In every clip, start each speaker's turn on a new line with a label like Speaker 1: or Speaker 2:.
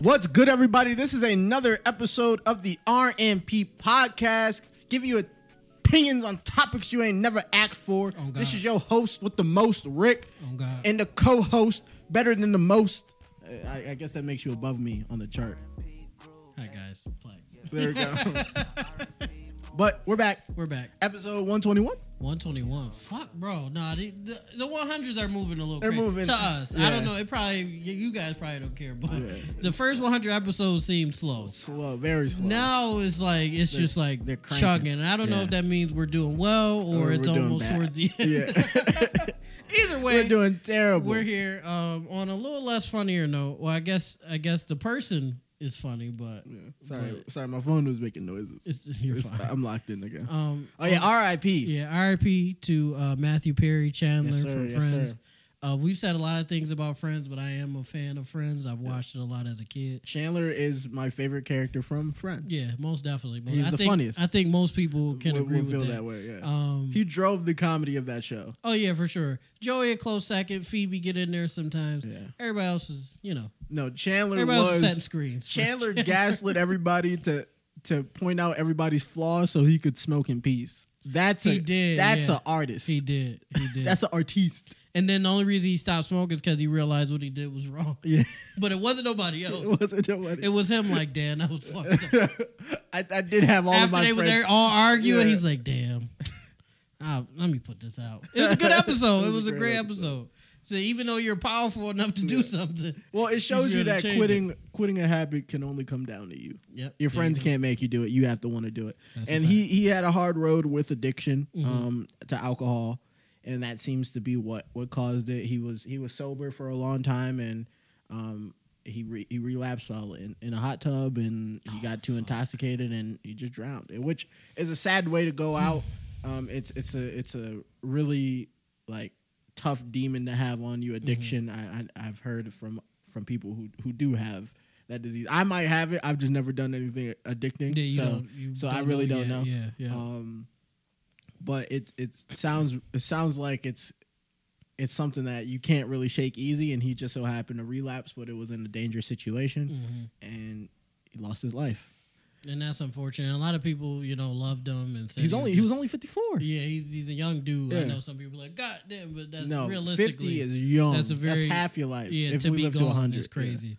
Speaker 1: What's good, everybody? This is another episode of the RMP podcast, giving you opinions on topics you ain't never asked for.
Speaker 2: Oh, God.
Speaker 1: this is your host with the most, Rick,
Speaker 2: Oh, God.
Speaker 1: and the co-host better than the most. Uh, I, I guess that makes you above me on the chart.
Speaker 2: Hi guys, Play.
Speaker 1: There we go. but we're back.
Speaker 2: we're back.
Speaker 1: Episode one twenty one.
Speaker 2: 121. Fuck, bro. Nah, the, the, the 100s are moving a little.
Speaker 1: They're
Speaker 2: crazy.
Speaker 1: moving.
Speaker 2: to us.
Speaker 1: Yeah.
Speaker 2: I don't know. It probably you you guys probably don't care, but
Speaker 1: Yeah.
Speaker 2: the first 100 episodes seemed slow.
Speaker 1: Slow, very slow.
Speaker 2: Now it's like it's
Speaker 1: They're-
Speaker 2: just like
Speaker 1: they're cranking.
Speaker 2: chugging. And I don't know
Speaker 1: Yeah.
Speaker 2: if that means we're doing well or,
Speaker 1: Or
Speaker 2: it's
Speaker 1: we're doing
Speaker 2: almost
Speaker 1: bad.
Speaker 2: towards the end.
Speaker 1: yeah,
Speaker 2: Either way,
Speaker 1: we're doing terrible.
Speaker 2: we're here um, on a little less funnier note. Well, I guess I guess the person is funny, but
Speaker 1: Yeah. Sorry, sorry, my phone was making noises.
Speaker 2: it's you're
Speaker 1: It's-
Speaker 2: fine.
Speaker 1: I'm locked in again.
Speaker 2: Um,
Speaker 1: oh yeah, R.I.P.
Speaker 2: Yeah, RIP to uh, Matthew Perry Chandler
Speaker 1: Yes, sir.
Speaker 2: from
Speaker 1: Yes,
Speaker 2: Friends.
Speaker 1: sir.
Speaker 2: Uh, we've said a lot of things about Friends, but I am a fan of Friends. I've watched it a lot as a kid.
Speaker 1: Chandler is my favorite character from Friends.
Speaker 2: Yeah, most definitely. But
Speaker 1: He's
Speaker 2: I
Speaker 1: the
Speaker 2: think,
Speaker 1: funniest.
Speaker 2: I think most people can
Speaker 1: We- we
Speaker 2: agree
Speaker 1: feel
Speaker 2: with that.
Speaker 1: that. way. Yeah.
Speaker 2: Um,
Speaker 1: he drove the comedy of that show.
Speaker 2: oh yeah, for sure. Joey a close second. Phoebe get in there sometimes.
Speaker 1: Yeah.
Speaker 2: Everybody else is, you know,
Speaker 1: No, Chandler
Speaker 2: everybody else is setting
Speaker 1: was
Speaker 2: screens.
Speaker 1: Chandler gaslit everybody to to point out everybody's flaws so he could smoke in peace. That's
Speaker 2: He
Speaker 1: a,
Speaker 2: did,
Speaker 1: That's
Speaker 2: yeah.
Speaker 1: an artist.
Speaker 2: he did. He did.
Speaker 1: That's an artiste.
Speaker 2: and then the only reason he stopped smoking is because he realized what he did was wrong.
Speaker 1: Yeah,
Speaker 2: But it wasn't nobody else.
Speaker 1: it wasn't nobody.
Speaker 2: It was him. Like, Dan, I was fucked up.
Speaker 1: I, I did have all of
Speaker 2: after
Speaker 1: my
Speaker 2: they were
Speaker 1: friends.
Speaker 2: there all
Speaker 1: Yeah.
Speaker 2: arguing, he's like, "Damn, Ah, let me put this out." It was a good episode. it was a great episode. So even though you're powerful enough to do something,
Speaker 1: well, it shows
Speaker 2: should
Speaker 1: you
Speaker 2: have
Speaker 1: that
Speaker 2: changed
Speaker 1: quitting quitting a habit can only come down to you.
Speaker 2: yep,
Speaker 1: Your
Speaker 2: there
Speaker 1: friends
Speaker 2: you go.
Speaker 1: can't make you do it. You have to want to do it.
Speaker 2: That's a
Speaker 1: and
Speaker 2: fact.
Speaker 1: he he had a hard road with addiction
Speaker 2: Mhm.
Speaker 1: um to alcohol, and that seems to be what what caused it. He was he was sober for a long time, and um he re, he relapsed while in, in a hot tub, and he got
Speaker 2: Oh,
Speaker 1: too intoxicated, and he just drowned. Which is a sad way to go
Speaker 2: Hmm.
Speaker 1: out. um, it's it's a it's a really like tough demon to have on
Speaker 2: Mm-hmm.
Speaker 1: you. Addiction. I, I I've heard from from people who who do have. That disease. I might have it. I've just never done anything addicting.
Speaker 2: Yeah, you
Speaker 1: so,
Speaker 2: don't- you
Speaker 1: so I
Speaker 2: don't
Speaker 1: really
Speaker 2: know
Speaker 1: don't
Speaker 2: yet.
Speaker 1: know.
Speaker 2: Yeah, yeah.
Speaker 1: Um, but it it sounds it sounds like it's it's something that you can't really shake easy, and he just so happened to relapse, but it was in a dangerous situation,
Speaker 2: Mhm.
Speaker 1: and he lost his life.
Speaker 2: and that's unfortunate. A lot of people, you know, loved him and said
Speaker 1: He's only he was
Speaker 2: just-
Speaker 1: only fifty four.
Speaker 2: Yeah, he's he's a young dude. I
Speaker 1: Yeah.
Speaker 2: know some people are like, God damn, but that's
Speaker 1: no, fifty
Speaker 2: realistically
Speaker 1: is young.
Speaker 2: that's
Speaker 1: That's
Speaker 2: a very-
Speaker 1: half your life.
Speaker 2: yeah,
Speaker 1: if
Speaker 2: to
Speaker 1: we
Speaker 2: be
Speaker 1: live to
Speaker 2: gone
Speaker 1: hundred,
Speaker 2: is crazy.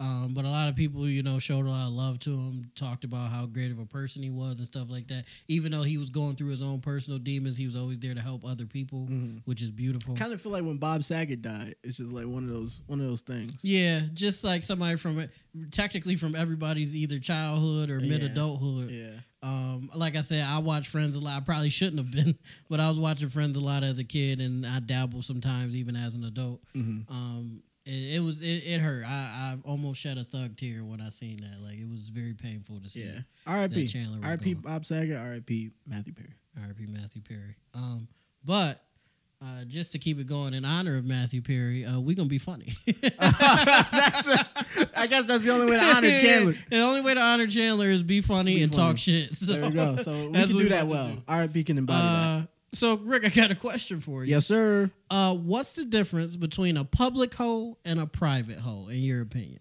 Speaker 2: Um, but a lot of people, you know, showed a lot of love to him, talked about how great of a person he was and stuff like that. Even though he was going through his own personal demons, he was always there to help other people,
Speaker 1: Mhm.
Speaker 2: which is beautiful.
Speaker 1: Kind of feel like when Bob Saget died, it's just like one of those one of those things.
Speaker 2: yeah, just like somebody from technically from everybody's either childhood or mid
Speaker 1: Yeah.
Speaker 2: adulthood.
Speaker 1: Yeah,
Speaker 2: Um, like I said, I watch Friends a lot. I probably shouldn't have been, but I was watching Friends a lot as a kid, and I dabble sometimes even as an adult.
Speaker 1: Mhm.
Speaker 2: Um, it, it was it, it hurt. I, I almost shed a thug tear when I seen that. Like it was very painful to see.
Speaker 1: yeah. R.I.P.
Speaker 2: That Chandler was
Speaker 1: R.I.P.
Speaker 2: gone.
Speaker 1: Bob Saget. R.I.P. Matthew Perry.
Speaker 2: R.I.P. Matthew Perry. Um, but uh, just to keep it going in honor of Matthew Perry, uh, we gonna be funny.
Speaker 1: that's I guess that's the only way to honor Chandler.
Speaker 2: the only way to honor Chandler is be funny
Speaker 1: Be
Speaker 2: and
Speaker 1: funny.
Speaker 2: talk shit. So
Speaker 1: There we go. So we
Speaker 2: that's
Speaker 1: can
Speaker 2: what
Speaker 1: do that
Speaker 2: about to
Speaker 1: well.
Speaker 2: do.
Speaker 1: R.I.P. can embody
Speaker 2: Uh, so Rick, I got a question for
Speaker 1: that.
Speaker 2: you.
Speaker 1: Yes, sir.
Speaker 2: Uh, what's the difference between a public hole and a private hole, in your opinion?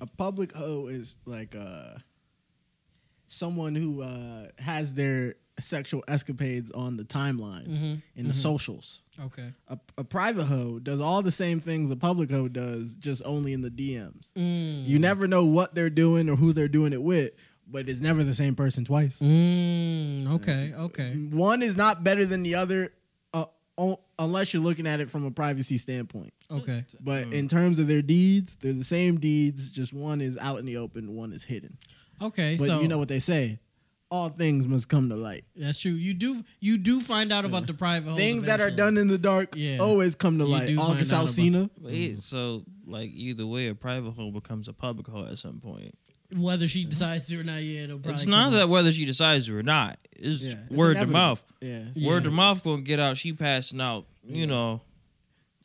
Speaker 1: A public hoe is like uh, someone who uh, has their sexual escapades on the timeline
Speaker 2: Mhm.
Speaker 1: in the socials.
Speaker 2: Okay.
Speaker 1: A, a private hoe does all the same things a public hoe does, just only in the DMs.
Speaker 2: Mm.
Speaker 1: You never know what they're doing or who they're doing it with, but it's never the same person twice.
Speaker 2: Mm, okay. Okay.
Speaker 1: One is not better than the other, uh, o- unless you're looking at it from a privacy standpoint.
Speaker 2: Okay.
Speaker 1: But in terms of their deeds, they're the same deeds. Just one is out in the open, one is hidden.
Speaker 2: Okay.
Speaker 1: But
Speaker 2: so
Speaker 1: you know what they say: all things must come to light.
Speaker 2: that's true. You do you do find out about the private holes
Speaker 1: Things that are
Speaker 2: eventually.
Speaker 1: done in the dark
Speaker 2: Yeah.
Speaker 1: always come to
Speaker 2: You
Speaker 1: light.
Speaker 2: do
Speaker 1: All
Speaker 2: find out about-
Speaker 1: Alcina.
Speaker 2: Mm-hmm.
Speaker 3: Wait, so like either way, a private hole becomes a public hole at some point.
Speaker 2: whether she decides to or not. Yeah, it'll probably
Speaker 3: it's
Speaker 2: come out.
Speaker 3: not that whether she decides to or not. It's
Speaker 1: Yeah, it's
Speaker 3: word to
Speaker 1: inevitable.
Speaker 3: mouth.
Speaker 1: Yeah.
Speaker 2: Yeah.
Speaker 3: Word to mouth gonna get out. She passing out. You know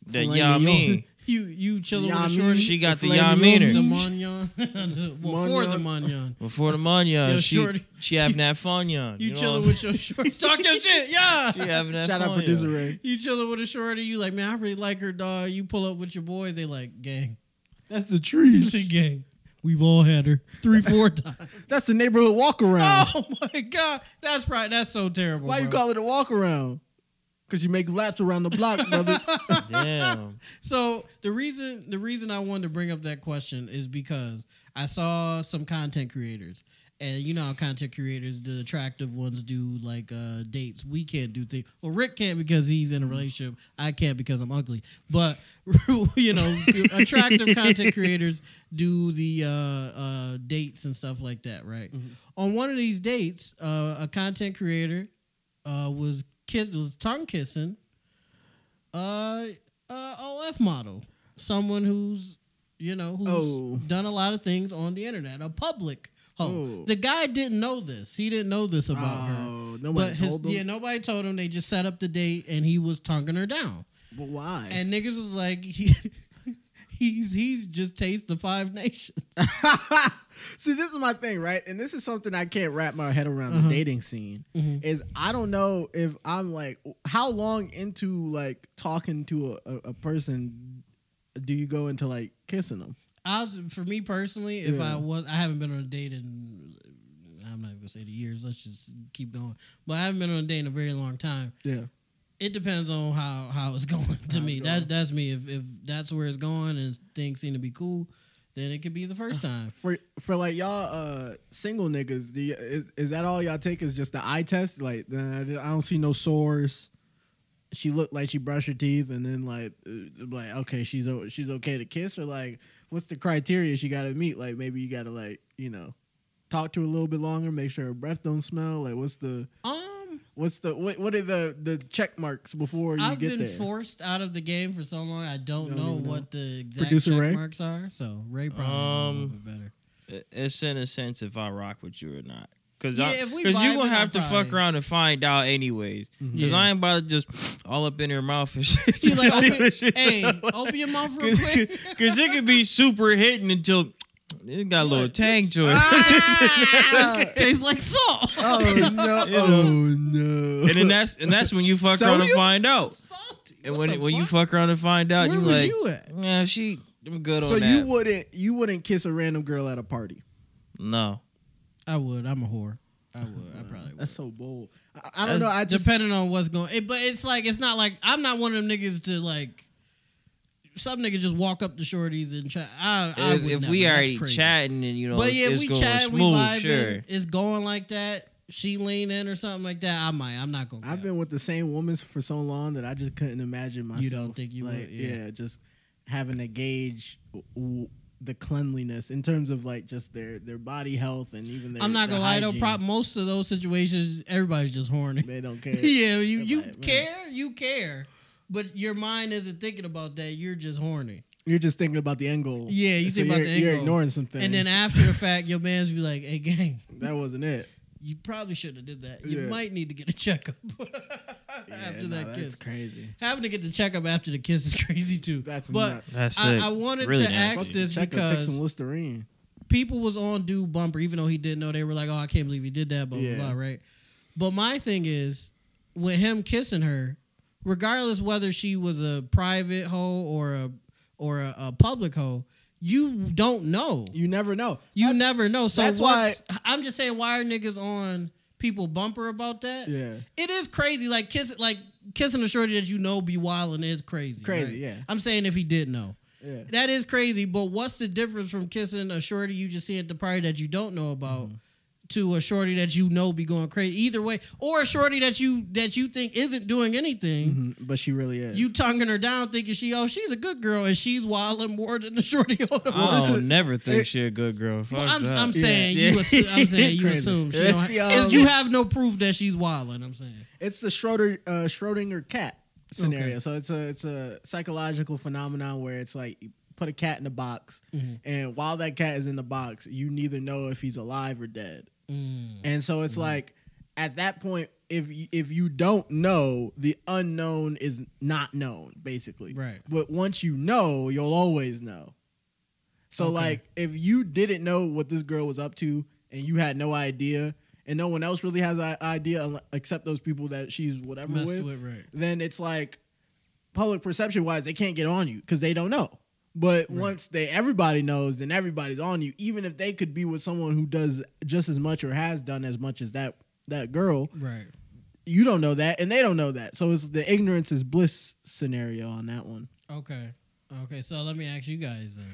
Speaker 3: that
Speaker 1: Filet
Speaker 3: y'all
Speaker 1: mignon.
Speaker 3: mean.
Speaker 2: you you chilling with a
Speaker 1: Yami.
Speaker 2: shorty.
Speaker 3: She got the
Speaker 1: Filet
Speaker 3: y'all
Speaker 1: mignon.
Speaker 2: the
Speaker 3: meaner
Speaker 2: mignon. well, for the mignon.
Speaker 3: before the manya.
Speaker 2: Yo,
Speaker 3: she
Speaker 2: shorty.
Speaker 3: she having that funya.
Speaker 2: You,
Speaker 3: know
Speaker 2: chilling
Speaker 3: what I'm
Speaker 2: with your shorty. Talk your shit. Yeah.
Speaker 3: saying? she having that.
Speaker 1: Shout out
Speaker 3: fun,
Speaker 1: producer
Speaker 3: yo.
Speaker 1: Ray.
Speaker 2: You chilling with a shorty. You like, man, I really like her, dog. You pull up with your boys. They like, gang.
Speaker 1: That's the tree.
Speaker 2: She gang. We've all had her three, four times.
Speaker 1: That's the neighborhood walk around.
Speaker 2: Oh my god, that's right. That's so terrible.
Speaker 1: Why you
Speaker 2: bro.
Speaker 1: call it a walk around? Because you make laps around the block, brother.
Speaker 3: Damn.
Speaker 2: So the reason the reason I wanted to bring up that question is because I saw some content creators, and you know how content creators, the attractive ones, do like uh, dates. We can't do things. Well, Rick can't because he's in a relationship. I can't because I'm ugly. But you know, attractive content creators do the uh, uh, dates and stuff like that, right? On one of these dates, uh, a content creator uh, was kissed was tongue kissing uh, uh, OF model, someone who's you know who's
Speaker 1: Oh.
Speaker 2: done a lot of things on the internet, a public hoe.
Speaker 1: Oh.
Speaker 2: The guy didn't know this. He didn't know this about her.
Speaker 1: Oh, nobody
Speaker 2: but
Speaker 1: told him?
Speaker 2: yeah, nobody told him. They just set up the date, and he was tonguing her down.
Speaker 1: but why?
Speaker 2: And niggas was like, he, he's he's just taste the Five Nations.
Speaker 1: See, this is my thing, right? And this is something I can't wrap my head around
Speaker 2: Uh-huh.
Speaker 1: the dating scene.
Speaker 2: Mhm.
Speaker 1: Is I don't know if I'm like, how long into like talking to a, a, a person do you go into like kissing them?
Speaker 2: I was, for me personally, if
Speaker 1: Yeah.
Speaker 2: I was, I haven't been on a date in, I'm not even gonna say the years. Let's just keep going. But I haven't been on a date in a very long time.
Speaker 1: Yeah.
Speaker 2: It depends on how how it's going to
Speaker 1: How
Speaker 2: me.
Speaker 1: it's
Speaker 2: That
Speaker 1: going.
Speaker 2: that's me. If if that's where it's going and things seem to be cool, then it could be the first time.
Speaker 1: For for like y'all uh single niggas, do you, is, is that all y'all take is just the eye test? Like, nah, I don't see no sores. She looked like she brushed her teeth, and then like, uh, like okay, she's o- she's okay to kiss, or like, what's the criteria she got to meet? Like, maybe you got to like, you know, talk to her a little bit longer, make sure her breath don't smell. Like, what's the
Speaker 2: Um,
Speaker 1: what's the what what are the the check marks before you
Speaker 2: I've
Speaker 1: get
Speaker 2: been
Speaker 1: there?
Speaker 2: forced out of the game for so long. I don't,
Speaker 1: Don't
Speaker 2: know
Speaker 1: even know.
Speaker 2: what the exact
Speaker 1: Producer
Speaker 2: check
Speaker 1: Ray?
Speaker 2: marks are. So Ray probably knows a little
Speaker 3: Um,
Speaker 2: bit better.
Speaker 3: It- It's in a sense if I rock with you or not. Cause
Speaker 2: Yeah,
Speaker 3: I,
Speaker 2: if we
Speaker 3: cause
Speaker 2: vibing,
Speaker 3: you gonna have
Speaker 2: I'll
Speaker 3: to fuck
Speaker 2: probably-
Speaker 3: around and find out anyways. Cause
Speaker 2: Yeah.
Speaker 3: I ain't about to just all up in her mouth and shit.
Speaker 2: You like, open,
Speaker 3: Shit,
Speaker 2: hey,
Speaker 3: so, like-
Speaker 2: open your mouth real
Speaker 3: Cause,
Speaker 2: quick.
Speaker 3: cause it could be super hitting until it got a little
Speaker 2: What? Ah!
Speaker 3: tang to it.
Speaker 2: tastes like salt.
Speaker 1: Oh no!
Speaker 3: You know.
Speaker 1: oh no!
Speaker 3: and then that's and that's when you fuck around and
Speaker 1: Sodium?
Speaker 3: find out.
Speaker 2: Salty.
Speaker 3: And
Speaker 2: What
Speaker 3: when
Speaker 2: the
Speaker 3: when you
Speaker 2: fuck?
Speaker 3: fuck around and find out,
Speaker 1: where
Speaker 3: you
Speaker 1: was
Speaker 3: like,
Speaker 1: you at?
Speaker 3: yeah, she, I'm good
Speaker 1: So
Speaker 3: on that.
Speaker 1: you wouldn't you wouldn't kiss a random girl at a party?
Speaker 3: no,
Speaker 2: I would. I'm a whore. I would. I probably would.
Speaker 1: That's so bold. I, I don't
Speaker 3: That's
Speaker 1: know. I just
Speaker 2: Depending on what's going, it, but it's like it's not like I'm not one of them niggas to like. Some niggas just walk up to shorties and chat. I, I
Speaker 3: if,
Speaker 2: would
Speaker 3: if
Speaker 2: never.
Speaker 3: we
Speaker 2: That's
Speaker 3: already
Speaker 2: crazy.
Speaker 3: chatting and you know,
Speaker 2: but yeah,
Speaker 3: it's
Speaker 2: we
Speaker 3: going
Speaker 2: chat, we
Speaker 3: smooth,
Speaker 2: vibing.
Speaker 3: sure.
Speaker 2: It's going like that. She lean in or something like that. I might. I'm not gonna.
Speaker 1: I've
Speaker 2: cap.
Speaker 1: been with the same woman for so long that I just couldn't imagine myself.
Speaker 2: You don't think you
Speaker 1: like,
Speaker 2: would, yeah.
Speaker 1: just having to gauge w- w- the cleanliness in terms of like just their their body health and even their.
Speaker 2: I'm not
Speaker 1: their
Speaker 2: gonna lie though.
Speaker 1: hygiene.
Speaker 2: Prop most of those situations, everybody's just horny.
Speaker 1: They don't care.
Speaker 2: yeah, you
Speaker 1: They're
Speaker 2: you
Speaker 1: like, man.
Speaker 2: care, you care, but your mind isn't thinking about that. You're just horny.
Speaker 1: You're just thinking about the end goal.
Speaker 2: Yeah, you
Speaker 1: So
Speaker 2: think about
Speaker 1: you're-
Speaker 2: the end
Speaker 1: You're
Speaker 2: goal.
Speaker 1: ignoring some things.
Speaker 2: And then after the fact, your man's be like, "Hey, gang,
Speaker 1: that wasn't it.
Speaker 2: you probably shouldn't have did that. You
Speaker 1: Yeah.
Speaker 2: might need to get a checkup after
Speaker 1: Yeah, nah,
Speaker 2: that kiss."
Speaker 1: that's crazy.
Speaker 2: Having to get the checkup after the kiss is crazy too.
Speaker 1: That's
Speaker 2: but
Speaker 1: nuts.
Speaker 3: That's
Speaker 2: I,
Speaker 3: sick.
Speaker 2: I wanted
Speaker 3: Really
Speaker 2: to
Speaker 3: nasty.
Speaker 2: ask this
Speaker 1: Check up, take
Speaker 2: because
Speaker 1: some Listerine.
Speaker 2: people was on dude bumper, even though he didn't know. They were like, "Oh, I can't believe he did that." Blah
Speaker 1: Yeah.
Speaker 2: blah blah. Right. But my thing is, with him kissing her, regardless whether she was a private hoe or a or a, a public hoe, you don't know.
Speaker 1: You never know.
Speaker 2: You never know. So
Speaker 1: that's
Speaker 2: what's, I'm just saying, why are niggas on people bumper about that?
Speaker 1: Yeah.
Speaker 2: It is crazy. Like kissing, like kissing a shorty that you know be wilding is crazy.
Speaker 1: Crazy,
Speaker 2: right?
Speaker 1: yeah.
Speaker 2: I'm saying if he did know.
Speaker 1: Yeah.
Speaker 2: That is crazy, but what's the difference from kissing a shorty you just see at the party that you don't know about
Speaker 1: Mm-hmm.
Speaker 2: to a shorty that you know be going crazy either way, or a shorty that you that you think isn't doing anything,
Speaker 1: Mhm, But she really is.
Speaker 2: you tonguing her down thinking she oh she's a good girl and she's wilding more than the shorty. on the
Speaker 1: Well,
Speaker 3: I
Speaker 1: this
Speaker 3: don't
Speaker 1: is-
Speaker 3: never think
Speaker 1: it-
Speaker 3: she a good girl. Fuck
Speaker 2: I'm,
Speaker 3: that.
Speaker 2: I'm
Speaker 1: Yeah.
Speaker 2: saying
Speaker 1: Yeah.
Speaker 2: you. Assume, I'm saying you
Speaker 1: Crazy.
Speaker 2: assume she
Speaker 1: It's
Speaker 2: don't ha-
Speaker 1: the,
Speaker 2: it's-
Speaker 1: um,
Speaker 2: you have no proof that she's wilding. I'm saying
Speaker 1: It's the Schroeder uh, Schrodinger cat scenario. So it's a it's a psychological phenomenon where it's like you put a cat in a box, and while that cat is in the box, you neither know if he's alive or dead. And so it's like at that point, if y- if you don't know, the unknown is not known, basically.
Speaker 2: Right.
Speaker 1: But once you know, you'll always know. So
Speaker 2: Okay.
Speaker 1: like if you didn't know what this girl was up to and you had no idea and no one else really has an idea unle- except those people that she's whatever
Speaker 2: messed
Speaker 1: with,
Speaker 2: with right.
Speaker 1: then it's like public perception wise they can't get on you cuz they don't know. But once they everybody knows, then everybody's on you. Even if they could be with someone who does just as much or has done as much as that that girl,
Speaker 2: Right.
Speaker 1: you don't know that, and they don't know that. So it's the ignorance is bliss scenario on that one.
Speaker 2: Okay. Okay. So let me ask you guys then.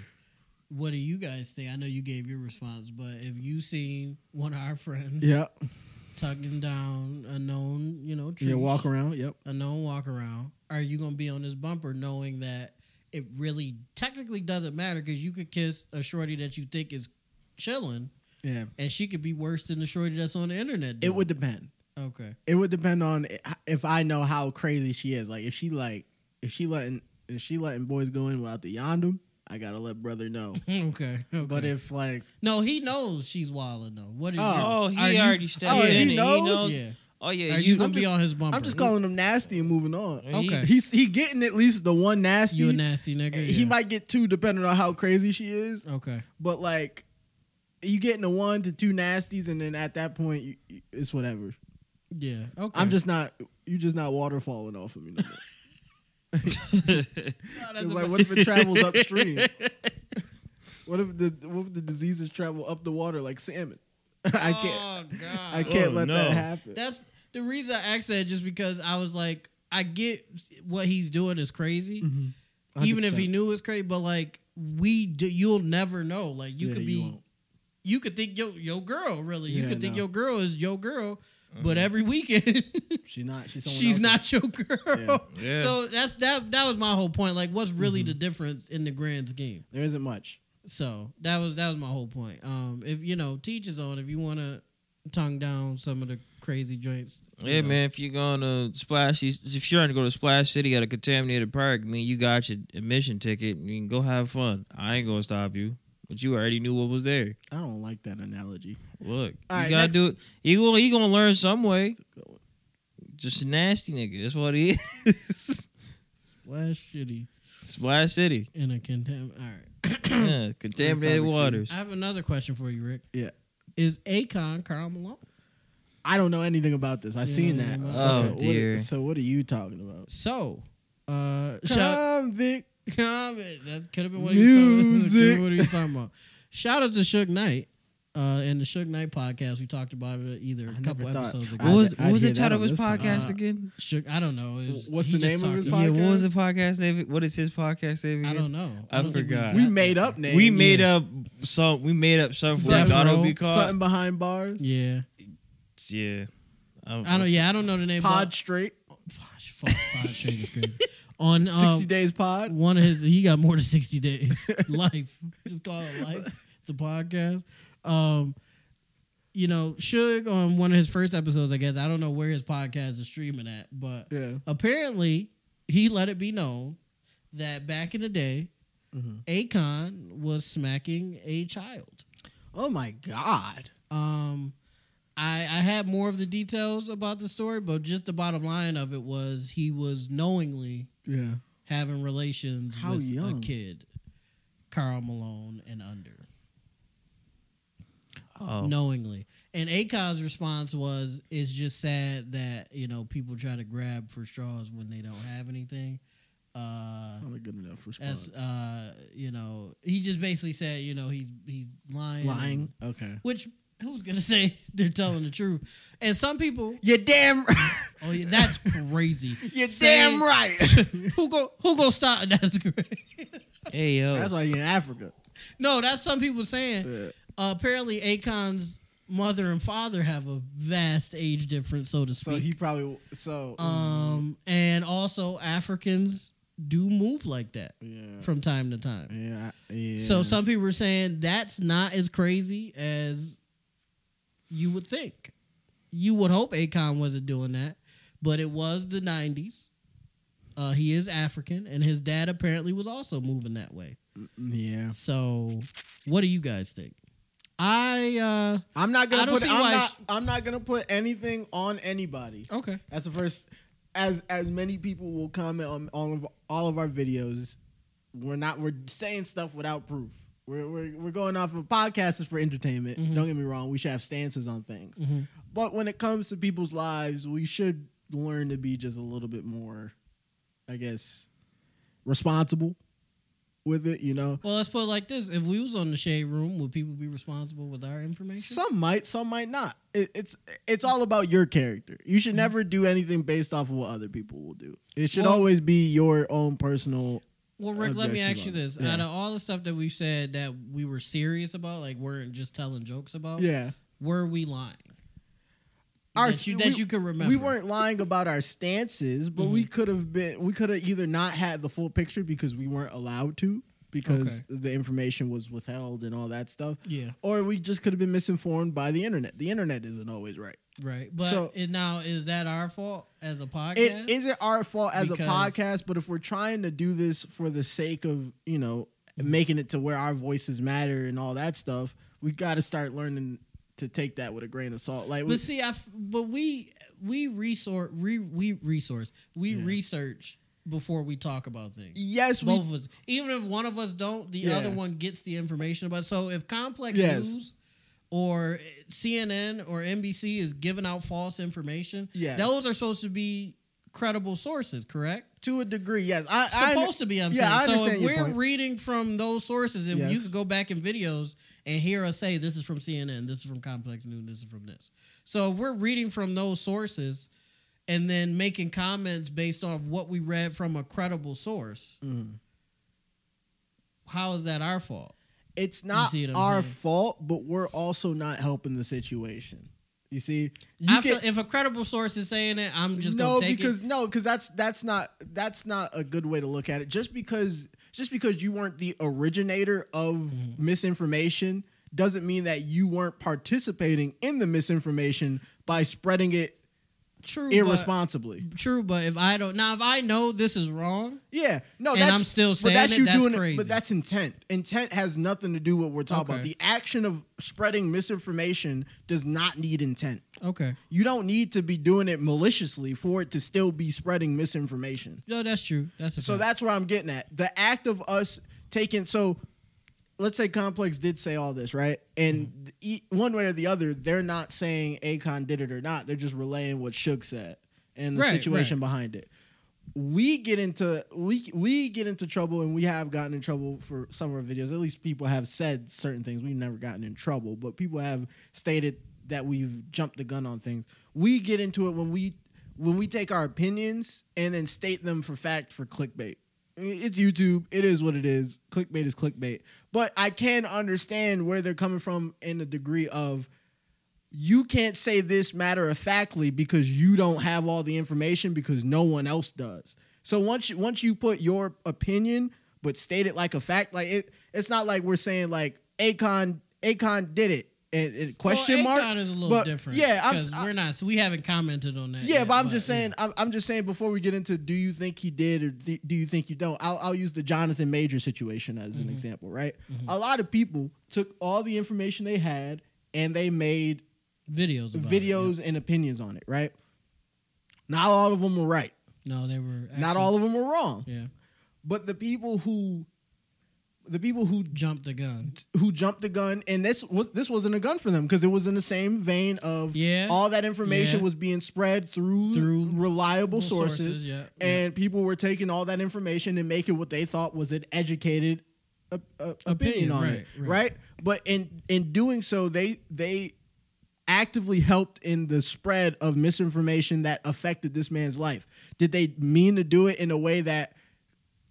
Speaker 2: What do you guys think? I know you gave your response, but if you seen one of our friends
Speaker 1: Yeah,
Speaker 2: tugging down a known, you know, tree,
Speaker 1: yeah. Walk around. Yep.
Speaker 2: a known walk around, are you gonna be on this bumper knowing that it really technically doesn't matter because you could kiss a shorty that you think is chilling,
Speaker 1: Yeah.
Speaker 2: and she could be worse than the shorty that's on the internet.
Speaker 1: It
Speaker 2: doing
Speaker 1: would depend.
Speaker 2: Okay.
Speaker 1: It would depend on if I know how crazy she is. Like if she like if she letting if she letting boys go in without the yondom, I gotta let brother know.
Speaker 2: okay. Okay.
Speaker 1: But if like
Speaker 2: no, he knows she's wilding though. What is?
Speaker 1: Oh.
Speaker 3: Oh, he
Speaker 2: Are you-
Speaker 3: already stepped
Speaker 1: Oh,
Speaker 3: in.
Speaker 1: he
Speaker 3: and
Speaker 1: knows?
Speaker 3: He knows.
Speaker 2: yeah.
Speaker 3: Oh yeah.
Speaker 2: Are you,
Speaker 1: I'm
Speaker 2: gonna be
Speaker 1: just-
Speaker 2: on his bumper?
Speaker 1: I'm just calling him nasty and moving on.
Speaker 3: he-
Speaker 2: Okay.
Speaker 1: He's he getting at least the one nasty.
Speaker 2: You a nasty nigga.
Speaker 1: He
Speaker 2: Yeah.
Speaker 1: might get two depending on how crazy she is.
Speaker 2: Okay.
Speaker 1: But like you getting the one to two nasties, and then at that point you, you- it's whatever.
Speaker 2: Yeah. Okay.
Speaker 1: I'm just not you just not waterfalling off of me. No more.
Speaker 2: No, that's
Speaker 1: It's
Speaker 2: a-
Speaker 1: like what if it travels upstream? What if the what if the diseases travel up the water like salmon? I can't
Speaker 2: Oh God.
Speaker 1: I can't
Speaker 3: Oh,
Speaker 1: let
Speaker 3: no.
Speaker 1: that happen.
Speaker 2: That's the reason I asked that, just because I was like, I get what he's doing is crazy,
Speaker 3: Mm-hmm.
Speaker 2: even if he
Speaker 1: 100%.
Speaker 2: knew it's crazy. But like, we do, you'll never know. Like, you
Speaker 1: Yeah,
Speaker 2: could
Speaker 1: you
Speaker 2: be, you,
Speaker 1: won't.
Speaker 2: could think yo your girl really. you
Speaker 1: Yeah,
Speaker 2: could think
Speaker 1: no.
Speaker 2: your girl is your girl,
Speaker 3: Mm-hmm.
Speaker 2: but every weekend
Speaker 1: she's not she's someone
Speaker 2: she's
Speaker 1: else's.
Speaker 2: not your girl.
Speaker 3: Yeah. Yeah.
Speaker 2: So that's that. That was my whole point. Like, what's really
Speaker 1: Mm-hmm.
Speaker 2: the difference in the grand scheme?
Speaker 1: There isn't much.
Speaker 2: So that was that was my whole point. Um, if you know, teach is on. If you want to tongue down some of the crazy joints, you
Speaker 3: Yeah,
Speaker 2: know.
Speaker 3: man. If you're going to Splash, if you're trying to go to Splash City at a contaminated park, I mean, you got your admission ticket. I mean, go have fun. I ain't gonna stop you, but you already knew what was there.
Speaker 1: I don't like that analogy.
Speaker 3: Look,
Speaker 1: All
Speaker 3: you
Speaker 1: right,
Speaker 3: gotta
Speaker 1: next-
Speaker 3: do it. You gonna you gonna learn some way. Just a nasty nigga. That's what he is.
Speaker 2: Why shitty
Speaker 3: Splash City,
Speaker 2: in a contempt? All right.
Speaker 3: yeah, contaminated
Speaker 1: Sonic City.
Speaker 3: waters.
Speaker 2: I have another question for you, Rick.
Speaker 1: Yeah.
Speaker 2: Is Akon Carl Malone?
Speaker 1: I don't know anything about this. I seen that.
Speaker 2: Oh,
Speaker 1: So what-
Speaker 3: dear.
Speaker 1: so what are you talking about?
Speaker 2: So, uh, shout
Speaker 1: Convict.
Speaker 2: comment. That could have been what he was talking
Speaker 1: Music.
Speaker 2: about. what he was talking about. Shout out to Suge Knight. Uh, in the Suge Knight podcast, we talked about it either a
Speaker 1: never
Speaker 2: couple
Speaker 1: thought-
Speaker 2: episodes ago.
Speaker 1: I-
Speaker 3: What was
Speaker 1: I'd
Speaker 3: what was
Speaker 1: hear
Speaker 3: the
Speaker 1: that
Speaker 3: title
Speaker 1: on
Speaker 3: of his
Speaker 1: this pod-
Speaker 3: podcast
Speaker 2: uh,
Speaker 3: again?
Speaker 2: Suge- I don't know. It was-
Speaker 1: What's
Speaker 2: he
Speaker 1: the name
Speaker 2: just
Speaker 1: of
Speaker 2: talked.
Speaker 1: his
Speaker 3: Yeah, what was the
Speaker 1: podcast?
Speaker 3: podcast name? What is his podcast name?
Speaker 2: I
Speaker 3: again?
Speaker 2: don't know.
Speaker 3: I
Speaker 2: don't think got
Speaker 3: forgot.
Speaker 1: We made
Speaker 2: that.
Speaker 1: up names.
Speaker 3: We made
Speaker 2: Yeah.
Speaker 3: up some. We made up some. for
Speaker 2: Death
Speaker 3: What
Speaker 2: Row.
Speaker 3: that'll be
Speaker 1: something
Speaker 3: called?
Speaker 1: behind bars.
Speaker 2: Yeah.
Speaker 3: Yeah.
Speaker 2: I don't. Yeah, I don't know the name.
Speaker 1: Pod straight.
Speaker 2: but- Posh, fuck, Posh Shane is crazy. On uh,
Speaker 1: Sixty days pod.
Speaker 2: one of his, he got more than sixty days. life, just call it life. The podcast. Um, you know, Suge on one of his first episodes. I guess I don't know where his podcast is streaming at, but
Speaker 1: Yeah.
Speaker 2: apparently he let it be known that back in the day, Akon was smacking a child.
Speaker 1: Oh my god.
Speaker 2: Um, I I had more of the details about the story, but just the bottom line of it was he was knowingly
Speaker 1: Yeah.
Speaker 2: having relations
Speaker 1: How
Speaker 2: with a
Speaker 1: young?
Speaker 2: kid, Carl Malone and under,
Speaker 3: Oh.
Speaker 2: knowingly. And Akon's response was, "It's just sad that you know people try to grab for straws when they don't have anything." Uh,
Speaker 1: Not a good enough response.
Speaker 2: as uh, you know, he just basically said, you know, he's he's lying,
Speaker 1: Lying. Okay.
Speaker 2: which. Who's gonna say they're telling the truth? And some people
Speaker 1: You're damn.
Speaker 2: Oh yeah, that's crazy.
Speaker 1: You're
Speaker 2: Say-
Speaker 1: damn right.
Speaker 2: Who go who go stop? That's great.
Speaker 3: Oh, Hey yo.
Speaker 1: That's why you're in Africa.
Speaker 2: No, that's some people saying.
Speaker 1: Yeah.
Speaker 2: Uh, apparently, Akon's mother and father have a vast age difference, so to speak.
Speaker 1: So he probably so.
Speaker 2: um, and also Africans do move like that
Speaker 1: yeah.
Speaker 2: from time to time.
Speaker 1: yeah. Yeah.
Speaker 2: So some people are saying that's not as crazy as you would think. You would hope Akon wasn't doing that, but it was the '90s. Uh, he is African, and his dad apparently was also moving that way.
Speaker 1: Yeah.
Speaker 2: So, what do you guys think? I uh,
Speaker 1: I'm not
Speaker 2: I
Speaker 1: gonna
Speaker 2: don't
Speaker 1: put.
Speaker 2: see
Speaker 1: I'm
Speaker 2: why
Speaker 1: not.
Speaker 2: sh-
Speaker 1: I'm not gonna put anything on anybody.
Speaker 2: uh okay.
Speaker 1: That's the first. As as many people will comment on all of all of our videos, we're not we're saying stuff without proof. We're we're, we're going off of podcasts is for entertainment. Don't get me wrong. We should have stances on things, but when it comes to people's lives, we should learn to be just a little bit more, I guess, responsible with it, you know.
Speaker 2: Well, let's put it like this: If we was on the shade room, would people be responsible with our information?
Speaker 1: Some might, some might not. It, it's it's all about your character. You should never do anything based off of what other people will do. It should
Speaker 2: Mm-hmm. Well-
Speaker 1: always be your own personal.
Speaker 2: Well, Rick, let me
Speaker 1: Objection
Speaker 2: ask you
Speaker 1: on it.
Speaker 2: this:
Speaker 1: Yeah.
Speaker 2: Out of all the stuff that we've said that we were serious about, like weren't just telling jokes about,
Speaker 1: Yeah,
Speaker 2: were we lying?
Speaker 1: Our-
Speaker 2: oh, that you, that
Speaker 1: we-
Speaker 2: you could remember. Mm-hmm.
Speaker 1: we weren't lying about our stances, but we could have been. We could have either not had the full picture because we weren't allowed to because the information was withheld and all that stuff,
Speaker 2: Yeah,
Speaker 1: or we just could have been misinformed by the internet. The internet isn't always right.
Speaker 2: right. But
Speaker 1: So-
Speaker 2: it, now, is that our fault as a podcast?
Speaker 1: It isn't our fault as a
Speaker 2: Because-
Speaker 1: podcast, but if we're trying to do this for the sake of, you know, making it to where our voices matter and all that stuff, we got to start learning to take that with a grain of salt. Like, we,
Speaker 2: But see, I f- but we we resource we we resource we
Speaker 1: Yeah.
Speaker 2: research before we talk about things.
Speaker 1: yes, we,
Speaker 2: Both of us, even if one of us don't, the
Speaker 1: Yeah.
Speaker 2: other one gets the information about. So if complex
Speaker 1: Yes.
Speaker 2: news or CNN or NBC is giving out false information,
Speaker 1: Yes.
Speaker 2: those are supposed to be credible sources, correct?
Speaker 1: to a degree, yes. I, I,
Speaker 2: supposed to be. I'm
Speaker 1: yeah, I
Speaker 2: saying. So if
Speaker 1: understand your
Speaker 2: we're
Speaker 1: point.
Speaker 2: reading from those sources, and you
Speaker 1: Yes.
Speaker 2: could go back in videos and hear us say, "This is from CNN. This is from Complex News. This is from this." So if we're reading from those sources, and then making comments based off what we read from a credible source.
Speaker 1: Mm-hmm.
Speaker 2: How is that our fault?
Speaker 1: it's not
Speaker 2: see what I'm
Speaker 1: our
Speaker 2: saying?
Speaker 1: fault, but we're also not helping the situation. You see, you
Speaker 2: I feel, if a credible source is saying it, I'm just
Speaker 1: no
Speaker 2: gonna take
Speaker 1: because
Speaker 2: it.
Speaker 1: no because that's that's not that's not a good way to look at it just because just because you weren't the originator of
Speaker 2: Mm-hmm.
Speaker 1: misinformation doesn't mean that you weren't participating in the misinformation by spreading it
Speaker 2: True, but,
Speaker 1: irresponsibly
Speaker 2: true, but if I don't now, if I know this is wrong,
Speaker 1: yeah no
Speaker 2: And
Speaker 1: that's,
Speaker 2: I'm still
Speaker 1: but
Speaker 2: saying it, that's
Speaker 1: doing
Speaker 2: crazy.
Speaker 1: but that's intent intent has nothing to do with what we're talking about
Speaker 2: Okay.
Speaker 1: the action of spreading misinformation does not need intent
Speaker 2: okay.
Speaker 1: you don't need to be doing it maliciously for it to still be spreading misinformation
Speaker 2: No, that's true. That's a
Speaker 1: So
Speaker 2: fact.
Speaker 1: that's where I'm getting at. The act of us taking so let's say Complex did say all this, right? And
Speaker 2: Mm-hmm.
Speaker 1: e- one way or the other, they're not saying Akon did it or not. They're just relaying what Suge said and the
Speaker 2: Right,
Speaker 1: situation behind it. We get into we we get into trouble and we have gotten in trouble for some of our videos. At least people have said certain things. We've never gotten in trouble, but people have stated that we've jumped the gun on things. We get into it when we when we take our opinions and then state them for fact for clickbait. I mean, It's YouTube. It is what it is. Clickbait is clickbait. But I can understand where they're coming from in the degree of you can't say this matter of factly because you don't have all the information because no one else does. So once you, once you put your opinion but state it like a fact, like it, it's not like we're saying like Akon Akon did it and, and question
Speaker 2: well,
Speaker 1: mark.
Speaker 2: Akon is a little
Speaker 1: But,
Speaker 2: different.
Speaker 1: Yeah, I'm,
Speaker 2: because
Speaker 1: I-
Speaker 2: we're not. So we haven't commented on that.
Speaker 1: yeah,
Speaker 2: yet,
Speaker 1: but I'm just saying. I'm, I'm just saying. Before we get into, do you think he did or th- do you think you don't? I'll, I'll use the Jonathan Major situation as
Speaker 2: Mm-hmm.
Speaker 1: an example. Right, a lot of people took all the information they had and they made
Speaker 2: videos. About it, yeah.
Speaker 1: videos and opinions on it. Right, not all of them were right.
Speaker 2: No, they were
Speaker 1: not
Speaker 2: actually-
Speaker 1: all of them were wrong.
Speaker 2: Yeah,
Speaker 1: But the people who, the people who
Speaker 2: jumped the gun.
Speaker 1: who jumped the gun, and this was this wasn't a gun for them because it was in the same vein of
Speaker 2: Yeah.
Speaker 1: all that information
Speaker 2: Yeah.
Speaker 1: was being spread through,
Speaker 2: Through
Speaker 1: reliable sources,
Speaker 2: yeah.
Speaker 1: and people were taking all that information and making what they thought was an educated op- op- opinion,
Speaker 2: Opinion,
Speaker 1: on
Speaker 2: right,
Speaker 1: it, right.
Speaker 2: right.
Speaker 1: But in in doing so, they they actively helped in the spread of misinformation that affected this man's life. Did they mean to do it in a way that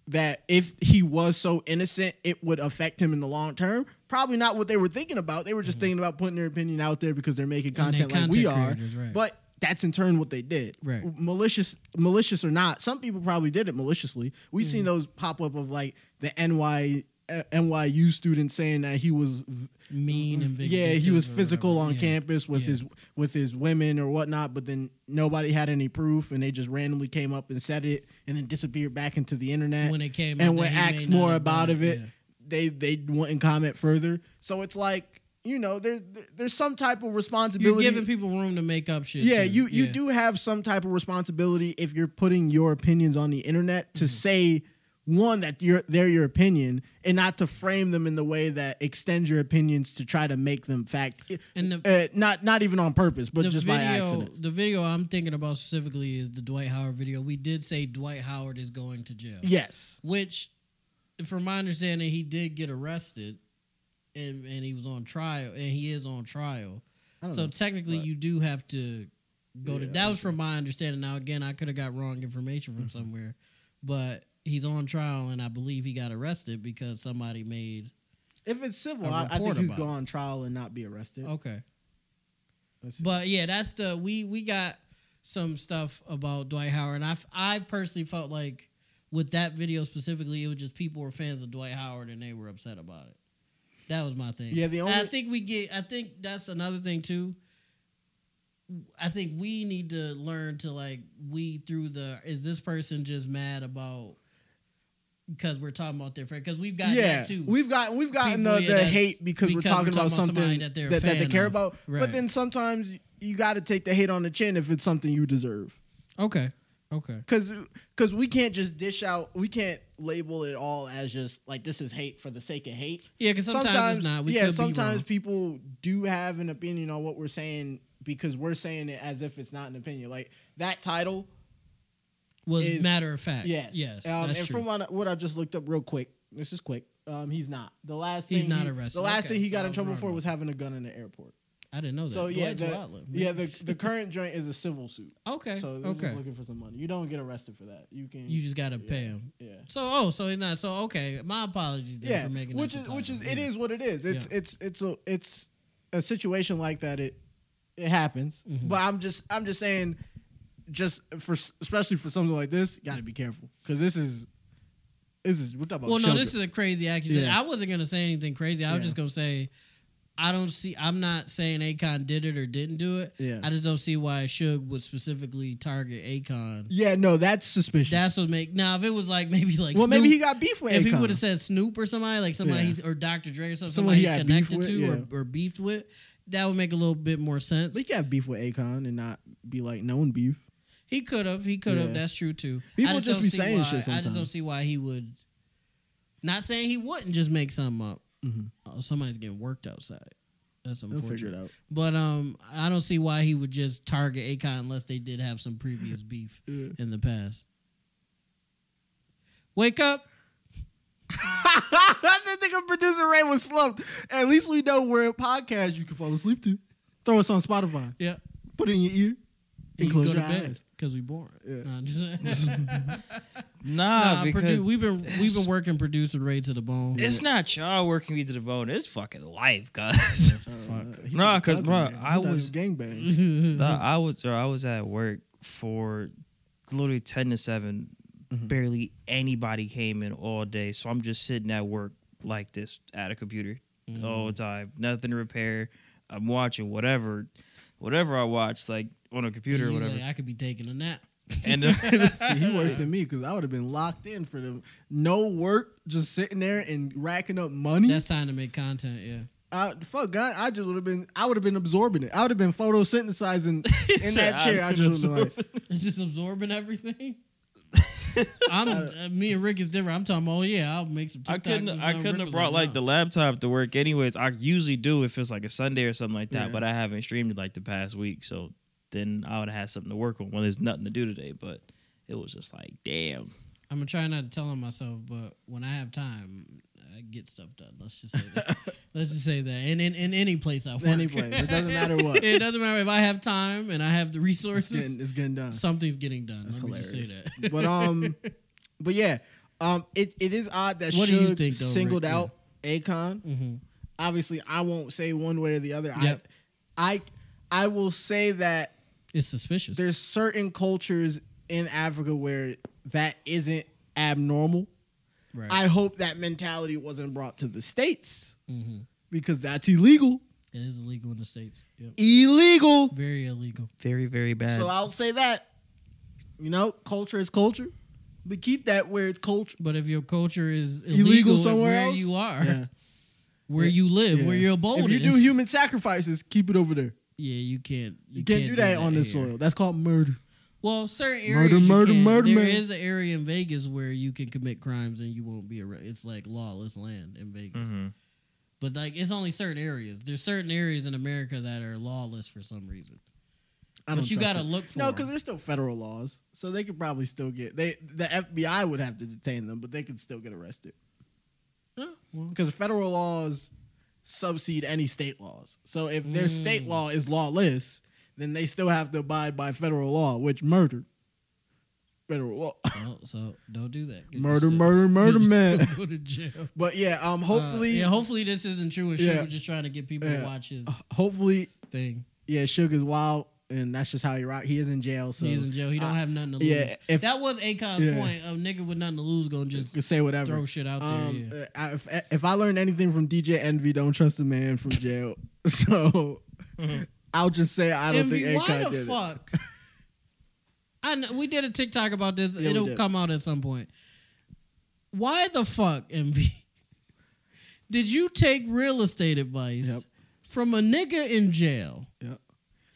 Speaker 1: that if he was so innocent, it would affect him in the long term? Probably not what they were thinking about. They were just thinking about putting their opinion out there because they're making
Speaker 2: Mm-hmm. And they
Speaker 1: content like we
Speaker 2: content
Speaker 1: are.
Speaker 2: creators, right.
Speaker 1: But that's in turn what they did.
Speaker 2: Right.
Speaker 1: Malicious malicious or not, some people probably did it maliciously. We've seen
Speaker 2: Mm-hmm.
Speaker 1: those pop up of like the NY uh, NYU student saying that he was v-
Speaker 2: Yeah. mean and big.
Speaker 1: yeah, he was physical on
Speaker 2: yeah.
Speaker 1: campus with
Speaker 2: Yeah.
Speaker 1: his with his women or whatnot, but then nobody had any proof, and they just randomly came up and said it, and then disappeared back into the internet.
Speaker 2: When it came out
Speaker 1: and
Speaker 2: that
Speaker 1: when
Speaker 2: he
Speaker 1: asked
Speaker 2: may not
Speaker 1: more
Speaker 2: have
Speaker 1: about
Speaker 2: done
Speaker 1: of
Speaker 2: it,
Speaker 1: it,
Speaker 2: yeah.
Speaker 1: they they wouldn't comment further. So it's like you know, there's there's some type of
Speaker 2: You're
Speaker 1: responsibility.
Speaker 2: giving people room to make up shit.
Speaker 1: yeah,
Speaker 2: too.
Speaker 1: you you
Speaker 2: Yeah.
Speaker 1: do have some type of responsibility if you're putting your opinions on the internet
Speaker 2: Mm-hmm.
Speaker 1: to say one that you're, they're your opinion and not to frame them in the way that extend your opinions to try to make them fact
Speaker 2: And the,
Speaker 1: uh, not not even on purpose, but
Speaker 2: the
Speaker 1: just by
Speaker 2: video,
Speaker 1: accident.
Speaker 2: the video I'm thinking about specifically is the Dwight Howard video. We did say Dwight Howard is going to jail,
Speaker 1: Yes,
Speaker 2: which from my understanding, he did get arrested, and and he was on trial, and he is on trial.
Speaker 1: I don't
Speaker 2: So
Speaker 1: know.
Speaker 2: technically,
Speaker 1: but-
Speaker 2: you do have to go to.
Speaker 1: Yeah,
Speaker 2: That was from my understanding. Now again, I could have got wrong information from
Speaker 1: Mm-hmm.
Speaker 2: somewhere, but he's on trial, and I believe he got arrested because somebody made.
Speaker 1: If it's civil,
Speaker 2: a
Speaker 1: I, I think
Speaker 2: report
Speaker 1: you
Speaker 2: about
Speaker 1: go
Speaker 2: it.
Speaker 1: on trial and not be arrested.
Speaker 2: Okay,
Speaker 1: Let's see.
Speaker 2: but yeah, that's the we we got some stuff about Dwight Howard, and I f- I personally felt like with that video specifically, it was just people were fans of Dwight Howard and they were upset about it. That was my thing.
Speaker 1: Yeah, the
Speaker 2: And I
Speaker 1: only-
Speaker 2: think we get. I think that's another thing too. I think we need to learn to like we through the is this person just mad about because we're talking about their friend because we've got
Speaker 1: yeah,
Speaker 2: that too.
Speaker 1: we've got we've gotten
Speaker 2: People,
Speaker 1: the,
Speaker 2: yeah,
Speaker 1: the
Speaker 2: that's-
Speaker 1: hate because, we're
Speaker 2: because
Speaker 1: talking
Speaker 2: we're talking
Speaker 1: about
Speaker 2: about somebody
Speaker 1: something
Speaker 2: that
Speaker 1: that,
Speaker 2: they're a
Speaker 1: that, they
Speaker 2: fan
Speaker 1: care
Speaker 2: of.
Speaker 1: about.
Speaker 2: Right.
Speaker 1: But then sometimes you got to take the hate on the chin if it's something you deserve.
Speaker 2: okay, okay,
Speaker 1: Cause, Cause, we can't just dish out. We can't label it all as just like this is hate for the sake of hate.
Speaker 2: yeah. Because sometimes, it's not. We
Speaker 1: yeah,
Speaker 2: could
Speaker 1: sometimes
Speaker 2: be wrong.
Speaker 1: people do have an opinion on what we're saying because we're saying it as if it's not an opinion. Like that title,
Speaker 2: was
Speaker 1: is-
Speaker 2: matter of fact.
Speaker 1: yes,
Speaker 2: yes,
Speaker 1: Um,
Speaker 2: that's
Speaker 1: and
Speaker 2: true.
Speaker 1: from what I, what I just looked up real quick, this is quick. Um, he's not the last.
Speaker 2: He's
Speaker 1: thing
Speaker 2: not
Speaker 1: he,
Speaker 2: arrested.
Speaker 1: The last
Speaker 2: Okay,
Speaker 1: thing he
Speaker 2: so
Speaker 1: got
Speaker 2: I
Speaker 1: in
Speaker 2: was
Speaker 1: trouble
Speaker 2: wrong
Speaker 1: for
Speaker 2: about
Speaker 1: was having a gun in the airport.
Speaker 2: I didn't know that.
Speaker 1: So yeah,
Speaker 2: Dwight's
Speaker 1: the,
Speaker 2: wildin',
Speaker 1: yeah,
Speaker 2: man.
Speaker 1: the the current joint is a civil suit.
Speaker 2: okay,
Speaker 1: So they're
Speaker 2: okay.
Speaker 1: just looking for some money. You don't get arrested for that. You can
Speaker 2: You just gotta
Speaker 1: yeah,
Speaker 2: pay him.
Speaker 1: Yeah.
Speaker 2: So oh, so he's not. So okay, my apologies then
Speaker 1: yeah,
Speaker 2: for making
Speaker 1: which
Speaker 2: that
Speaker 1: is
Speaker 2: the
Speaker 1: which is
Speaker 2: title.
Speaker 1: it
Speaker 2: Yeah.
Speaker 1: is what it is. It's it's it's a it's a situation like that. It it happens,
Speaker 2: Mhm.
Speaker 1: but I'm just I'm just saying, just for especially for something like this, got to be careful because this is this is we're talking about.
Speaker 2: Well, no,
Speaker 1: children.
Speaker 2: this is a crazy accusation.
Speaker 1: Yeah.
Speaker 2: I wasn't gonna say anything crazy. I was
Speaker 1: Yeah.
Speaker 2: just gonna say, I don't see. I'm not saying Akon did it or didn't do it.
Speaker 1: Yeah.
Speaker 2: I just don't see why Suge would specifically target Akon.
Speaker 1: yeah, no, that's suspicious.
Speaker 2: That's what make now. If it was like maybe like
Speaker 1: well, maybe
Speaker 2: Snoop-
Speaker 1: he got beef with
Speaker 2: if he
Speaker 1: Akon.
Speaker 2: would have said Snoop or somebody like somebody
Speaker 1: Yeah.
Speaker 2: he's, or Dr. Dre or something,
Speaker 1: Someone
Speaker 2: somebody
Speaker 1: he
Speaker 2: he's
Speaker 1: had beef
Speaker 2: connected
Speaker 1: with,
Speaker 2: to or, or beefed with, that would make a little bit more sense.
Speaker 1: But he can have beef with Akon and not be like known beef.
Speaker 2: He could have. He could have.
Speaker 1: Yeah.
Speaker 2: That's true too.
Speaker 1: People
Speaker 2: I just,
Speaker 1: just
Speaker 2: don't
Speaker 1: be
Speaker 2: see
Speaker 1: saying
Speaker 2: why,
Speaker 1: shit
Speaker 2: I just don't
Speaker 1: sometimes.
Speaker 2: see why he would. Not saying he wouldn't just make something up.
Speaker 1: Mhm.
Speaker 2: Oh, somebody's getting worked outside. That's
Speaker 1: They'll figure it
Speaker 2: unfortunate.
Speaker 1: out.
Speaker 2: But um, I don't see why he would just target Akon unless they did have some previous beef
Speaker 1: Yeah.
Speaker 2: in the past. Wake up!
Speaker 1: I didn't think of producer Ray was slumped. At least we know we're a podcast you can fall asleep to. Throw us on Spotify.
Speaker 2: Yeah,
Speaker 1: Put it in your ear. And close your eyes.
Speaker 2: because we boring.
Speaker 1: Yeah.
Speaker 2: Nah, I'm just-
Speaker 3: Nah,
Speaker 2: nah,
Speaker 3: because
Speaker 2: produ- we've been we've been working producer Ray to the bone.
Speaker 3: it's not y'all working me to the bone. It's fucking life, guys.
Speaker 1: Fuck.
Speaker 3: Nah, 'cause, bruh, I was-
Speaker 1: gangbang.
Speaker 3: Nah, I was or I was at work for literally ten to 7 Barely anybody came in all day, so I'm just sitting at work like this at a computer all the time. Nothing to repair. I'm watching whatever, whatever I watch, like on a
Speaker 2: And
Speaker 3: computer or
Speaker 2: you
Speaker 3: whatever.
Speaker 2: like, I could be taking a nap.
Speaker 3: and uh,
Speaker 1: See, he worse than me because I would have been locked in for the no work, just sitting there and racking up money.
Speaker 2: That's time to make content. Yeah.
Speaker 1: I, fuck God, I just would have been. I would have been absorbing it. I would have been photosynthesizing in that chair. I just would have been like,
Speaker 2: It's just absorbing everything. I'm uh, me and Rick is different. I'm talking. Oh yeah, I'll make some. TikToks
Speaker 3: I couldn't.
Speaker 2: or something.
Speaker 3: I couldn't
Speaker 2: Rick
Speaker 3: have
Speaker 2: was
Speaker 3: brought like the
Speaker 2: "No."
Speaker 3: laptop to work. Anyways, I usually do if it's like a Sunday or something like that.
Speaker 1: Yeah.
Speaker 3: But I haven't streamed like the past week, so then I would have had something to work on when there's nothing to do today. But it was just like, damn.
Speaker 2: I'm gonna try not to tell on myself, but when I have time, I get stuff done. Let's just say that. Let's just say that. And in, in any place I work,
Speaker 1: any place. It doesn't matter what.
Speaker 2: it doesn't matter if I have time and I have the
Speaker 1: It's getting,
Speaker 2: resources.
Speaker 1: it's getting done.
Speaker 2: Something's getting done.
Speaker 1: That's
Speaker 2: Let me just say
Speaker 1: hilarious.
Speaker 2: that.
Speaker 1: But um, but yeah, um, it, it is odd that
Speaker 2: What
Speaker 1: what
Speaker 2: do you think, though, Rick?
Speaker 1: singled
Speaker 2: Yeah.
Speaker 1: out Akon.
Speaker 2: hmm
Speaker 1: Obviously, I won't say one way or the other.
Speaker 2: Yep.
Speaker 1: I, I, I will say that
Speaker 2: It's suspicious.
Speaker 1: there's certain cultures in Africa where that isn't abnormal.
Speaker 2: right.
Speaker 1: I hope that mentality wasn't brought to the states
Speaker 2: Mhm.
Speaker 1: because that's illegal.
Speaker 2: It is illegal in the states. Yep.
Speaker 1: Illegal.
Speaker 2: Very illegal.
Speaker 3: Very, very bad.
Speaker 1: So I'll say that. You know, culture is culture, but keep that where it's culture.
Speaker 2: But if your culture is illegal,
Speaker 1: Illegal
Speaker 2: at
Speaker 1: somewhere
Speaker 2: where
Speaker 1: else?
Speaker 2: you are,
Speaker 1: Yeah.
Speaker 2: where you live, where
Speaker 1: Yeah.
Speaker 2: you're bold,
Speaker 1: If you do
Speaker 2: is-
Speaker 1: human sacrifices, keep it over there.
Speaker 2: yeah, you can't.
Speaker 1: You, can't, do that, on this
Speaker 2: here.
Speaker 1: soil. That's called murder.
Speaker 2: Well, certain areas.
Speaker 1: Murder,
Speaker 2: you
Speaker 1: murder,
Speaker 2: can.
Speaker 1: murder,
Speaker 2: There
Speaker 1: man.
Speaker 2: is an area in Vegas where you can commit crimes and you won't be arrested. It's like lawless land in Vegas.
Speaker 3: Mhm.
Speaker 2: But like, it's only certain areas. There's certain areas in America that are lawless for some reason.
Speaker 1: I
Speaker 2: But
Speaker 1: don't
Speaker 2: you
Speaker 1: trust
Speaker 2: gotta
Speaker 1: it.
Speaker 2: look for
Speaker 1: no,
Speaker 2: 'em.
Speaker 1: because there's still federal laws, so they could probably still get they. The FBI would have to detain them, but they could still get arrested.
Speaker 2: Yeah, well,
Speaker 1: because federal laws subsede any state laws. So if their state law is lawless, then they still have to abide by federal law, which murder. Federal law.
Speaker 2: well, Oh, so don't do that. You
Speaker 1: Murder,
Speaker 2: still-
Speaker 1: murder, murder,
Speaker 2: you
Speaker 1: man.
Speaker 2: still Go to jail.
Speaker 1: But yeah, um
Speaker 2: Uh,
Speaker 1: hopefully
Speaker 2: yeah. Hopefully, this isn't true. And shit.
Speaker 1: Yeah.
Speaker 2: we're just trying to get people
Speaker 1: Yeah. Uh,
Speaker 2: to watch his
Speaker 1: hopefully
Speaker 2: thing.
Speaker 1: yeah, Suge is wild and that's just how he rock. He is in jail, so
Speaker 2: He's in jail. He don't
Speaker 1: I-
Speaker 2: have nothing to lose.
Speaker 1: yeah, if-
Speaker 2: that was Akon's
Speaker 1: yeah.
Speaker 2: point. A nigga with nothing to lose gonna just
Speaker 1: can say whatever.
Speaker 2: throw shit out there.
Speaker 1: Um,
Speaker 2: yeah.
Speaker 1: uh, I, if, if I learned anything from DJ Envy, don't trust a man from jail. So I'll just say I don't
Speaker 2: Envy,
Speaker 1: think
Speaker 2: why
Speaker 1: Akon
Speaker 2: the
Speaker 1: did it.
Speaker 2: fuck? I know, we did a TikTok about this.
Speaker 1: Yeah, we
Speaker 2: It'll
Speaker 1: did.
Speaker 2: come out at some point. Why the fuck, Envy? Did you take real estate advice
Speaker 1: Yep.
Speaker 2: from a nigga in jail?
Speaker 1: Yeah.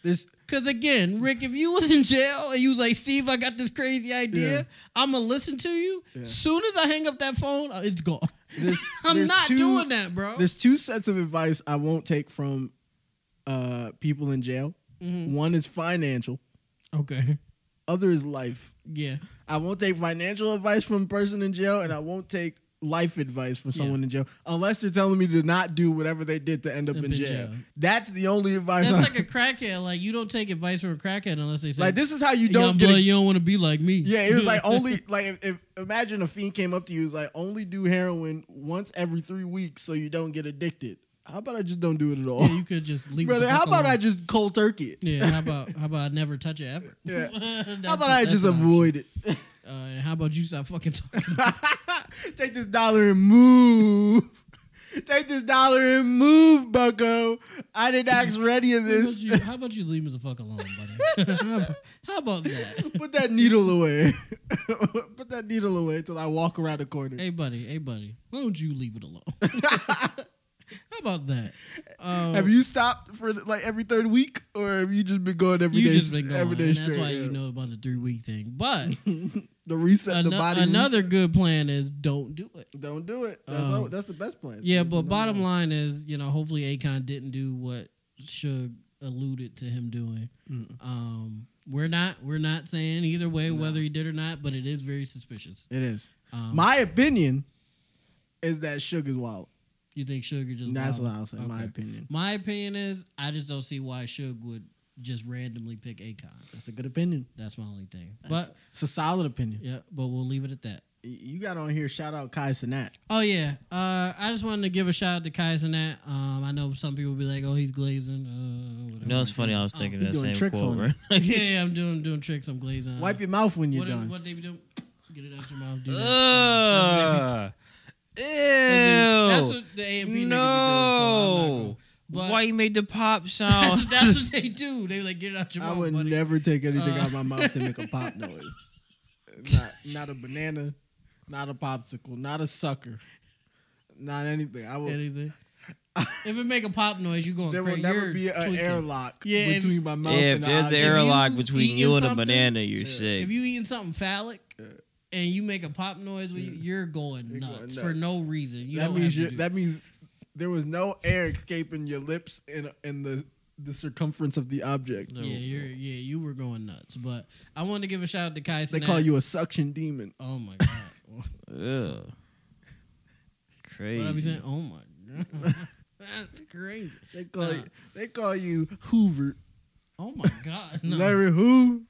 Speaker 1: This
Speaker 2: Cause again, Rick, if you was in jail and you was like, Steve, I got this crazy idea,
Speaker 1: Yeah.
Speaker 2: I'ma listen to you.
Speaker 1: Yeah.
Speaker 2: Soon as I hang up that phone, uh, it's gone.
Speaker 1: There's-
Speaker 2: I'm
Speaker 1: there's
Speaker 2: not
Speaker 1: two-
Speaker 2: doing that, bro.
Speaker 1: There's two sets of advice I won't take from uh, people in jail.
Speaker 2: Mm-hmm.
Speaker 1: One is financial,
Speaker 2: okay.
Speaker 1: other is life.
Speaker 2: Yeah.
Speaker 1: I won't take financial advice from a person in jail, and I won't take life advice from someone in jail unless they're telling me to not do whatever they did to end up in, jail. That's the only advice.
Speaker 2: That's
Speaker 1: I-
Speaker 2: like a crackhead. Like you don't take advice from a crackhead unless they say
Speaker 1: like this is how you
Speaker 2: "Young
Speaker 1: don't get.
Speaker 2: blood,
Speaker 1: a-
Speaker 2: you don't want to be like me.
Speaker 1: yeah, it was like only like if, if imagine a fiend came up to you, it was like only do heroin once every three weeks so you don't get addicted. How about I just don't do it at all?
Speaker 2: Yeah, you could just leave.
Speaker 1: Brother,
Speaker 2: the
Speaker 1: how
Speaker 2: fuck
Speaker 1: about I
Speaker 2: alone.
Speaker 1: just cold turkey it?
Speaker 2: Yeah, how about how about I never touch it ever?
Speaker 1: Yeah.
Speaker 2: That's-
Speaker 1: how about I
Speaker 2: that's
Speaker 1: just
Speaker 2: an option.
Speaker 1: avoid it?
Speaker 2: Uh, and how about you stop fucking talking?
Speaker 1: Take this dollar and move. Take this dollar and move, Bucko. I didn't ask for any of
Speaker 2: How about,
Speaker 1: this.
Speaker 2: you, how about you leave me the fuck alone, buddy? how, about- how about that?
Speaker 1: Put that needle away. Put that needle away until I walk around the corner.
Speaker 2: Hey, buddy. Hey, buddy. Why don't you leave it alone? how about that? Um,
Speaker 1: have you stopped for like every third week, or have you just been going every day?
Speaker 2: you just been going.
Speaker 1: every day
Speaker 2: and that's
Speaker 1: straight,
Speaker 2: why
Speaker 1: yeah.
Speaker 2: you know about the three week thing. But
Speaker 1: the reset,
Speaker 2: ano-
Speaker 1: the body.
Speaker 2: another good plan is don't do it.
Speaker 1: reset. Don't do it. That's,
Speaker 2: Um,
Speaker 1: all, that's the best plan.
Speaker 2: Yeah,
Speaker 1: Don't
Speaker 2: but
Speaker 1: do
Speaker 2: bottom
Speaker 1: it.
Speaker 2: line is, you know, hopefully Akon didn't do what Suge alluded to him doing.
Speaker 1: Mm.
Speaker 2: Um, we're not we're not saying either way whether he did or not, but it is very suspicious.
Speaker 1: it is.
Speaker 2: Um,
Speaker 1: My opinion is that Sugar's wild.
Speaker 2: you think Suge just
Speaker 1: That's
Speaker 2: wild?
Speaker 1: what I'll say. My
Speaker 2: Okay.
Speaker 1: opinion.
Speaker 2: My opinion is I just don't see why Suge would just randomly pick Akon.
Speaker 1: That's a good opinion.
Speaker 2: That's my only thing.
Speaker 1: But
Speaker 2: but
Speaker 1: it's a solid opinion.
Speaker 2: yeah, but we'll leave it at that.
Speaker 1: You got on here. Shout out Kai Sinat.
Speaker 2: Oh yeah, uh, I just wanted to give a shout out to Kaizenat. Um, I know some people be like, "Oh, he's glazing." Uh, whatever.
Speaker 3: You know, it's funny. I was
Speaker 2: Oh,
Speaker 3: thinking
Speaker 1: he
Speaker 3: that
Speaker 1: doing
Speaker 3: same
Speaker 1: tricks
Speaker 3: quote.
Speaker 1: on
Speaker 3: Right?
Speaker 2: yeah, yeah, I'm doing doing tricks. I'm glazing.
Speaker 1: Wipe your mouth when you're
Speaker 2: what,
Speaker 1: done.
Speaker 2: What they be doing? Get it out your mouth. Do that.
Speaker 3: Ugh.
Speaker 2: That's
Speaker 3: Ew.
Speaker 2: what the AMP niggas be doing, so I'm not
Speaker 3: No.
Speaker 2: gonna- But-
Speaker 3: Why you made the pop
Speaker 2: That's,
Speaker 3: sound?
Speaker 2: that's what they do. They like get it out your
Speaker 1: I
Speaker 2: mouth.
Speaker 1: would
Speaker 2: buddy.
Speaker 1: never take anything
Speaker 2: Uh.
Speaker 1: out of my mouth to make a pop noise. Not, not a banana, not a popsicle, not a sucker, not anything. I will.
Speaker 2: anything. if it make a pop noise, you going
Speaker 1: There will
Speaker 2: crazy.
Speaker 1: never
Speaker 2: You're
Speaker 1: be an
Speaker 2: tweaking.
Speaker 1: airlock
Speaker 2: Yeah, if-
Speaker 1: between my mouth
Speaker 3: if
Speaker 1: and
Speaker 3: there's
Speaker 1: the
Speaker 3: an
Speaker 1: air.
Speaker 2: air-
Speaker 3: airlock
Speaker 2: you
Speaker 3: between
Speaker 2: eating
Speaker 3: you and a
Speaker 2: something-
Speaker 3: banana, you're sick.
Speaker 2: If you eating something phallic and you make a pop noise, we- you're going
Speaker 1: You're
Speaker 2: nuts,
Speaker 1: going
Speaker 2: for
Speaker 1: nuts.
Speaker 2: no reason. You
Speaker 1: That
Speaker 2: don't
Speaker 1: means
Speaker 2: have
Speaker 1: you
Speaker 2: to do
Speaker 1: that means there was no air escaping your lips and and the the circumference of the object.
Speaker 3: No.
Speaker 2: Yeah, you're, yeah, you were going nuts. But I wanted to give a shout out to Kai.
Speaker 1: They call you a suction demon.
Speaker 2: Oh my god.
Speaker 3: Ugh.
Speaker 2: But I be
Speaker 3: Crazy.
Speaker 2: saying, oh my god, that's crazy.
Speaker 1: They call
Speaker 2: Nah.
Speaker 1: you, they call you Hoover.
Speaker 2: Oh my god, no.
Speaker 1: Larry Who?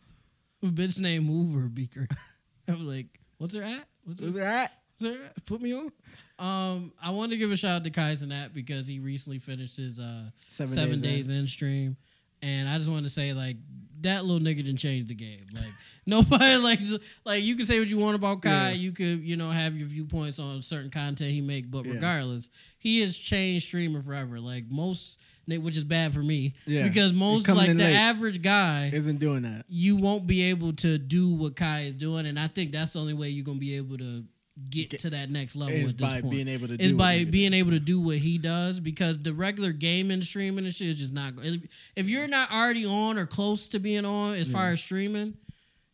Speaker 2: A bitch named Hoover Beaker. I'm like, what's her at? What's her,
Speaker 1: Is that?
Speaker 2: what's her at? Put me on. Um, I wanted to give a shout out to Kaizen at because he recently finished his uh seven, days, in stream, and I just wanted to say like that little nigga didn't change the game. Like nobody like like you can say what you want about Kai,
Speaker 1: Yeah.
Speaker 2: you could you know have your viewpoints on certain content he make, but
Speaker 1: Yeah.
Speaker 2: regardless, he has changed streaming forever. Like most, which is bad for me
Speaker 1: Yeah.
Speaker 2: because
Speaker 1: You're
Speaker 2: most
Speaker 1: coming
Speaker 2: like the
Speaker 1: in late.
Speaker 2: average guy
Speaker 1: Isn't doing that.
Speaker 2: you won't be able to do what Kai is doing, and I think that's the only way you're gonna be able to get, to that next level
Speaker 1: Is
Speaker 2: at this
Speaker 1: by
Speaker 2: point.
Speaker 1: being able to
Speaker 2: is
Speaker 1: do what
Speaker 2: by
Speaker 1: he does.
Speaker 2: being able to do what he does because the regular gaming streaming and shit is just not. If, if you're not already on or close to being on as far as streaming,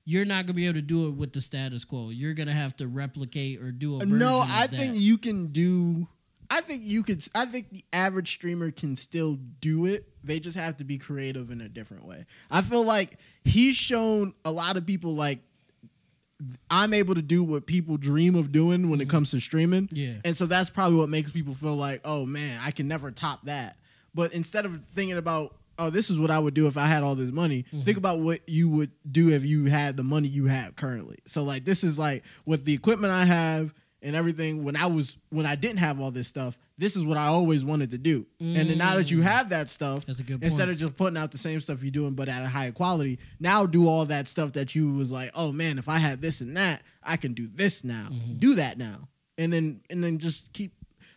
Speaker 2: you're not gonna be able to do it with the status quo. You're gonna have to replicate or do a version
Speaker 1: No,
Speaker 2: of
Speaker 1: I
Speaker 2: that.
Speaker 1: think you can do. I think you could. I think the average streamer can still do it. They just have to be creative in a different way. I feel like he's shown a lot of people like I'm able to do what people dream of doing when it comes to streaming.
Speaker 2: Mm-hmm. Yeah.
Speaker 1: And so that's probably what makes people feel like, oh man, I can never top that. But instead of thinking about, oh, this is what I would do if I had all this money,
Speaker 2: Mm-hmm.
Speaker 1: think about what you would do if you had the money you have currently. So like this is like with the equipment I have and everything when I was when I didn't have all this stuff, this is what I always wanted to do. And then now that you have that stuff,
Speaker 2: Mm. That's a good
Speaker 1: instead
Speaker 2: point.
Speaker 1: of just putting out the same stuff you're doing but at a higher quality now do all that stuff that you was like oh man if i had this and that i can do this now
Speaker 2: Mm-hmm.
Speaker 1: do that now and then and then just keep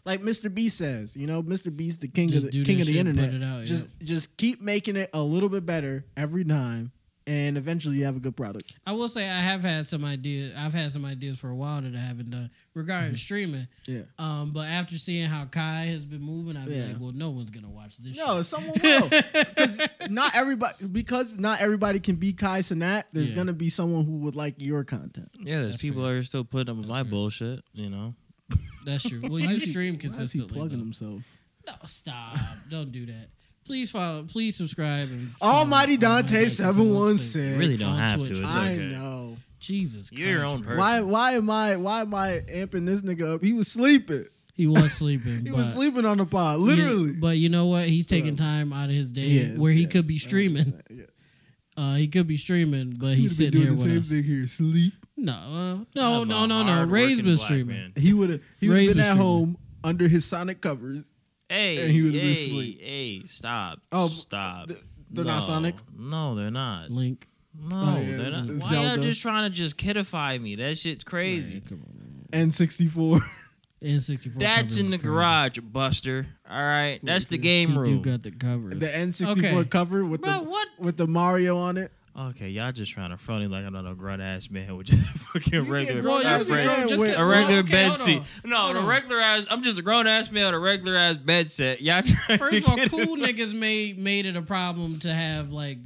Speaker 1: like mr b says you know mr b's the king
Speaker 2: Just
Speaker 1: of
Speaker 2: do
Speaker 1: the king
Speaker 2: that
Speaker 1: of the
Speaker 2: shit and put
Speaker 1: internet
Speaker 2: it out,
Speaker 1: just just keep making it a little bit better every time and eventually you have a good product
Speaker 2: I will say I have had some ideas. I've had some ideas for a while that I haven't done regarding
Speaker 1: Mm-hmm.
Speaker 2: streaming.
Speaker 1: Yeah.
Speaker 2: Um, but after seeing how Kai has been moving, I'd be
Speaker 1: Yeah.
Speaker 2: like, well, no one's gonna watch this.
Speaker 1: no
Speaker 2: shit.
Speaker 1: someone will 'Cause not everybody because not everybody can be kai sanat there's
Speaker 2: Yeah.
Speaker 1: gonna be someone who would like your content
Speaker 4: Yeah, there's
Speaker 2: That's
Speaker 4: people
Speaker 2: fair.
Speaker 4: that are still putting up with my
Speaker 2: fair.
Speaker 4: bullshit. You know,
Speaker 2: that's true. Well,
Speaker 1: Why
Speaker 2: you
Speaker 1: is he-
Speaker 2: stream
Speaker 1: why is he
Speaker 2: consistently.
Speaker 1: plugging
Speaker 2: though.
Speaker 1: himself
Speaker 2: No, stop! Don't do that. Please follow. Please subscribe. And follow
Speaker 1: Almighty
Speaker 2: Almighty
Speaker 1: Dante 716.
Speaker 4: you really don't
Speaker 2: On
Speaker 4: have
Speaker 2: Twitch.
Speaker 4: to. It's
Speaker 1: I
Speaker 4: okay.
Speaker 1: know.
Speaker 2: Jesus,
Speaker 4: You're your
Speaker 2: Christ,
Speaker 4: own
Speaker 2: bro.
Speaker 4: person.
Speaker 1: Why? Why am I? Why am I amping this nigga up? He was sleeping.
Speaker 2: He was sleeping.
Speaker 1: He
Speaker 2: but
Speaker 1: was sleeping on the pod,
Speaker 2: you-
Speaker 1: literally.
Speaker 2: but you know what? He's taking time out of his day where he could be streaming. Uh, he could be streaming, but he's
Speaker 1: He'd be doing
Speaker 2: sitting here
Speaker 1: the
Speaker 2: with
Speaker 1: same
Speaker 2: us.
Speaker 1: thing here. Sleep.
Speaker 2: No, uh, no,
Speaker 4: I'm
Speaker 2: no,
Speaker 4: a
Speaker 2: no, no.
Speaker 4: hard-working
Speaker 2: Ray's been
Speaker 4: black
Speaker 2: streaming.
Speaker 4: man.
Speaker 1: He would have. He would
Speaker 2: Ray
Speaker 1: have been
Speaker 2: was
Speaker 1: at
Speaker 2: streaming.
Speaker 1: home under his Sonic covers.
Speaker 4: Hey,
Speaker 1: And he would've been
Speaker 4: hey,
Speaker 1: asleep.
Speaker 4: hey, stop.
Speaker 1: Oh,
Speaker 4: Oh,
Speaker 2: Uh,
Speaker 4: stop.
Speaker 1: th- they're not
Speaker 4: No.
Speaker 1: Sonic?
Speaker 4: No, they're not.
Speaker 2: Link.
Speaker 4: No,
Speaker 1: Oh, yeah,
Speaker 4: they're not.
Speaker 1: it's- it's
Speaker 4: Why y'all
Speaker 1: Zelda.
Speaker 4: just trying to just kidify me? That shit's crazy.
Speaker 1: N sixty four.
Speaker 2: N sixty four.
Speaker 4: That's in the garage, Buster. All right, that's the game
Speaker 2: You
Speaker 4: rule.
Speaker 2: got the covers.
Speaker 1: The N sixty four
Speaker 2: Okay.
Speaker 1: cover with
Speaker 4: Bro,
Speaker 1: the
Speaker 4: what?
Speaker 1: with the Mario on it.
Speaker 4: Okay, y'all just trying to front it like I'm not a grunt ass man with just a fucking
Speaker 1: can't
Speaker 4: regular,
Speaker 1: grow
Speaker 2: Bro,
Speaker 1: your
Speaker 4: uh,
Speaker 1: ass
Speaker 4: bread-
Speaker 1: man
Speaker 2: just
Speaker 1: with-
Speaker 2: get-
Speaker 4: a regular
Speaker 2: okay,
Speaker 4: bed
Speaker 2: hold
Speaker 4: seat.
Speaker 2: on.
Speaker 4: No,
Speaker 2: Hold
Speaker 4: the
Speaker 2: on.
Speaker 4: regular ass. I'm just a grown ass man with a regular ass bed set. Y'all trying
Speaker 2: First
Speaker 4: to
Speaker 2: of all,
Speaker 4: get
Speaker 2: cool niggas made made it a problem to have like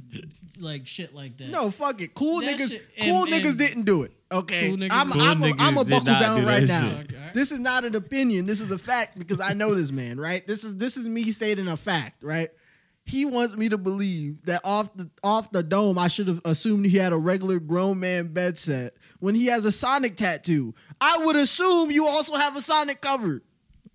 Speaker 2: like shit like that.
Speaker 1: No, fuck it. Cool
Speaker 2: That
Speaker 1: niggas.
Speaker 2: shit-
Speaker 1: cool
Speaker 2: and-
Speaker 1: niggas
Speaker 2: and-
Speaker 1: didn't do it. Okay,
Speaker 2: Cool niggas-
Speaker 1: I'm
Speaker 4: Cool
Speaker 1: I'm a,
Speaker 4: niggas
Speaker 1: I'm a
Speaker 4: did
Speaker 1: buckle
Speaker 4: not
Speaker 1: down
Speaker 4: do
Speaker 1: right
Speaker 4: that
Speaker 1: now.
Speaker 2: shit. Okay.
Speaker 1: This is not an opinion. This is a fact because I know this man. Right. This is this is me stating a fact. Right. He wants me to believe that off the off the dome, I should have assumed he had a regular grown man bed set when he has a Sonic tattoo. I would assume you also have a Sonic cover.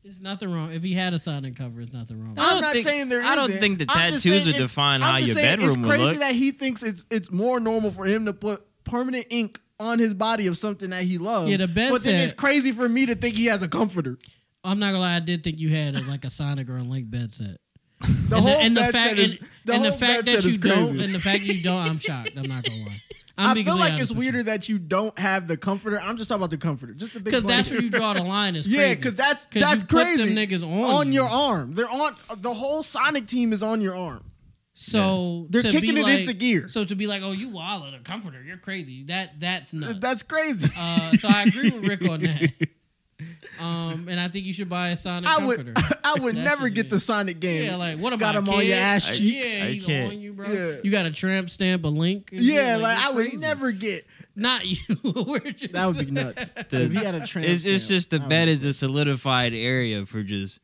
Speaker 2: It's nothing wrong. If he had a Sonic cover, it's nothing wrong.
Speaker 4: I
Speaker 1: I'm
Speaker 4: don't
Speaker 1: not
Speaker 4: think-
Speaker 1: saying there
Speaker 4: I don't
Speaker 1: isn't.
Speaker 4: think the
Speaker 1: I'm
Speaker 4: tattoos
Speaker 1: just saying
Speaker 4: would
Speaker 1: it-
Speaker 4: define
Speaker 1: I'm
Speaker 4: how
Speaker 1: just
Speaker 4: your
Speaker 1: saying
Speaker 4: bedroom
Speaker 1: It's
Speaker 4: would
Speaker 1: crazy
Speaker 4: look.
Speaker 1: that he thinks it's it's more normal for him to put permanent ink on his body of something that he loves.
Speaker 2: Yeah, the bed
Speaker 1: But then
Speaker 2: set-
Speaker 1: it's crazy for me to think he has a comforter.
Speaker 2: I'm not gonna lie. I did think you had a, like a Sonic or a Link bed set.
Speaker 1: The
Speaker 2: and
Speaker 1: whole
Speaker 2: the, and the
Speaker 1: bed
Speaker 2: fact
Speaker 1: set is,
Speaker 2: and,
Speaker 1: the
Speaker 2: and the
Speaker 1: whole
Speaker 2: fact
Speaker 1: bed set
Speaker 2: that
Speaker 1: is
Speaker 2: you don't
Speaker 1: crazy.
Speaker 2: and the fact that you don't, I'm shocked. I'm not gonna lie. I'm
Speaker 1: I
Speaker 2: being
Speaker 1: feel
Speaker 2: completely
Speaker 1: like it's
Speaker 2: honest with you.
Speaker 1: weirder that you don't have the comforter. I'm just talking about the comforter, just the big.
Speaker 2: Because that's
Speaker 1: blanket.
Speaker 2: where you draw the line. Is
Speaker 1: Yeah,
Speaker 2: crazy.
Speaker 1: because that's
Speaker 2: 'Cause
Speaker 1: that's
Speaker 2: you
Speaker 1: crazy.
Speaker 2: Put them niggas on you.
Speaker 1: your arm. They're on the whole Sonic team is on your arm.
Speaker 2: So
Speaker 1: They're
Speaker 2: to
Speaker 1: kicking
Speaker 2: be
Speaker 1: it
Speaker 2: like-
Speaker 1: into gear.
Speaker 2: So to be like, oh, you wallet a comforter, you're crazy. That that's nuts.
Speaker 1: That's crazy.
Speaker 2: uh, so I agree with Rick on that. Um, and I think you should buy a Sonic
Speaker 1: I
Speaker 2: comforter.
Speaker 1: would I would
Speaker 2: That
Speaker 1: never
Speaker 2: should
Speaker 1: get
Speaker 2: be-
Speaker 1: the Sonic game.
Speaker 2: yeah, like what about
Speaker 1: got him on your ass cheek?
Speaker 2: Yeah,
Speaker 4: I
Speaker 2: he's
Speaker 4: can't.
Speaker 2: on you, bro.
Speaker 1: Yeah.
Speaker 2: You got a tramp stamp, a link. and
Speaker 1: Yeah,
Speaker 2: shit,
Speaker 1: like I
Speaker 2: you're
Speaker 1: would
Speaker 2: crazy.
Speaker 1: never get.
Speaker 2: Not you. We're just-
Speaker 1: That would be nuts. if he had a trans,
Speaker 4: It's, it's
Speaker 1: stamp,
Speaker 4: just the
Speaker 1: I
Speaker 4: bed
Speaker 1: would-
Speaker 4: is a solidified area for just.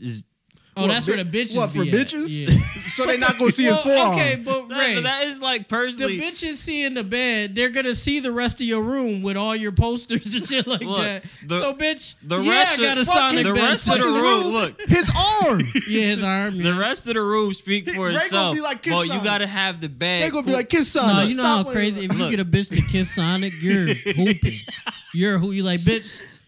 Speaker 4: Is,
Speaker 2: Oh,
Speaker 1: What,
Speaker 2: that's where the
Speaker 1: bi-
Speaker 2: bitches.
Speaker 1: what, for
Speaker 2: be at.
Speaker 1: bitches?
Speaker 2: Yeah.
Speaker 1: So they're not gonna see his
Speaker 2: well,
Speaker 1: forearm.
Speaker 2: Okay, but Ray,
Speaker 4: that, that is like
Speaker 2: the
Speaker 4: personally.
Speaker 2: bitches see in the bed, they're gonna see the rest of your room with all your posters and shit like
Speaker 4: Look,
Speaker 2: that.
Speaker 4: the-
Speaker 2: so, bitch,
Speaker 4: the
Speaker 2: yeah,
Speaker 4: rest
Speaker 2: I got a
Speaker 4: of-
Speaker 2: Sonic
Speaker 4: the
Speaker 2: bed.
Speaker 4: rest of the
Speaker 2: Fucking-
Speaker 4: room. Look,
Speaker 1: His arm.
Speaker 2: Yeah, his arm.
Speaker 4: the
Speaker 2: Yeah.
Speaker 4: rest of the room speak
Speaker 1: Ray
Speaker 4: for
Speaker 1: gonna
Speaker 4: itself.
Speaker 1: be like, "Kiss
Speaker 4: Well, you
Speaker 1: Sonic."
Speaker 4: gotta have the bed.
Speaker 1: They gonna be
Speaker 4: cool.
Speaker 1: like his son.
Speaker 2: No,
Speaker 1: look,
Speaker 2: you know how
Speaker 1: stop playing
Speaker 2: crazy.
Speaker 1: with
Speaker 2: If you
Speaker 4: Look.
Speaker 2: get a bitch to kiss Sonic, you're hooping. You're who you like, bitch.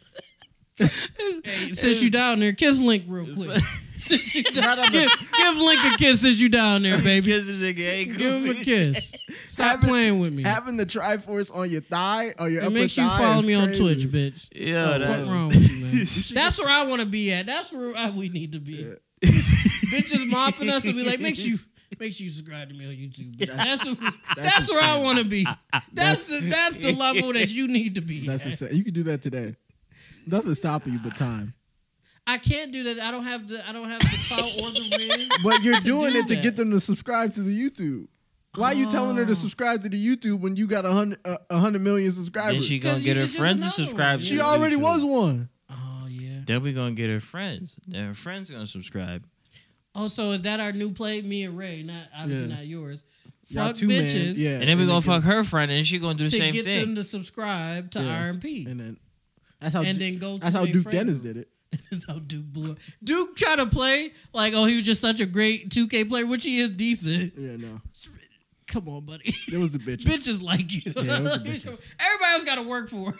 Speaker 2: Hey, since you down there, kiss Link real quick. Since you down, give, give Link a kiss since you down there, baby.
Speaker 4: Kiss the nigga, hey, cool.
Speaker 2: Give him a kiss. Stop
Speaker 1: Having-
Speaker 2: playing with me.
Speaker 1: him. Having the Triforce on your thigh or your
Speaker 2: It
Speaker 1: upper
Speaker 2: makes you
Speaker 1: thigh
Speaker 2: follow
Speaker 1: is
Speaker 2: me on
Speaker 1: crazy.
Speaker 2: Twitch, bitch.
Speaker 4: Yeah,
Speaker 2: What's
Speaker 4: that-
Speaker 2: wrong with you, man? That's where I want to be at. That's where I, we need to be. Bitches mopping us and be like, make sure you make sure you subscribe to me on YouTube. bitch." That's that's, where I want to be. That's, the that's the level that you need to be.
Speaker 1: That's
Speaker 2: at.
Speaker 1: insane. You can do that today. Nothing stopping you but time.
Speaker 2: I can't do that. I don't have the I don't have the clout or the riz.
Speaker 1: But you're doing
Speaker 2: do
Speaker 1: it to
Speaker 2: that.
Speaker 1: get them to subscribe to the YouTube. Why are you telling her to subscribe to the YouTube when you got a hundred a a hundred million
Speaker 4: Then
Speaker 1: subscribers?
Speaker 4: she
Speaker 1: She,
Speaker 4: gonna
Speaker 2: Because
Speaker 4: get
Speaker 2: you-
Speaker 4: her
Speaker 2: it's just
Speaker 4: friends to
Speaker 2: another one.
Speaker 4: subscribe.
Speaker 2: She
Speaker 4: to the
Speaker 1: already
Speaker 4: YouTube.
Speaker 1: was one.
Speaker 2: Oh yeah.
Speaker 4: Then we gonna get her friends. Then her friends gonna subscribe.
Speaker 2: Oh, Also, is that our new play? Me and Ray, not obviously
Speaker 1: Yeah.
Speaker 2: not yours.
Speaker 1: Y'all
Speaker 2: fuck
Speaker 1: two men,
Speaker 2: bitches
Speaker 1: yeah,
Speaker 4: And then we gonna
Speaker 1: they
Speaker 4: fuck her friend, and she gonna do the
Speaker 2: to
Speaker 4: same
Speaker 2: get
Speaker 4: thing.
Speaker 2: them to subscribe to
Speaker 1: Yeah.
Speaker 2: RMP.
Speaker 1: And then that's how
Speaker 2: and
Speaker 1: Du-
Speaker 2: then go.
Speaker 1: that's
Speaker 2: to
Speaker 1: how
Speaker 2: their
Speaker 1: Duke
Speaker 2: friend
Speaker 1: Dennis
Speaker 2: group.
Speaker 1: did it.
Speaker 2: That's how Duke blew. up. Duke tried to play like, oh, he was just such a great 2K player, which he is decent.
Speaker 1: Yeah, no,
Speaker 2: Come on, buddy.
Speaker 1: it was the bitches.
Speaker 2: bitches like you.
Speaker 1: Yeah, it was the bitches.
Speaker 2: Everybody else got to work for.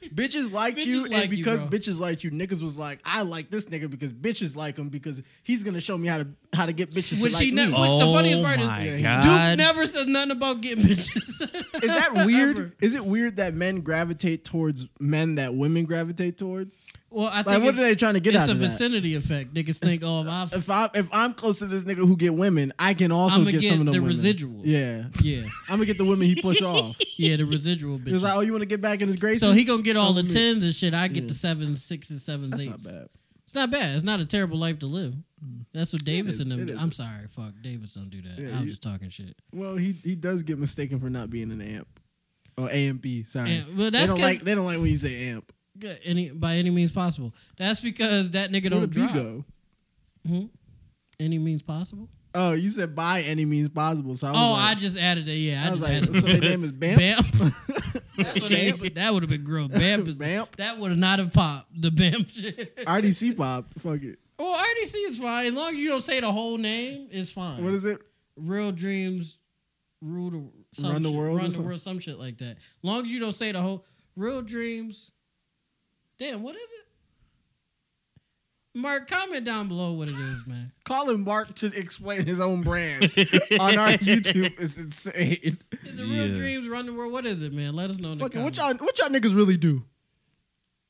Speaker 2: it.
Speaker 1: bitches like
Speaker 2: Bitches
Speaker 1: you, and
Speaker 2: like you,
Speaker 1: because
Speaker 2: bro.
Speaker 1: bitches like you, niggas was like, I like this nigga because bitches like him because he's gonna show me how to how to get bitches.
Speaker 2: Which
Speaker 1: to like
Speaker 2: he
Speaker 1: me.
Speaker 2: never-
Speaker 4: oh
Speaker 2: Which the funniest part is-
Speaker 4: my
Speaker 1: Yeah, he-
Speaker 4: god!
Speaker 2: Duke never says nothing about getting bitches.
Speaker 1: Is that weird?
Speaker 2: Ever.
Speaker 1: Is it weird that men gravitate towards men that women gravitate towards?
Speaker 2: Well, I think
Speaker 1: Like, what
Speaker 2: it's-
Speaker 1: are they trying to get
Speaker 2: it's
Speaker 1: out
Speaker 2: a
Speaker 1: of that?
Speaker 2: vicinity effect. Niggas think, oh, if I,
Speaker 1: If I if I'm close to this nigga who get women, I can also
Speaker 2: I'ma
Speaker 1: get,
Speaker 2: get
Speaker 1: some of them
Speaker 2: the
Speaker 1: women.
Speaker 2: residual.
Speaker 1: Yeah,
Speaker 2: yeah,
Speaker 1: I'm gonna get the women he push off.
Speaker 2: yeah, the residual
Speaker 1: He was
Speaker 2: bitches.
Speaker 1: like, oh, you want to get back in his graces?
Speaker 2: so he gonna get all the
Speaker 1: Over me.
Speaker 2: tens and shit. I get
Speaker 1: Yeah.
Speaker 2: the sevens, sixes, sevens,
Speaker 1: That's
Speaker 2: eights.
Speaker 1: not bad.
Speaker 2: It's not bad. It's not a terrible life to live. That's what Davis
Speaker 1: is.
Speaker 2: and them.
Speaker 1: It
Speaker 2: do.
Speaker 1: is.
Speaker 2: I'm sorry, fuck Davis. Don't do that.
Speaker 1: Yeah,
Speaker 2: I'm
Speaker 1: you-
Speaker 2: just talking shit.
Speaker 1: Well, he he does get mistaken for not being an amp Oh, or AMP. Sorry,
Speaker 2: Yeah, well,
Speaker 1: they
Speaker 2: that's
Speaker 1: don't
Speaker 2: 'cause-
Speaker 1: like they don't like when you say amp.
Speaker 2: Good, Any by any means possible. That's because that nigga
Speaker 1: Where
Speaker 2: don't
Speaker 1: did B
Speaker 2: drop.
Speaker 1: go?
Speaker 2: Hmm? Any means possible.
Speaker 1: Oh, you said by any means possible. So I was
Speaker 2: oh, I
Speaker 1: like,
Speaker 2: just added it. Yeah, I,
Speaker 1: I was
Speaker 2: just
Speaker 1: like,
Speaker 2: added
Speaker 1: so their
Speaker 2: it.
Speaker 1: name is Bam.
Speaker 2: Bamp. That's what they, that would have been gross. Bamp. is-
Speaker 1: Bamp.
Speaker 2: That would have not have popped the Bamp shit.
Speaker 1: RDC pop. Fuck it.
Speaker 2: Well, RDC is fine. As long as you don't say the whole name, it's fine.
Speaker 1: What is it?
Speaker 2: Real Dreams Rule the some
Speaker 1: Run the
Speaker 2: shit-
Speaker 1: World or
Speaker 2: Run the
Speaker 1: something?
Speaker 2: World, some shit like that. long as you don't say the whole Real Dreams. Damn, what is it? Mark, comment down below what it is, man.
Speaker 1: Call him Mark to explain his own brand on our YouTube is insane.
Speaker 2: Is it Real
Speaker 4: Yeah.
Speaker 2: Dreams Run the World? What is it, man? Let us know in the
Speaker 1: Fucking what
Speaker 2: comments.
Speaker 1: y'all what y'all niggas really do?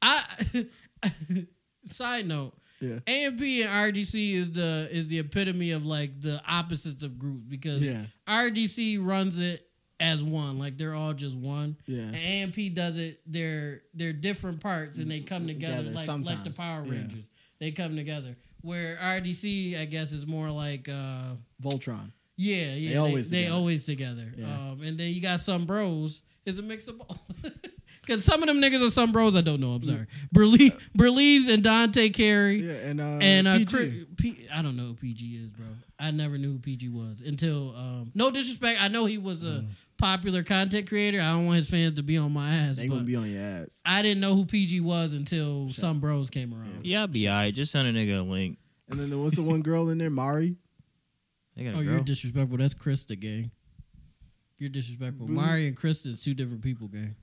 Speaker 2: I side note.
Speaker 1: Yeah.
Speaker 2: AMP and RDC is the is the epitome of like the opposites of groups because
Speaker 1: Yeah.
Speaker 2: RDC runs it as one, like they're all just one.
Speaker 1: Yeah.
Speaker 2: And AMP does it they're they're different parts and they come together,
Speaker 1: Together
Speaker 2: like like the
Speaker 1: sometimes.
Speaker 2: Power
Speaker 1: Yeah.
Speaker 2: Rangers. They come together. Where RDC I guess is more like uh
Speaker 1: Voltron.
Speaker 2: yeah, yeah. They always
Speaker 1: always
Speaker 2: they,
Speaker 1: together.
Speaker 2: always together.
Speaker 1: Yeah.
Speaker 2: Um, and then you got some bros. It's a mix of all. Because some of them niggas are some bros I don't know.
Speaker 1: Mm.
Speaker 2: I'm sorry. Burley, Burley's and Dante Carey.
Speaker 1: Yeah, and uh,
Speaker 2: And uh,
Speaker 1: PG.
Speaker 2: Chris, P, I don't know who PG is, bro. I never knew who PG was until. Um, no disrespect, I know he was a popular content creator. I don't want his fans to be on my ass,
Speaker 1: they
Speaker 2: but
Speaker 1: gonna be on your ass.
Speaker 2: I didn't know who PG was until some bros came around.
Speaker 4: yeah, I'll be alright. Just send a nigga a link.
Speaker 1: And then what's the one girl in there? Mari.
Speaker 4: They got a
Speaker 2: Oh,
Speaker 4: girl.
Speaker 2: you're disrespectful. That's Krista, gang. You're disrespectful.
Speaker 1: Blue-
Speaker 2: Mari and Krista's two different people, gang.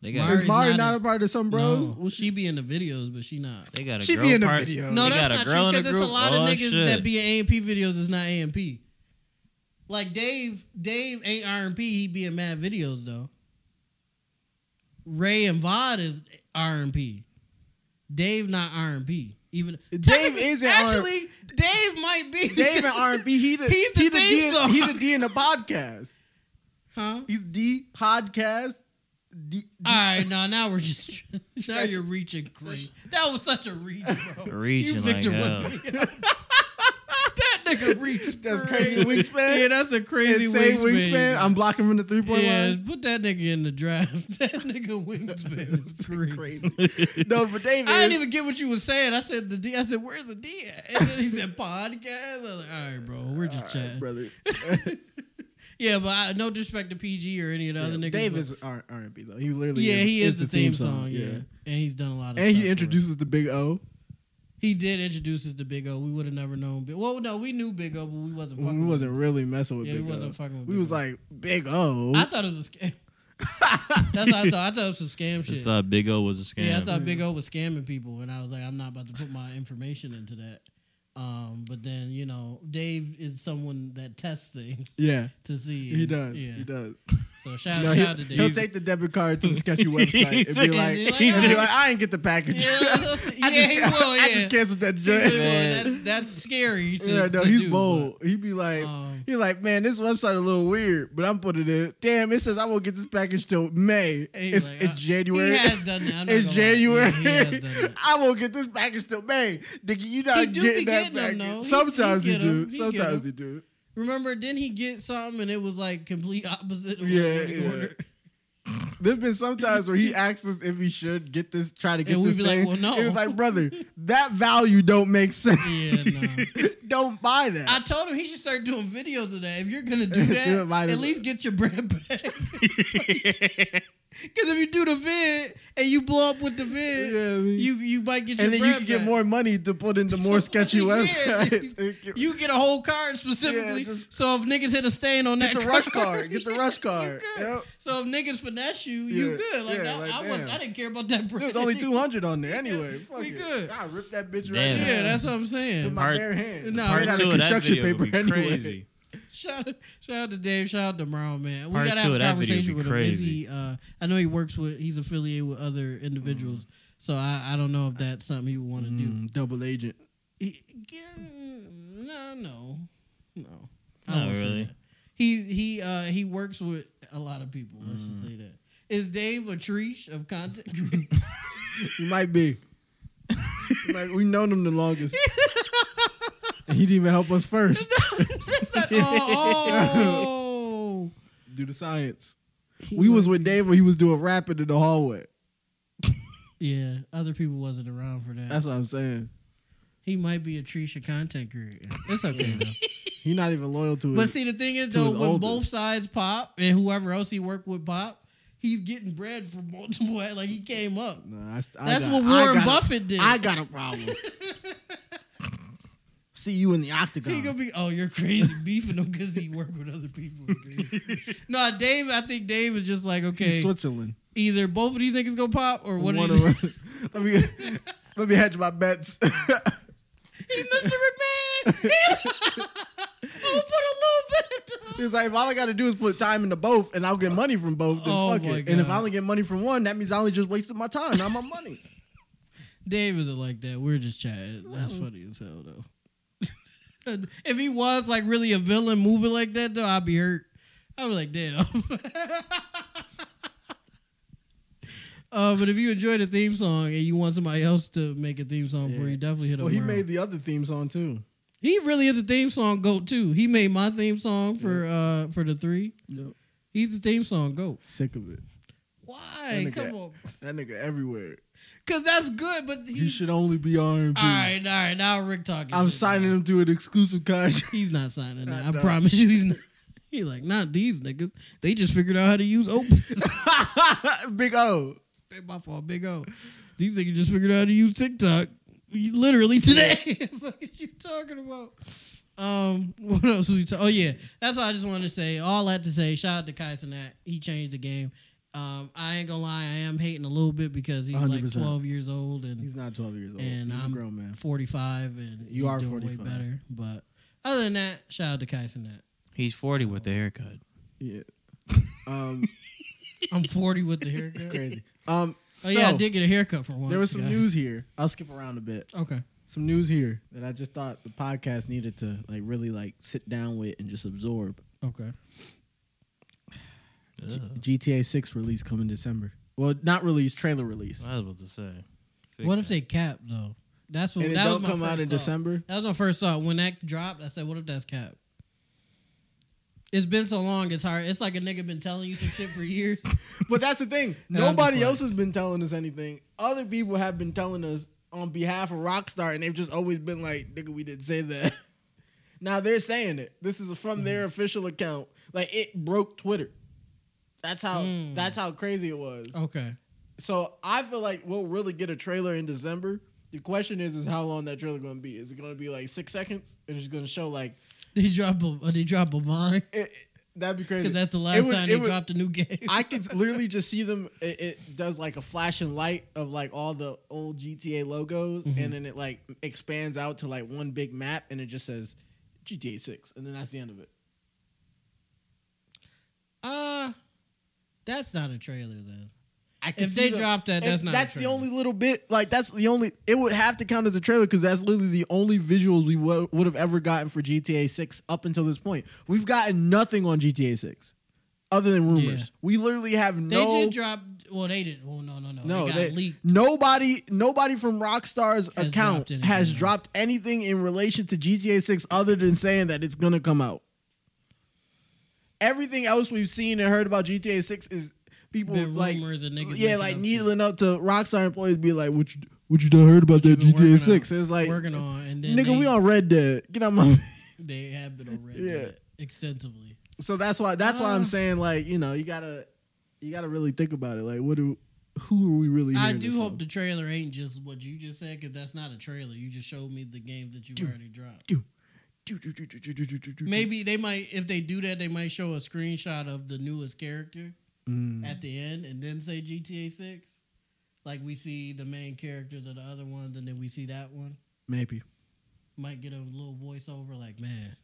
Speaker 4: they got.
Speaker 2: Mari's
Speaker 1: is Mari
Speaker 2: not
Speaker 1: not,
Speaker 2: a-
Speaker 1: a part of some bros?
Speaker 2: No, well, she be in the videos, but she not.
Speaker 4: They got a
Speaker 1: She
Speaker 4: girl
Speaker 1: be in the
Speaker 4: part.
Speaker 1: video.
Speaker 2: No,
Speaker 4: they got
Speaker 2: that's
Speaker 4: a
Speaker 2: not
Speaker 4: girl
Speaker 2: true
Speaker 4: in the
Speaker 2: because it's a
Speaker 4: group.
Speaker 2: lot of
Speaker 4: Oh,
Speaker 2: niggas
Speaker 4: shit.
Speaker 2: that be in AMP videos. It's not AMP. Like Dave, Dave ain't RMP. He be in mad videos though. Ray and Vod is RMP. Dave not RMP. Even
Speaker 1: Dave
Speaker 2: technically-
Speaker 1: isn't
Speaker 2: actually. Dave might be
Speaker 1: Dave and R&B. He the
Speaker 2: He's the
Speaker 1: he the D,
Speaker 2: theme song.
Speaker 1: he the D in the podcast.
Speaker 2: Huh?
Speaker 1: He's D podcast. D,
Speaker 2: All right, no, now we're just now you're reaching crazy. That was such a reach, bro.
Speaker 4: Reaching
Speaker 2: you Victor
Speaker 4: like hell.
Speaker 2: Wimby. that nigga reached.
Speaker 1: That's crazy wingspan?
Speaker 2: Yeah, that's a crazy
Speaker 1: insane
Speaker 2: wingspan.
Speaker 1: wingspan. I'm blocking from the three point
Speaker 2: yeah,
Speaker 1: line.
Speaker 2: put that nigga in the draft. That nigga wingspan is crazy.
Speaker 1: Crazy. no, but Dave
Speaker 2: I
Speaker 1: is.
Speaker 2: didn't even get what you were saying. I said the D. I said, "Where's the D?" At? And then he said, "Podcast." I was like, "All right, bro, we're just
Speaker 1: All right,
Speaker 2: chatting."
Speaker 1: brother.
Speaker 2: yeah, but I, no disrespect to PG or any of the other niggas.
Speaker 1: Dave
Speaker 2: but-
Speaker 1: is R- R&B though. He literally
Speaker 2: Yeah, he is, the, theme, song. yeah.
Speaker 1: yeah.
Speaker 2: and he's done a lot of.
Speaker 1: And
Speaker 2: stuff
Speaker 1: he
Speaker 2: for us.
Speaker 1: introduces the big O.
Speaker 2: He did introduce us to Big O. We would have never known. Big Well, no, we knew Big O, but we wasn't fucking.
Speaker 1: We
Speaker 2: with
Speaker 1: wasn't really messing with
Speaker 2: Yeah, we
Speaker 1: Big O.
Speaker 2: wasn't fucking with
Speaker 1: We
Speaker 2: Big
Speaker 1: was
Speaker 2: O.
Speaker 1: like Big O.
Speaker 2: him. I thought it was a scam. That's what I thought. I thought it was some scam
Speaker 4: I
Speaker 2: shit.
Speaker 4: thought Big O was a scam.
Speaker 2: Yeah, I thought Big O was scamming people, and I was like, I'm not about to put my information into that. Um, but then you know, Dave is someone that tests things
Speaker 1: yeah,
Speaker 2: to see.
Speaker 1: he
Speaker 2: and-
Speaker 1: does.
Speaker 2: Yeah.
Speaker 1: He does.
Speaker 2: So shout,
Speaker 1: No,
Speaker 2: shout out to
Speaker 1: he'll,
Speaker 2: Dave.
Speaker 1: he'll take the debit card to the sketchy website and be like,
Speaker 2: he's-
Speaker 1: and be like, I didn't get the package.
Speaker 2: yeah, that's- that's- yeah,
Speaker 1: I just,
Speaker 2: he will. Yeah,
Speaker 1: I just canceled that
Speaker 2: He
Speaker 1: joint.
Speaker 2: will,
Speaker 4: Man.
Speaker 2: That's that's scary. To,
Speaker 1: yeah, no,
Speaker 2: to
Speaker 1: he's
Speaker 2: do,
Speaker 1: bold. He'd be like,
Speaker 2: Um,
Speaker 1: he like, man, this website a little weird, but I'm putting it. Damn, it says I won't get this package till May.
Speaker 2: And he
Speaker 1: It's,
Speaker 2: like,
Speaker 1: it's
Speaker 2: uh,
Speaker 1: January.
Speaker 2: He has done that. I'm not
Speaker 1: It's
Speaker 2: gonna lie.
Speaker 1: January.
Speaker 2: Yeah, he has done that.
Speaker 1: I won't get this package till May. Nigga, you
Speaker 2: He
Speaker 1: not
Speaker 2: do be
Speaker 1: getting that
Speaker 2: getting 'em,
Speaker 1: package.
Speaker 2: though. He- he
Speaker 1: Sometimes you
Speaker 2: get 'em.
Speaker 1: do.
Speaker 2: He get 'em.
Speaker 1: Sometimes you do.
Speaker 2: Remember, didn't he get something and it was like complete opposite? Of
Speaker 1: Yeah,
Speaker 2: what he
Speaker 1: yeah.
Speaker 2: ordered?
Speaker 1: There's been some times where he asks us if he should get this, try to get
Speaker 2: And we'd
Speaker 1: this
Speaker 2: be like,
Speaker 1: thing.
Speaker 2: "Well, no."
Speaker 1: It was like, brother, that value don't make sense.
Speaker 2: Yeah, no.
Speaker 1: don't buy that.
Speaker 2: I told him he should start doing videos of that. If you're gonna do
Speaker 1: Do it
Speaker 2: that,
Speaker 1: by the-
Speaker 2: at least get your brand back. Because if you do the vid and you blow up with the vid,
Speaker 1: Yeah, I mean-
Speaker 2: you you might get your
Speaker 1: and then you
Speaker 2: brand
Speaker 1: can get
Speaker 2: back.
Speaker 1: more money to put into more sketchy
Speaker 2: Yeah.
Speaker 1: websites.
Speaker 2: You get a whole card specifically.
Speaker 1: Yeah, just-
Speaker 2: so if niggas hit a stain on that
Speaker 1: get the rush card. Get the rush card.
Speaker 2: You good.
Speaker 1: Yep.
Speaker 2: So if niggas finesse you, you
Speaker 1: Yeah,
Speaker 2: good. Like
Speaker 1: yeah,
Speaker 2: that,
Speaker 1: like,
Speaker 2: I, was,
Speaker 1: damn.
Speaker 2: I didn't care about that brand.
Speaker 1: It was only 200 on there anyway. Fuck
Speaker 2: we
Speaker 1: it.
Speaker 2: good.
Speaker 1: I ripped that bitch
Speaker 3: Damn.
Speaker 1: right
Speaker 2: Yeah,
Speaker 1: now.
Speaker 2: that's what I'm
Speaker 1: with
Speaker 2: saying.
Speaker 1: my
Speaker 3: Part-
Speaker 1: bare hand.
Speaker 2: No,
Speaker 1: Made
Speaker 3: Part
Speaker 1: out
Speaker 3: two
Speaker 1: of
Speaker 3: of that
Speaker 1: construction
Speaker 3: video would be
Speaker 1: paper anyway.
Speaker 3: crazy.
Speaker 2: Shout, shout out to Dave. Shout out to Marl, man. We
Speaker 3: Part
Speaker 2: gotta
Speaker 3: two
Speaker 2: have a
Speaker 3: of that video
Speaker 2: conversation
Speaker 3: would
Speaker 2: with
Speaker 3: be
Speaker 2: him. Is
Speaker 3: crazy.
Speaker 2: he? Uh, I know he works with. He's affiliated with other individuals.
Speaker 3: Mm.
Speaker 2: So I, I don't know if that's something he would want to do.
Speaker 5: Mm, double agent.
Speaker 2: He- No, no, no. I
Speaker 3: Not
Speaker 2: won't say
Speaker 3: really.
Speaker 2: that. He he uh, he works with a lot of people. Let's
Speaker 3: Mm.
Speaker 2: just say that. Is Dave a Trish of content?
Speaker 1: You might be. You might- We've known him the longest. and he didn't even help us first.
Speaker 2: oh,
Speaker 1: Do the science. We was with Dave when he was doing rapping in the hallway.
Speaker 2: yeah. Other people wasn't around for that.
Speaker 1: That's what I'm saying.
Speaker 2: He might be a Trisha content creator. It's okay though.
Speaker 1: He's not even loyal to
Speaker 2: but
Speaker 1: it.
Speaker 2: see, the thing is
Speaker 1: To
Speaker 2: though,
Speaker 1: his
Speaker 2: when
Speaker 1: oldest.
Speaker 2: both sides pop and whoever else he worked with pop, he's getting bread from multiple. Like he came up.
Speaker 1: Nah, I, I
Speaker 2: That's
Speaker 1: got-
Speaker 2: what
Speaker 1: I
Speaker 2: Warren
Speaker 1: got a-
Speaker 2: Buffett did.
Speaker 1: I got a problem. See you in the octagon.
Speaker 2: He gonna be oh you're crazy beefing him because he worked with other people. no, Dave. I think Dave is just like okay.
Speaker 1: Switzerland.
Speaker 2: Either both of these niggas go pop or one,
Speaker 1: One
Speaker 2: of
Speaker 1: of
Speaker 2: these.
Speaker 1: us. let me let me hedge my bets.
Speaker 2: He's Mr. McMahon. I'll put a little bit. Of
Speaker 1: It's like if all I got to do is put time into both, and I'll get money from both. Then
Speaker 2: Oh
Speaker 1: fuck
Speaker 2: my
Speaker 1: it. And if
Speaker 2: God.
Speaker 1: I only get money from one, that means I only just wasted my time, not my money.
Speaker 2: Dave isn't like that. We're just chatting. That's funny as hell though. if he was like really a villain moving like that though, I'd be hurt. I'd be like, damn. Uh, but if you enjoy the theme song and you want somebody else to make a theme song for
Speaker 1: Yeah.
Speaker 2: you, definitely hit up.
Speaker 1: Well, he
Speaker 2: Merle.
Speaker 1: made the other theme song too.
Speaker 2: He really is a theme song goat too. He made my theme song for uh for the three.
Speaker 1: Yep.
Speaker 2: He's the theme song goat.
Speaker 1: Sick of it.
Speaker 2: Why?
Speaker 1: nigga-
Speaker 2: Come on,
Speaker 1: That nigga everywhere.
Speaker 2: because that's good. But
Speaker 1: He
Speaker 2: he.
Speaker 1: should only be R and
Speaker 2: all right, all right. Now Rick talking.
Speaker 1: I'm
Speaker 2: shit,
Speaker 1: signing
Speaker 2: man.
Speaker 1: him to an exclusive contract.
Speaker 2: He's not signing that. I
Speaker 1: no.
Speaker 2: promise you, he's not. He's like, not these niggas. They just figured out how to use open.
Speaker 1: Big O.
Speaker 2: My fault, big O. These niggas just figured out how to use TikTok literally today. what are you talking about? Um, what else we talking? Oh yeah, that's what I just wanted to say. All that to say, shout out to Kyson that he changed the game. Um, I ain't gonna lie, I am hating a little bit because he's like
Speaker 1: 100%.
Speaker 2: twelve years old and
Speaker 1: He's not 12 years old.
Speaker 2: and
Speaker 1: He's
Speaker 2: I'm
Speaker 1: a grown man.
Speaker 2: 45 and
Speaker 1: You
Speaker 2: he's
Speaker 1: are
Speaker 2: doing
Speaker 1: 45.
Speaker 2: way better. But other than that, shout out to Kyson that.
Speaker 3: He's 40 with the haircut.
Speaker 1: Yeah. Um,
Speaker 2: I'm 40 with the haircut.
Speaker 1: it's crazy. Um,
Speaker 2: Oh yeah, I
Speaker 1: so,
Speaker 2: did get a haircut for once.
Speaker 1: there was some
Speaker 2: guys.
Speaker 1: news here. I'll skip around a bit.
Speaker 2: Okay.
Speaker 1: Some news here that I just thought the podcast needed to like really like sit down with and just absorb.
Speaker 2: Okay.
Speaker 3: Ugh,
Speaker 1: Uh, GTA 6 release coming December. Well, not release, trailer release.
Speaker 3: I was about to say. Fix
Speaker 2: What if
Speaker 3: that.
Speaker 2: they cap though? That's what
Speaker 1: And it
Speaker 2: that was
Speaker 1: don't
Speaker 2: my
Speaker 1: come
Speaker 2: first
Speaker 1: out in
Speaker 2: thought.
Speaker 1: December.
Speaker 2: That was my first thought when that dropped. I said, "What if that's cap?" It's been so long. It's hard. It's like a nigga been telling you some shit for years.
Speaker 1: But that's the thing.
Speaker 2: And I'm
Speaker 1: Nobody
Speaker 2: just like-
Speaker 1: else has been telling us anything. Other people have been telling us on behalf of Rockstar, and they've just always been like, nigga, we didn't say that. now they're saying it. This is from their
Speaker 2: Mm.
Speaker 1: official account. Like it broke Twitter. That's how
Speaker 2: Mm.
Speaker 1: that's how crazy it was.
Speaker 2: Okay.
Speaker 1: So I feel like we'll really get a trailer in December. The question is, is how long that trailer going to be? Is it going to be like six seconds, and it's going to show like
Speaker 2: They drop a uh, they drop a vine
Speaker 1: it, it- that'd be crazy.
Speaker 2: because that's the
Speaker 1: It
Speaker 2: last
Speaker 1: would-
Speaker 2: time
Speaker 1: it
Speaker 2: they
Speaker 1: would-
Speaker 2: dropped a new game.
Speaker 1: I could literally just see them. It, it does like a flashing light of like all the old GTA logos,
Speaker 2: Mm-hmm.
Speaker 1: and then it like expands out to like one big map, and it just says GTA Six, and then that's the end of it.
Speaker 2: uh that's not a trailer then.
Speaker 1: I could
Speaker 2: If
Speaker 1: see
Speaker 2: they
Speaker 1: them-
Speaker 2: drop that,
Speaker 1: and
Speaker 2: that's not.
Speaker 1: That's
Speaker 2: a
Speaker 1: the
Speaker 2: trailer.
Speaker 1: only little bit. Like that's the only. It would have to count as a trailer because that's literally the only visuals we would have ever gotten for GTA Six up until this point. We've gotten nothing on GTA Six, other than rumors.
Speaker 2: Yeah.
Speaker 1: We literally have
Speaker 2: They
Speaker 1: no.
Speaker 2: did drop. Well, they did. Well, no, no, no.
Speaker 1: No,
Speaker 2: they Oh, got
Speaker 1: they-
Speaker 2: leaked.
Speaker 1: nobody, nobody from Rockstar's
Speaker 2: Has
Speaker 1: account
Speaker 2: dropped anything,
Speaker 1: has
Speaker 2: no.
Speaker 1: dropped anything in relation to GTA Six other than saying that it's gonna come out. Everything else we've seen and heard about GTA Six is people
Speaker 2: Been
Speaker 1: like
Speaker 2: rumors of niggas
Speaker 1: yeah,
Speaker 2: making
Speaker 1: like
Speaker 2: up
Speaker 1: needling up to Rockstar employees, be like, "What you what you done heard about that
Speaker 2: shit been working
Speaker 1: GTA
Speaker 2: on-
Speaker 1: 6? It's like,
Speaker 2: working on, and then
Speaker 1: nigga,
Speaker 2: they,
Speaker 1: we on Red Dead. Get out my.
Speaker 2: They have been on Red
Speaker 1: Yeah.
Speaker 2: Dead extensively.
Speaker 1: so that's why that's why
Speaker 2: Uh.
Speaker 1: I'm saying like you know you gotta you gotta really think about it. Like, what do who are we really?
Speaker 2: I
Speaker 1: hearing
Speaker 2: do
Speaker 1: this
Speaker 2: hope
Speaker 1: from?
Speaker 2: the trailer ain't just what you just said because that's not a trailer. You just showed me the game that you already dropped. Maybe they might, if they do that, they might show a screenshot of the newest character
Speaker 1: Mm.
Speaker 2: at the end and then say GTA Six. Like we see the main characters of the other ones, and then we see that one.
Speaker 1: maybe.
Speaker 2: Might get a little voiceover like, "Man,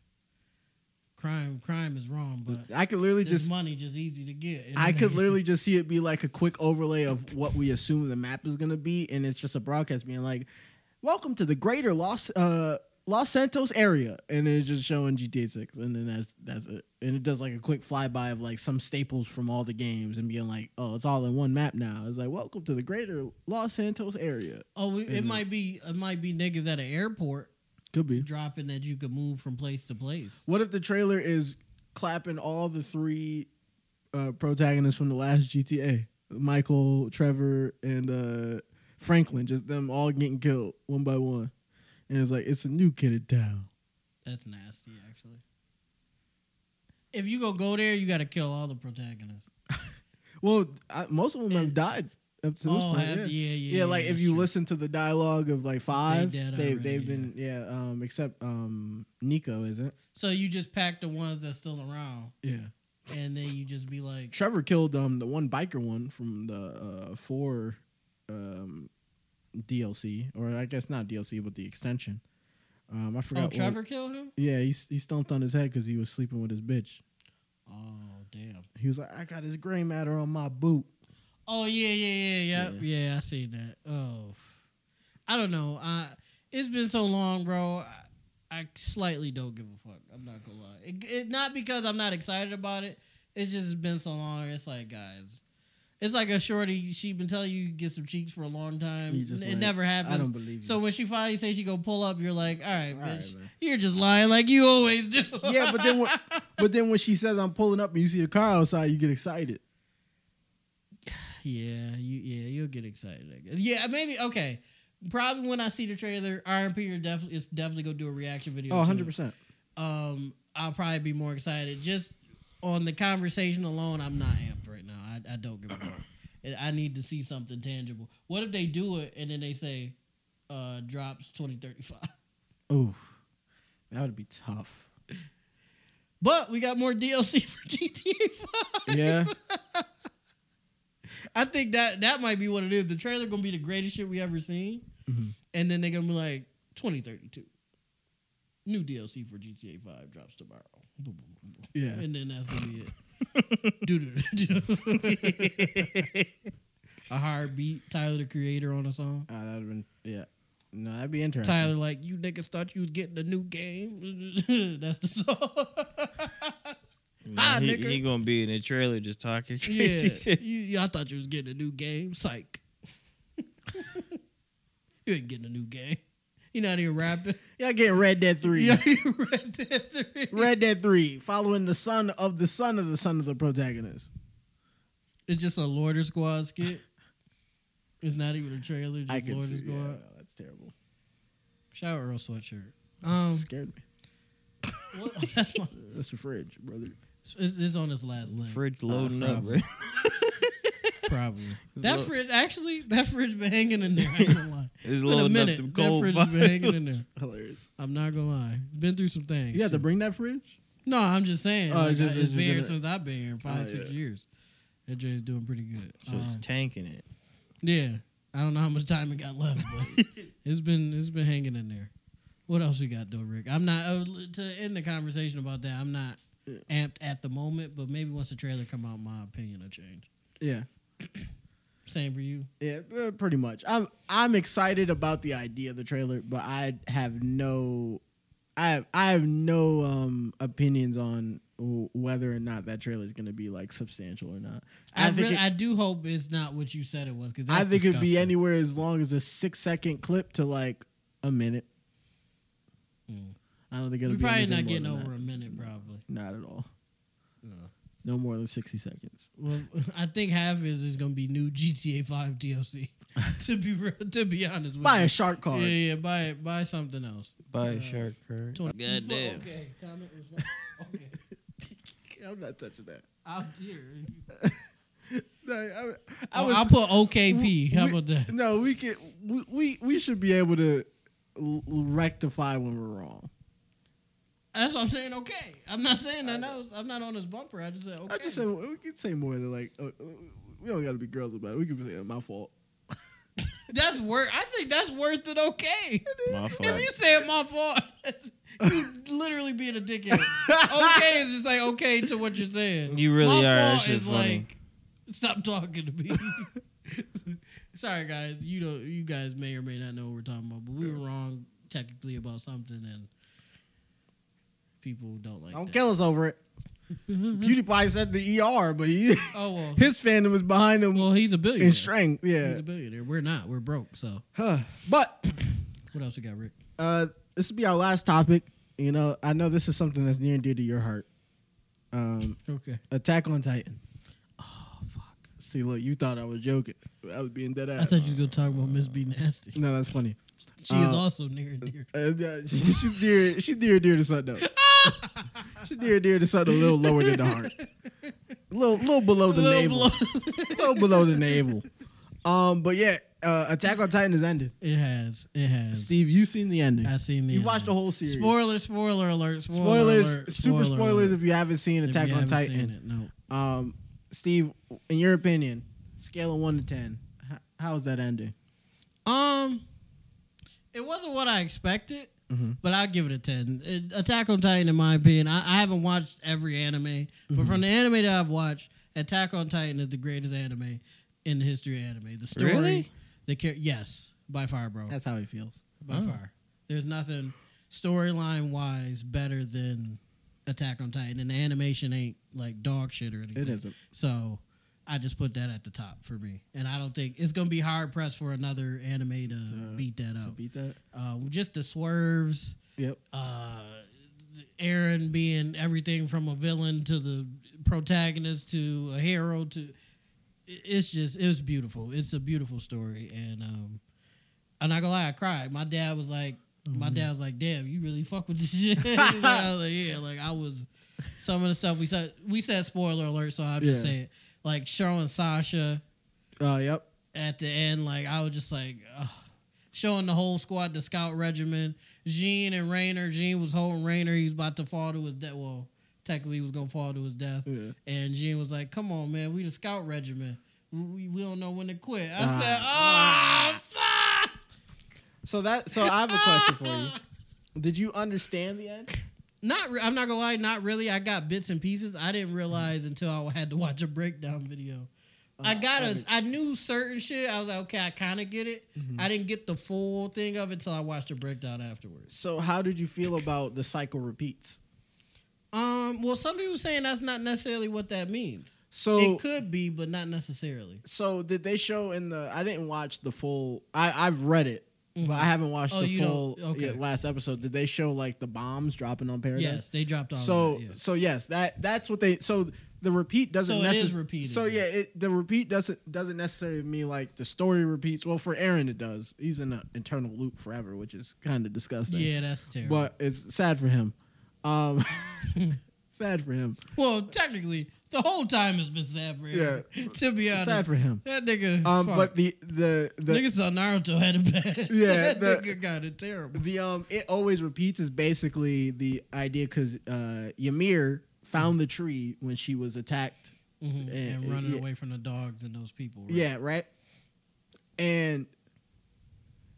Speaker 2: crime, crime is wrong, but
Speaker 1: I could literally
Speaker 2: this
Speaker 1: just
Speaker 2: money just easy to get." And
Speaker 1: I
Speaker 2: then
Speaker 1: could
Speaker 2: they-
Speaker 1: literally just see it be like a quick overlay of what we assume the map is gonna be, and it's just a broadcast being like, "Welcome to the greater Los uh, Los Santos area," and it's just showing GTA Six, and then that's that's it, and it does like a quick flyby of like some staples from all the games, and being like, "Oh, it's all in one map now." It's like, "Welcome to the greater Los Santos area."
Speaker 2: Oh, it, it
Speaker 1: And-
Speaker 2: might be it might be niggas at an airport
Speaker 1: Could be.
Speaker 2: dropping that you could move from place to place.
Speaker 1: What if the trailer is clapping all the three uh, protagonists from the last GTA? Michael, Trevor, and uh, Franklin, just them all getting killed one by one. And it's like, it's a new kid in town.
Speaker 2: That's nasty, actually. If you go go there, you got to kill all the protagonists.
Speaker 1: Well, I, most of them have
Speaker 2: And-
Speaker 1: died up to this
Speaker 2: oh,
Speaker 1: point.
Speaker 2: have- yeah,
Speaker 1: yeah.
Speaker 2: yeah,
Speaker 1: Yeah, like if
Speaker 2: that's
Speaker 1: you
Speaker 2: true.
Speaker 1: listen to the dialogue of like five, they
Speaker 2: dead
Speaker 1: they,
Speaker 2: already,
Speaker 1: have been yeah. Um, except um, Nico isn't.
Speaker 2: So you just pack the ones that's still around,
Speaker 1: Yeah,
Speaker 2: and then you just be like,
Speaker 1: Trevor killed um the one biker one from the uh four um DLC or I guess not DLC but the extension. Um, I forgot.
Speaker 2: "Oh,
Speaker 1: what-
Speaker 2: Trevor killed him."
Speaker 1: yeah, he s- he stomped on his head because he was sleeping with his bitch.
Speaker 2: Oh, damn.
Speaker 1: He was like, I got his gray matter on my boot.
Speaker 2: Oh yeah, yeah, yeah, yep, yeah. I see that. Oh, I don't know. I it's been so long, bro. I, I slightly don't give a fuck. I'm not gonna lie. It, it, not because I'm not excited about it. It's just been so long. It's like guys, it's like a shorty. She been telling you, you get some cheeks for a long time.
Speaker 1: You just
Speaker 2: it
Speaker 1: like,
Speaker 2: never happens.
Speaker 1: I don't believe you.
Speaker 2: so when she finally says she go pull up, you're like, all right,
Speaker 1: right,
Speaker 2: bitch,
Speaker 1: man."
Speaker 2: you're just lying like you always do.
Speaker 1: yeah, but then when, but then when she says I'm pulling up and you see the car outside, you get excited.
Speaker 2: Yeah, you yeah, you'll get excited, I guess. Yeah, maybe okay. Probably when I see the trailer, RMP are definitely is definitely gonna do a reaction video.
Speaker 1: Oh,
Speaker 2: to
Speaker 1: 100
Speaker 2: it.
Speaker 1: percent.
Speaker 2: Um, I'll probably be more excited. Just on the conversation alone, I'm not amped right now. I, I don't give a fuck. And I need to see something tangible. What if they do it and then they say, uh, drops twenty thirty five?
Speaker 1: Ooh, that would be tough.
Speaker 2: But we got more DLC for GTA Five.
Speaker 1: Yeah,
Speaker 2: I think that that might be what it is. The trailer gonna be the greatest shit we ever seen, and then they're gonna be like 2032, new DLC for GTA Five drops tomorrow. Boom, boom, boom, boom.
Speaker 1: yeah.
Speaker 2: And then that's gonna be it. do, do, do, do. a hard beat, Tyler the Creator on a song.
Speaker 1: Ah, that would have been yeah. No, that'd be interesting.
Speaker 2: Tyler, like you niggas thought you was getting a new game. that's the song. Ah,
Speaker 3: he,
Speaker 2: nigga.
Speaker 3: he gonna be in the trailer just talking crazy
Speaker 2: Yeah,
Speaker 3: shit.
Speaker 2: you, you- I thought you was getting a new game. Psych. you ain't getting a new game. You're not even rapping.
Speaker 1: Y'all getting Red Dead Three.
Speaker 2: Yeah, you Red Dead 3.
Speaker 1: Red Dead 3, following the son of the son of the son of the protagonist.
Speaker 2: It's just a Lorder Squad skit. It's not even a trailer. Just Lorder Squad.
Speaker 1: yeah, no, that's terrible.
Speaker 2: Shout out Earl Sweatshirt. Um,
Speaker 1: Scared me.
Speaker 2: what- that's my,
Speaker 1: That's the fridge, brother.
Speaker 2: it's, it's on his last leg.
Speaker 3: Fridge loading up, bro.
Speaker 2: Probably. that fridge, actually, that fridge been hanging in there. I'm gonna lie. Been
Speaker 3: It's
Speaker 2: a
Speaker 3: loading up
Speaker 2: minute.
Speaker 3: them
Speaker 2: That
Speaker 3: cold
Speaker 2: fridge been hanging
Speaker 3: files.
Speaker 2: in there.
Speaker 1: Hilarious.
Speaker 2: I'm not gonna lie. Been through some things.
Speaker 1: You had to
Speaker 2: too.
Speaker 1: bring that fridge?
Speaker 2: No, I'm just saying.
Speaker 1: Oh,
Speaker 2: like,
Speaker 1: it's just- it's
Speaker 2: I- it's
Speaker 1: just
Speaker 2: been here
Speaker 1: been-
Speaker 2: since I've been here five,
Speaker 1: Oh,
Speaker 2: six
Speaker 1: yeah.
Speaker 2: years. That Jay's doing pretty good.
Speaker 3: Just
Speaker 2: Um,
Speaker 3: tanking it.
Speaker 2: yeah, I don't know how much time it got left, but it's been it's been hanging in there. What else we got though, Rick? I'm not oh, l- to end the conversation about that. I'm not amped at the moment, but maybe once the trailer come out, my opinion will change.
Speaker 1: Yeah.
Speaker 2: Same for you.
Speaker 1: Yeah, uh, pretty much. I'm I'm excited about the idea of the trailer, but I have no I have, I have no um opinions on w- whether or not that trailer is going to be like substantial or not.
Speaker 2: I,
Speaker 1: think
Speaker 2: really,
Speaker 1: it-
Speaker 2: I do hope it's not what you said it was because
Speaker 1: I think it'd be anywhere as long as a six second clip to like a minute.
Speaker 2: Mm.
Speaker 1: I don't think it'll
Speaker 2: We're
Speaker 1: be
Speaker 2: Mm. probably
Speaker 1: anything
Speaker 2: not
Speaker 1: more
Speaker 2: getting
Speaker 1: than
Speaker 2: over
Speaker 1: that.
Speaker 2: a minute, probably.
Speaker 1: Not at all.
Speaker 2: No.
Speaker 1: No more than sixty seconds.
Speaker 2: Well, I think half of it is going to be new GTA Five DLC. to be real, to be honest, with
Speaker 1: Buy
Speaker 2: you.
Speaker 1: a shark
Speaker 2: Mm. Yeah,
Speaker 1: card.
Speaker 2: yeah, buy buy something else.
Speaker 3: By
Speaker 2: Uh,
Speaker 3: Shark Card.
Speaker 2: Twenty-
Speaker 4: Goddamn.
Speaker 2: Okay, comment was okay.
Speaker 1: I'm not touching that.
Speaker 2: Out here. Oh,
Speaker 1: No, I,
Speaker 2: I will put OKP. How about that?
Speaker 1: no, we can. We, we we should be able to l- rectify when we're wrong.
Speaker 2: That's what I'm saying. Okay, I'm not saying that. I was, I'm not on his bumper. I just said okay.
Speaker 1: I just say we can say more than like uh, uh, we don't got to be girls about it. We can say "Uh, my fault.
Speaker 2: that's worse. I think that's worse than okay.
Speaker 4: My
Speaker 2: If
Speaker 4: fault.
Speaker 2: you said my fault, that's- you literally being a dickhead. okay is just like okay to what you're saying.
Speaker 3: You really
Speaker 2: my
Speaker 3: are. It's
Speaker 2: fault
Speaker 3: just
Speaker 2: is
Speaker 3: funny.
Speaker 2: like stop talking to me. Sorry guys, you know you guys may or may not know what we're talking about, but we were wrong technically about something and people don't like
Speaker 1: Don't
Speaker 2: that.
Speaker 1: kill us over it. Beauty Pie said the ER, but he,
Speaker 2: Oh well,
Speaker 1: his fandom is behind him
Speaker 2: well he's a
Speaker 1: in
Speaker 2: billionaire.
Speaker 1: strength.
Speaker 2: He's
Speaker 1: Yeah,
Speaker 2: a billionaire. We're not. We're broke. So
Speaker 1: Huh. but
Speaker 2: what else we got, Rick?
Speaker 1: uh, this will be our last topic. You know, I know this is something that's near and dear to your heart. Um,
Speaker 2: Okay.
Speaker 1: Attack on Titan. Oh fuck! See, look, you thought I was joking. I was being dead
Speaker 2: I
Speaker 1: ass.
Speaker 2: thought you was gonna talk about Miss B Nasty.
Speaker 1: no, that's funny.
Speaker 2: She is
Speaker 1: Uh,
Speaker 2: also near and dear.
Speaker 1: Uh, yeah, she, she's dear. She's dear, dear to something. Else. she's dear, dear to something a little lower than the heart. A little, little below the
Speaker 2: Little
Speaker 1: navel. A little below the navel. Um, but yeah, uh, Attack on Titan is ended.
Speaker 2: It has. It has.
Speaker 1: Steve, you seen the ending?
Speaker 2: I seen the.
Speaker 1: You
Speaker 2: end.
Speaker 1: watched the whole series.
Speaker 2: Spoiler, spoiler alert! Spoiler
Speaker 1: spoilers,
Speaker 2: alert,
Speaker 1: super
Speaker 2: spoiler
Speaker 1: spoilers
Speaker 2: alert.
Speaker 1: if you haven't seen
Speaker 2: If
Speaker 1: Attack
Speaker 2: you
Speaker 1: on
Speaker 2: haven't seen
Speaker 1: Titan.
Speaker 2: it, no,
Speaker 1: Um, Steve, in your opinion, scale of one to ten, h- how's that ending?
Speaker 2: Um, it wasn't what I expected,
Speaker 1: Mm-hmm.
Speaker 2: but I'll give it a ten. It- Attack on Titan, in my opinion, I, I haven't watched every anime,
Speaker 1: Mm-hmm.
Speaker 2: but from the anime that I've watched, Attack on Titan is the greatest anime in the history of anime. The story,
Speaker 3: Really?
Speaker 2: the char- yes, by far, bro,
Speaker 1: That's how he feels.
Speaker 2: by far. There's nothing storyline wise better than Attack on Titan, and the animation ain't like dog shit or anything.
Speaker 1: It isn't.
Speaker 2: So I just put that at the top for me. And I don't think it's going to be hard pressed for another anime to beat that up.
Speaker 1: Beat that.
Speaker 2: Uh, just the swerves,
Speaker 1: Yep.
Speaker 2: uh, Aaron being everything from a villain to the protagonist to a hero to. it- It's just, it was beautiful. It's a beautiful story. And um, I'm not going to lie, I cried. My dad was like, my dad was like, damn, you really fuck with this shit. I was like, yeah, like I was some of the stuff we said we said spoiler alert, so I'll just
Speaker 1: Yeah.
Speaker 2: say it. Like showing Sasha
Speaker 1: Uh, yep.
Speaker 2: at the end, like I was just like ugh. showing the whole squad, the scout regiment, Gene and Rayner. Gene was holding Rayner, he was about to fall to his death. Well, technically he was gonna fall to his death.
Speaker 1: Yeah.
Speaker 2: And Gene was like, Come on, man, we the scout regiment. We, we, we don't know when to quit. I
Speaker 1: Ah.
Speaker 2: said, Oh fuck
Speaker 1: So that. So I have a question for you. Did you understand the end?
Speaker 2: Not, re- I'm not gonna lie, not really. I got bits and pieces. I didn't realize until I had to watch a breakdown video.
Speaker 1: Uh,
Speaker 2: I got a, I knew certain shit. I was like, okay, I kind of get it.
Speaker 1: Mm-hmm.
Speaker 2: I didn't get the full thing of it till I watched the breakdown afterwards.
Speaker 1: So how did you feel about the cycle repeats?
Speaker 2: Um, well, some people saying that's not necessarily what that means.
Speaker 1: So
Speaker 2: it could be, but not necessarily.
Speaker 1: so did they show in the? I didn't watch the full. I I've read it, but I haven't watched
Speaker 2: Oh,
Speaker 1: the
Speaker 2: you
Speaker 1: full
Speaker 2: don't- okay.
Speaker 1: yeah, last episode. Did they show like the bombs dropping on Paradise?
Speaker 2: Yes, they dropped all.
Speaker 1: so
Speaker 2: of that, yes.
Speaker 1: so yes that that's what they so the repeat doesn't
Speaker 2: So it is
Speaker 1: necess-
Speaker 2: repeated,
Speaker 1: so
Speaker 2: yeah.
Speaker 1: yeah it, the repeat doesn't doesn't necessarily mean like the story repeats well for aaron it does he's in an internal loop forever which is kind of disgusting
Speaker 2: yeah, that's terrible.
Speaker 1: but it's sad for him um sad for him
Speaker 2: well, technically, the whole time has been sad for him. to be honest,
Speaker 1: sad for him
Speaker 2: that nigga.
Speaker 1: um
Speaker 2: fuck.
Speaker 1: but the the the
Speaker 2: Niggas thought Naruto had it bad.
Speaker 1: Yeah,
Speaker 2: that
Speaker 1: the-
Speaker 2: nigga got it terrible.
Speaker 1: the um it always repeats is basically the idea because uh ymir
Speaker 2: Mm.
Speaker 1: found the tree when she was attacked
Speaker 2: Mhm. And,
Speaker 1: Yeah,
Speaker 2: running
Speaker 1: yeah.
Speaker 2: away from the dogs and those people. right?
Speaker 1: Yeah, right. And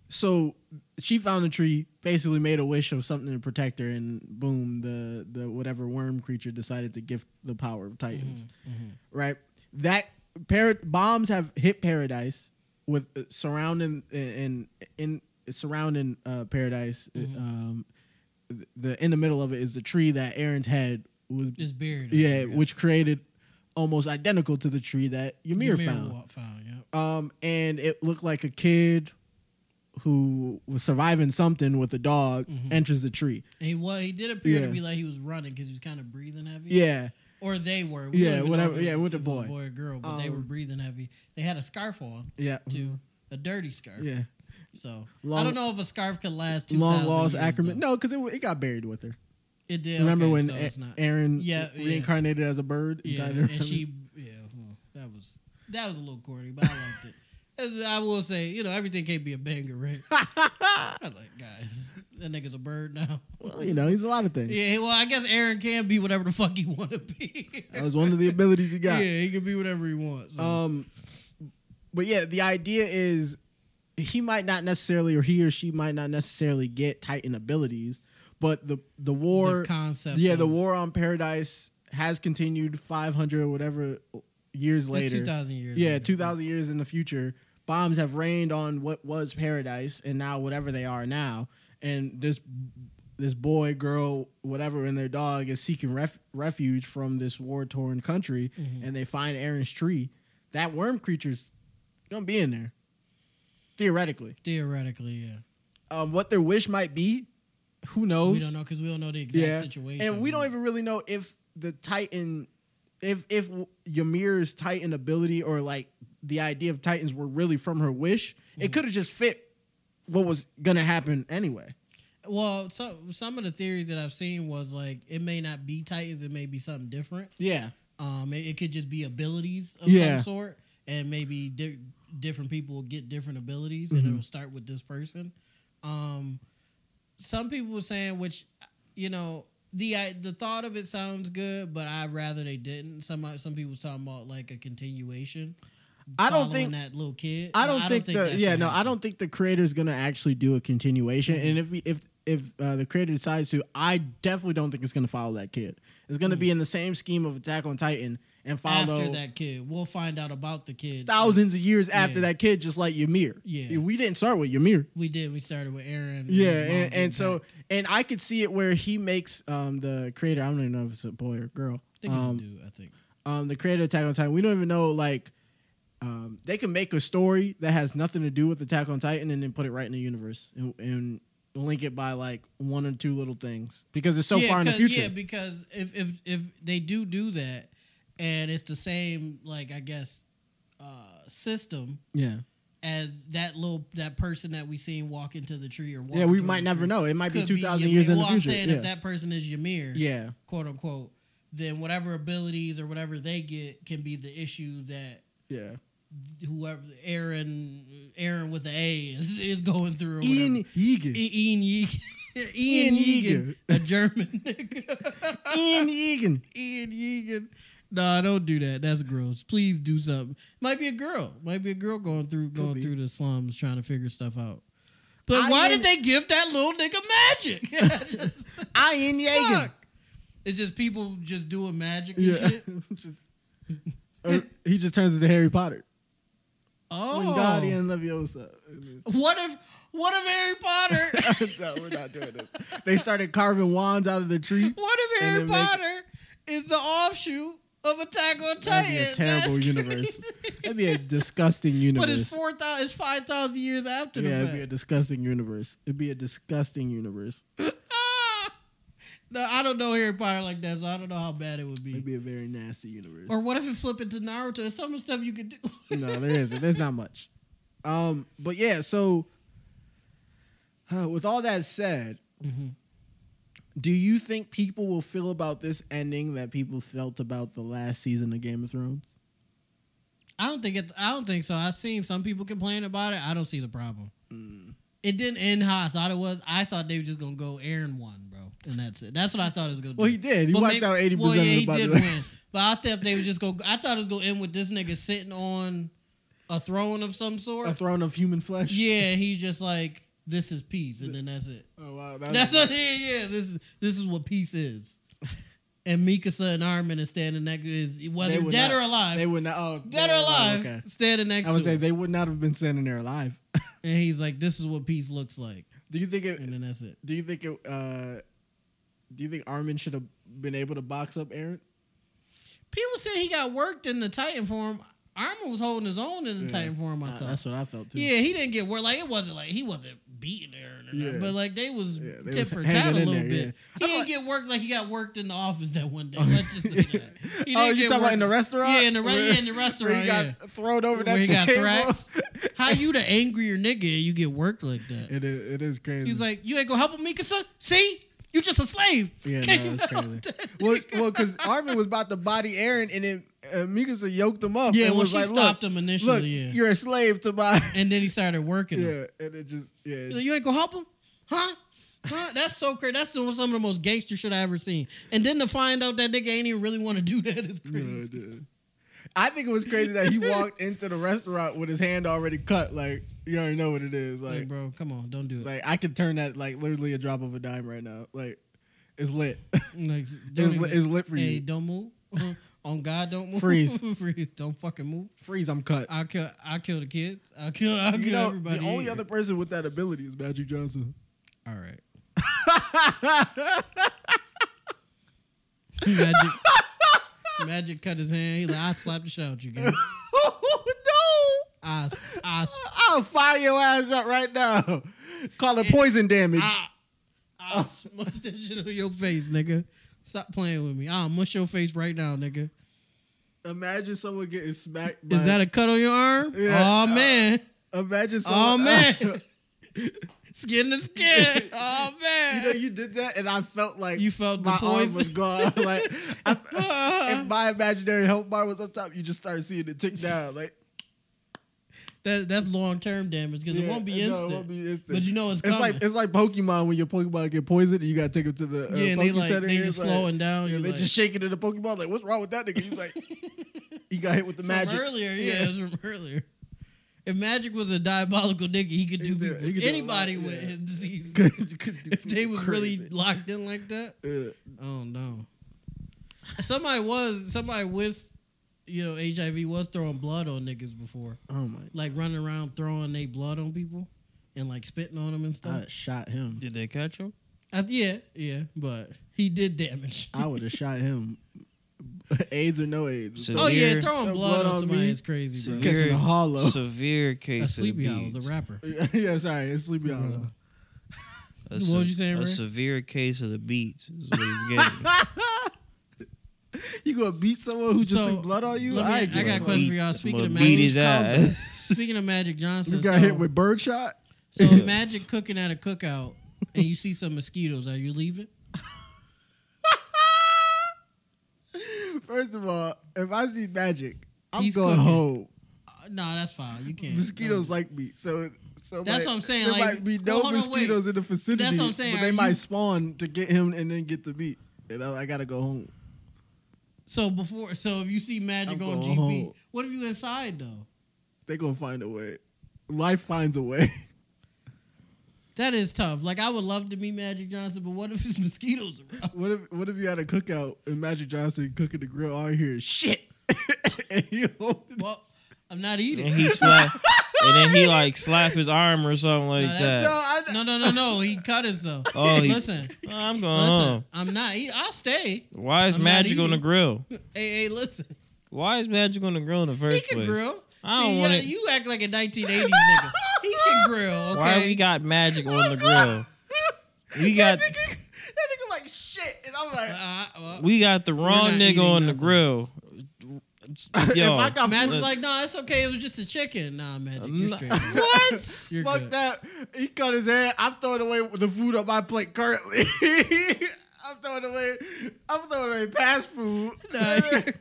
Speaker 1: so she found the tree, basically made a wish of something to protect her, and boom, the the whatever worm creature decided to give the power of Titans. Right. That par- bombs have hit paradise with uh, surrounding and in, surrounding uh, paradise. Um, th- the in the middle of it is the tree that Aaron's head was.
Speaker 2: It's buried. up
Speaker 1: yeah,
Speaker 2: there,
Speaker 1: which created almost identical to the tree that Ymir,
Speaker 2: Ymir
Speaker 1: found.
Speaker 2: wa- found, yeah.
Speaker 1: Um, and it looked like a kid who was surviving something with a
Speaker 2: Mm-hmm.
Speaker 1: dog enters the tree.
Speaker 2: And he, wa- he did appear to
Speaker 1: Yeah.
Speaker 2: be like he was running because he was kind of breathing heavy.
Speaker 1: Yeah.
Speaker 2: or they were. We
Speaker 1: Yeah,
Speaker 2: don't even know
Speaker 1: whatever-
Speaker 2: if it
Speaker 1: yeah, with
Speaker 2: was
Speaker 1: the
Speaker 2: a
Speaker 1: boy.
Speaker 2: boy or girl, but they were
Speaker 1: Um,
Speaker 2: breathing heavy. They had a scarf on
Speaker 1: Yeah.
Speaker 2: too, a dirty scarf.
Speaker 1: Yeah.
Speaker 2: So I
Speaker 1: Long-
Speaker 2: don't know if a scarf could last two
Speaker 1: Long
Speaker 2: thousand
Speaker 1: lost
Speaker 2: years,
Speaker 1: Ackerman.
Speaker 2: though.
Speaker 1: No, because it, wa- it got buried with her.
Speaker 2: it did.
Speaker 1: Remember
Speaker 2: okay,
Speaker 1: when
Speaker 2: so
Speaker 1: A-
Speaker 2: it's not.
Speaker 1: Aaron
Speaker 2: Yeah, yeah.
Speaker 1: reincarnated as a bird? and
Speaker 2: Yeah,
Speaker 1: died in her-
Speaker 2: and she yeah huh, that was that was a little corny, but I liked it. As I will say, you know, everything can't be a banger, right? I was like guys, that nigga's a bird now.
Speaker 1: Well, you know, he's a lot of things.
Speaker 2: Yeah, well, I guess Aaron can be whatever the fuck he want to be.
Speaker 1: That was one of the abilities he
Speaker 2: yeah,
Speaker 1: got.
Speaker 2: he can be whatever he wants. so.
Speaker 1: Um, but yeah, the idea is he might not necessarily, or he or she might not necessarily get Titan abilities, but the the war,
Speaker 2: the concept,
Speaker 1: yeah, the
Speaker 2: of-
Speaker 1: war on Paradise has continued 500 or whatever years
Speaker 2: It's
Speaker 1: later.
Speaker 2: two thousand years.
Speaker 1: yeah,
Speaker 2: later.
Speaker 1: 2,000 years in the future, bombs have rained on what was Paradise and now whatever they are now, and this this boy, girl, whatever, and their dog is seeking ref- refuge from this war torn country,
Speaker 2: Mm-hmm.
Speaker 1: and they find Aaron's tree. That worm creature's gonna be in there, theoretically.
Speaker 2: Theoretically, yeah.
Speaker 1: Um, what their wish might be, who knows?
Speaker 2: We don't know because we don't know the exact
Speaker 1: yeah.
Speaker 2: situation.
Speaker 1: And we don't even really know if the Titan, if if Ymir's Titan ability or like the idea of Titans were really from her wish. It could have just fit what was gonna happen anyway.
Speaker 2: Well, so some of the theories that I've seen was like it may not be Titans, it may be something different.
Speaker 1: Yeah,
Speaker 2: Um, it, it could just be abilities of
Speaker 1: Yeah.
Speaker 2: some sort, and maybe di- different people will get different abilities,
Speaker 1: Mm-hmm.
Speaker 2: and it'll start with this person. Um, some people were saying, which you know, the I, the thought of it sounds good, but I'd rather they didn't. Some uh, some people was talking about like a continuation.
Speaker 1: I don't
Speaker 2: following
Speaker 1: think-
Speaker 2: that little kid.
Speaker 1: I don't, think, the
Speaker 2: that's
Speaker 1: yeah
Speaker 2: what
Speaker 1: no, I
Speaker 2: happened.
Speaker 1: don't think the creator's gonna actually do a continuation. And if we, if if uh, the creator decides to, I definitely don't think it's gonna follow that kid. It's gonna be in the same scheme of Attack on Titan and follow
Speaker 2: after that kid. We'll find out about the kid.
Speaker 1: thousands of years after
Speaker 2: Yeah.
Speaker 1: that kid, just like Ymir.
Speaker 2: Yeah.
Speaker 1: we didn't start with Ymir.
Speaker 2: We did. We started with Aaron. and
Speaker 1: Yeah,
Speaker 2: his mom
Speaker 1: and,
Speaker 2: getting
Speaker 1: and so
Speaker 2: back.
Speaker 1: and I could see it where he makes um the creator. I don't even know if it's a boy or girl.
Speaker 2: I think it's a
Speaker 1: Um,
Speaker 2: dude. I think.
Speaker 1: um, the creator of Attack on Titan. We don't even know like um they can make a story that has nothing to do with Attack on Titan and then put it right in the universe and, and link it by like one or two little things because it's so far in the
Speaker 2: 'cause-
Speaker 1: future.
Speaker 2: Yeah, because if if if they do do that, and it's the same like I guess uh, system
Speaker 1: yeah,
Speaker 2: as that little that person that we seen walk into the tree or walk
Speaker 1: yeah. We
Speaker 2: through
Speaker 1: might
Speaker 2: the
Speaker 1: never
Speaker 2: tree
Speaker 1: know. It might be
Speaker 2: could
Speaker 1: two thousand years
Speaker 2: Ymir.
Speaker 1: in the
Speaker 2: well,
Speaker 1: future.
Speaker 2: I'm saying
Speaker 1: yeah.
Speaker 2: if that person is Ymir,
Speaker 1: yeah,
Speaker 2: quote unquote, then whatever abilities or whatever they get can be the issue that
Speaker 1: yeah.
Speaker 2: whoever Aaron Aaron with the A is, is going through. Or whatever.
Speaker 1: Ian Egan.
Speaker 2: I- Ian
Speaker 1: Ian
Speaker 2: Yeager. Ian
Speaker 1: Yeager.
Speaker 2: Yeager, a German nigga.
Speaker 1: Ian Egan.
Speaker 2: Ian Yeager. Nah, don't do that. That's gross. Please do something. Might be a girl. Might be a girl going through going
Speaker 1: be.
Speaker 2: through the slums trying to figure stuff out. But
Speaker 1: I
Speaker 2: why
Speaker 1: am-
Speaker 2: did they give that little nigga magic? Just-
Speaker 1: Ian Yeager.
Speaker 2: fuck. It's just people just doing magic and
Speaker 1: Yeah.
Speaker 2: shit.
Speaker 1: Or he just turns into Harry Potter.
Speaker 2: Oh,
Speaker 1: Wingardium Leviosa.
Speaker 2: what if what if Harry Potter?
Speaker 1: no, we're not doing this. They started carving wands out of the tree.
Speaker 2: What if
Speaker 1: And
Speaker 2: Harry
Speaker 1: then make-
Speaker 2: Potter is the offshoot of Attack on
Speaker 1: That'd
Speaker 2: Titan?
Speaker 1: be a terrible
Speaker 2: That's
Speaker 1: universe.
Speaker 2: crazy.
Speaker 1: That'd be a disgusting universe.
Speaker 2: But it's four thousand. It's five thousand years after
Speaker 1: yeah,
Speaker 2: the
Speaker 1: it'd be a
Speaker 2: fact.
Speaker 1: disgusting universe. It'd be a disgusting universe.
Speaker 2: Ah! No, I don't know Harry Potter like that, so I don't know how bad it would be.
Speaker 1: It'd be a very nasty universe.
Speaker 2: Or what if it flip into Naruto? There's some stuff you could do.
Speaker 1: no, there isn't. There's not much. Um, but yeah, so uh, with all that said, do you think people will feel about this ending that people felt about the last season of Game of Thrones?
Speaker 2: I don't think it. I don't think so. I've seen some people complain about it. I don't see the problem.
Speaker 1: Mm.
Speaker 2: It didn't end how I thought it was. I thought they were just gonna go Aaron won, bro, and that's it. That's what I thought it was gonna do.
Speaker 1: Well, he did. He
Speaker 2: But
Speaker 1: wiped
Speaker 2: maybe-
Speaker 1: out eighty
Speaker 2: Well,
Speaker 1: percent
Speaker 2: yeah,
Speaker 1: of the
Speaker 2: he did
Speaker 1: population.
Speaker 2: win, but I thought they would just go. I thought it was gonna end with this nigga sitting on a throne of some sort.
Speaker 1: A throne of human flesh.
Speaker 2: yeah, he just like this is peace, and then that's it.
Speaker 1: Oh wow, that
Speaker 2: That's
Speaker 1: was,
Speaker 2: what. Yeah, yeah. This is this is what peace is. And Mikasa and Armin is standing next. Is whether
Speaker 1: They would
Speaker 2: dead
Speaker 1: not-
Speaker 2: or alive,
Speaker 1: they would not. Oh,
Speaker 2: dead
Speaker 1: they
Speaker 2: or
Speaker 1: were
Speaker 2: alive,
Speaker 1: okay.
Speaker 2: standing next.
Speaker 1: I would
Speaker 2: to
Speaker 1: say
Speaker 2: him.
Speaker 1: they would not have been standing there alive.
Speaker 2: And he's like, "This is what peace looks like,"
Speaker 1: do you think
Speaker 2: and
Speaker 1: it?
Speaker 2: then that's it.
Speaker 1: Do you think it? Uh, do you think Armin should have been able to box up Aaron?
Speaker 2: People said he got worked in the Titan form. Armor was holding his own in the Titan form. I
Speaker 6: Uh,
Speaker 2: thought.
Speaker 6: that's what I felt too.
Speaker 2: yeah, he didn't get worked. Like it wasn't like he wasn't beating her, or nothing,
Speaker 1: Yeah.
Speaker 2: but like they was
Speaker 1: Yeah, they
Speaker 2: tip
Speaker 1: was
Speaker 2: for
Speaker 1: hanging
Speaker 2: tat a
Speaker 1: in
Speaker 2: little
Speaker 1: there,
Speaker 2: bit.
Speaker 1: yeah.
Speaker 2: He didn't get worked like he got worked in the office that one day. Let's just say that. He
Speaker 1: oh,
Speaker 2: didn't
Speaker 1: you
Speaker 2: get
Speaker 1: talking about in the
Speaker 2: worked-
Speaker 1: restaurant?
Speaker 2: Yeah, in the, re-
Speaker 1: Where-
Speaker 2: yeah, in the restaurant.
Speaker 1: Where he
Speaker 2: yeah.
Speaker 1: got thrown over
Speaker 2: Where
Speaker 1: that
Speaker 2: he got
Speaker 1: table.
Speaker 2: thrashed. How you the angrier nigga and you get worked like that?
Speaker 1: It is, it is crazy.
Speaker 2: He's like, you ain't gonna help him, Mikasa? See? You just a slave.
Speaker 6: Yeah,
Speaker 2: Can't
Speaker 6: no,
Speaker 2: you
Speaker 6: that's
Speaker 2: help
Speaker 6: crazy.
Speaker 2: that?
Speaker 1: well, well, because Armin was about to body Aaron, and then uh, Mikasa yoked him up.
Speaker 2: Yeah,
Speaker 1: and
Speaker 2: well,
Speaker 1: was
Speaker 2: she
Speaker 1: like,
Speaker 2: stopped
Speaker 1: look,
Speaker 2: him
Speaker 1: Look,
Speaker 2: initially, yeah.
Speaker 1: you're a slave to my.
Speaker 2: And then he started working him.
Speaker 1: yeah, and it just yeah.
Speaker 2: He's like, you ain't gonna help him? Huh? Huh? That's so crazy. That's some of the most gangster shit I ever seen. And then to find out that nigga ain't even really want to do that is
Speaker 1: Yeah,
Speaker 2: crazy.
Speaker 1: it did. I think it was crazy that he walked into the restaurant with his hand already cut. Like you already know what it is.
Speaker 2: like,
Speaker 1: Like,
Speaker 2: bro, come on, don't do it. Like,
Speaker 1: like I could turn that like literally a drop of a dime right now. Like, it's lit.
Speaker 2: don't
Speaker 1: it's, lit
Speaker 2: even-
Speaker 1: it's lit for
Speaker 2: hey,
Speaker 1: you.
Speaker 2: don't move. On God, don't move.
Speaker 1: Freeze.
Speaker 2: Freeze. Don't fucking move.
Speaker 1: Freeze, I'm cut.
Speaker 2: I'll kill. I'll kill the kids. I'll kill. I'll kill
Speaker 1: You know,
Speaker 2: everybody.
Speaker 1: the only
Speaker 2: here.
Speaker 1: other person with that ability is Magic Johnson.
Speaker 2: All right. Magic. Magic cut his hand. He like, I slapped the shit out you, guy.
Speaker 1: no!
Speaker 2: I, I,
Speaker 1: I'll fire your ass up right now. Call it poison damage.
Speaker 2: I,
Speaker 1: Oh.
Speaker 2: I smushed that shit on your face, nigga. Stop playing with me. I'll mush your face right now, nigga.
Speaker 1: Imagine someone getting smacked. By,
Speaker 2: Is that a cut on your arm?
Speaker 1: Yeah. Uh,
Speaker 2: Oh man.
Speaker 1: Imagine
Speaker 2: Oh
Speaker 1: someone.
Speaker 2: man. Skin to skin. Oh man.
Speaker 1: you know, you did that, and I felt like
Speaker 2: You felt the
Speaker 1: my arm
Speaker 2: poison.
Speaker 1: was gone. like I, if my imaginary health bar was up top, you just started seeing it tick down. Like
Speaker 2: that, that's long term damage because it
Speaker 1: yeah,
Speaker 2: won't be
Speaker 1: no,
Speaker 2: instant.
Speaker 1: it won't be instant.
Speaker 2: But you know it's
Speaker 1: it's
Speaker 2: coming.
Speaker 1: like it's like Pokemon when your Pokemon get poisoned and you gotta take them to the uh,
Speaker 2: yeah, and they
Speaker 1: Poke
Speaker 2: like
Speaker 1: center.
Speaker 2: they
Speaker 1: It's
Speaker 2: just
Speaker 1: like-
Speaker 2: slowing down.
Speaker 1: Yeah,
Speaker 2: you
Speaker 1: they
Speaker 2: like,
Speaker 1: just shaking at the Pokeball. Like, what's wrong with that nigga? He's like, he got hit with the
Speaker 2: from
Speaker 1: magic.
Speaker 2: earlier. Yeah,
Speaker 1: Yeah.
Speaker 2: it was from earlier. If Magic was a diabolical nigga, he could
Speaker 1: He
Speaker 2: do
Speaker 1: could do-
Speaker 2: people,
Speaker 1: he could do a
Speaker 2: anybody
Speaker 1: lot,
Speaker 2: with
Speaker 1: yeah.
Speaker 2: his disease.
Speaker 1: Could- could do
Speaker 2: if they was really
Speaker 1: crazy.
Speaker 2: locked in like that,
Speaker 1: Yeah.
Speaker 2: oh no. Somebody was somebody with, you know, HIV was throwing blood on niggas before,
Speaker 6: Oh my!
Speaker 2: like running around throwing their blood on people, and like spitting on them and stuff.
Speaker 6: I shot him.
Speaker 7: Did they catch him?
Speaker 2: I- yeah, yeah, but he did damage.
Speaker 6: I would have shot him.
Speaker 1: AIDS or no AIDS.
Speaker 3: So-
Speaker 2: Oh yeah,
Speaker 3: Severe-
Speaker 2: throwing
Speaker 1: Throw
Speaker 2: blood,
Speaker 1: blood
Speaker 2: on
Speaker 1: on
Speaker 2: somebody
Speaker 1: me.
Speaker 2: is crazy, bro.
Speaker 1: Catching a
Speaker 3: Severe,
Speaker 1: hollow.
Speaker 3: severe
Speaker 2: A
Speaker 3: case of
Speaker 2: Sleepy
Speaker 3: the
Speaker 2: Hollow, the
Speaker 3: beads.
Speaker 2: rapper.
Speaker 1: yeah, sorry, it's Sleepy Hollow.
Speaker 3: A
Speaker 2: What
Speaker 3: se-
Speaker 2: was you saying, Ray?
Speaker 3: A severe case of the beats is what he's getting.
Speaker 1: You gonna beat someone who just
Speaker 2: So,
Speaker 1: threw blood on you?
Speaker 2: let me-
Speaker 1: I,
Speaker 2: I
Speaker 1: ain't
Speaker 2: got a
Speaker 1: giving up.
Speaker 2: question for y'all. Speaking
Speaker 3: I'ma
Speaker 2: of
Speaker 3: beat
Speaker 2: Magic
Speaker 3: his
Speaker 2: Combo.
Speaker 3: ass.
Speaker 2: Speaking of Magic Johnson,
Speaker 1: You got
Speaker 2: so,
Speaker 1: hit with birdshot.
Speaker 2: so Magic cooking at a cookout and you see some mosquitoes. Are you leaving?
Speaker 1: First of all, if I see magic, I'm
Speaker 2: He's
Speaker 1: going
Speaker 2: cooking.
Speaker 1: home.
Speaker 2: Uh, no, that's fine. You can't.
Speaker 1: Mosquitoes
Speaker 2: No.
Speaker 1: like me, so. So
Speaker 2: That's
Speaker 1: like,
Speaker 2: what I'm saying,
Speaker 1: There
Speaker 2: like,
Speaker 1: might be no
Speaker 2: well, hold on, wait.
Speaker 1: mosquitoes in the vicinity.
Speaker 2: That's what I'm saying,
Speaker 1: But they
Speaker 2: are
Speaker 1: might
Speaker 2: you-
Speaker 1: spawn to get him and then get the meat. And I, I gotta go home.
Speaker 2: so before, so if you see Magic
Speaker 1: I'm
Speaker 2: on
Speaker 1: going
Speaker 2: GP,
Speaker 1: home.
Speaker 2: what if you inside though?
Speaker 1: They gonna find a way. Life finds a way.
Speaker 2: That is tough. Like I would love to meet Magic Johnson, but what if it's mosquitoes around?
Speaker 1: What if what if you had a cookout and Magic Johnson cooking the grill all here? Shit. and you holding-
Speaker 2: Well, I'm not eating.
Speaker 3: and he slap, and then he like slap his arm or something like
Speaker 2: No,
Speaker 3: that.
Speaker 2: that-
Speaker 1: no, I,
Speaker 2: No, no, no, no. He cut himself.
Speaker 3: Oh, he-
Speaker 2: listen,
Speaker 3: Oh, I'm going
Speaker 2: listen.
Speaker 3: home.
Speaker 2: I'm not eating. I'll stay.
Speaker 3: Why is
Speaker 2: I'm not
Speaker 3: magic on the
Speaker 2: eating.
Speaker 3: grill?
Speaker 2: Hey, hey, listen.
Speaker 3: Why is magic on the grill in the
Speaker 2: He
Speaker 3: first
Speaker 2: can
Speaker 3: place?
Speaker 2: grill.
Speaker 3: I
Speaker 2: See,
Speaker 3: don't
Speaker 2: you,
Speaker 3: want
Speaker 2: gotta-
Speaker 3: it.
Speaker 2: you act like a 1980s nigga. He can grill. Okay. Oh,
Speaker 3: Why we got magic on the grill? We got
Speaker 1: that nigga like shit. And I'm like,
Speaker 2: Uh, well,
Speaker 3: we got the wrong
Speaker 2: not
Speaker 3: nigga
Speaker 2: eating
Speaker 3: on the
Speaker 2: nothing.
Speaker 3: grill.
Speaker 1: if
Speaker 3: Yo,
Speaker 1: I got
Speaker 2: Magic's
Speaker 1: food-
Speaker 2: like, no, it's okay. It was just a chicken. Nah, Magic,
Speaker 3: I'm
Speaker 2: you're
Speaker 3: not-
Speaker 2: straight.
Speaker 3: what?
Speaker 2: You're
Speaker 1: fuck
Speaker 2: good.
Speaker 1: that. He cut his hand. I'm throwing away the food on my plate currently. I'm throwing away I'm throwing away past food.
Speaker 2: Nah,
Speaker 1: It ain't even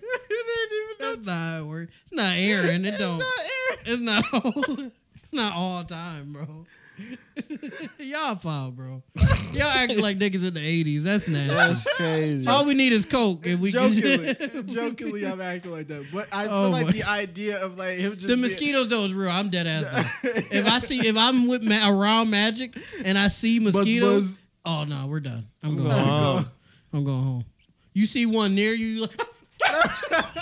Speaker 2: That's not how it works. It's not Aaron. It
Speaker 1: it's
Speaker 2: don't.
Speaker 1: not air.
Speaker 2: It's not. It's not all time, bro. Y'all foul, bro. Y'all acting like niggas in the 80s. That's nasty.
Speaker 3: That's crazy.
Speaker 2: All we need is Coke, and we
Speaker 1: jokingly,
Speaker 2: can.
Speaker 1: jokingly, I'm acting like that, but I
Speaker 2: Oh
Speaker 1: feel like
Speaker 2: my-
Speaker 1: the idea of like him just
Speaker 2: The
Speaker 1: being-
Speaker 2: mosquitoes though is real. I'm dead ass though. If I see if I'm with ma- around magic and I see mosquitoes,
Speaker 1: buzz.
Speaker 2: oh no, we're done. I'm
Speaker 3: I'm
Speaker 2: going.
Speaker 3: going
Speaker 2: Home.
Speaker 3: home.
Speaker 2: I'm going home. You see one near you, you like,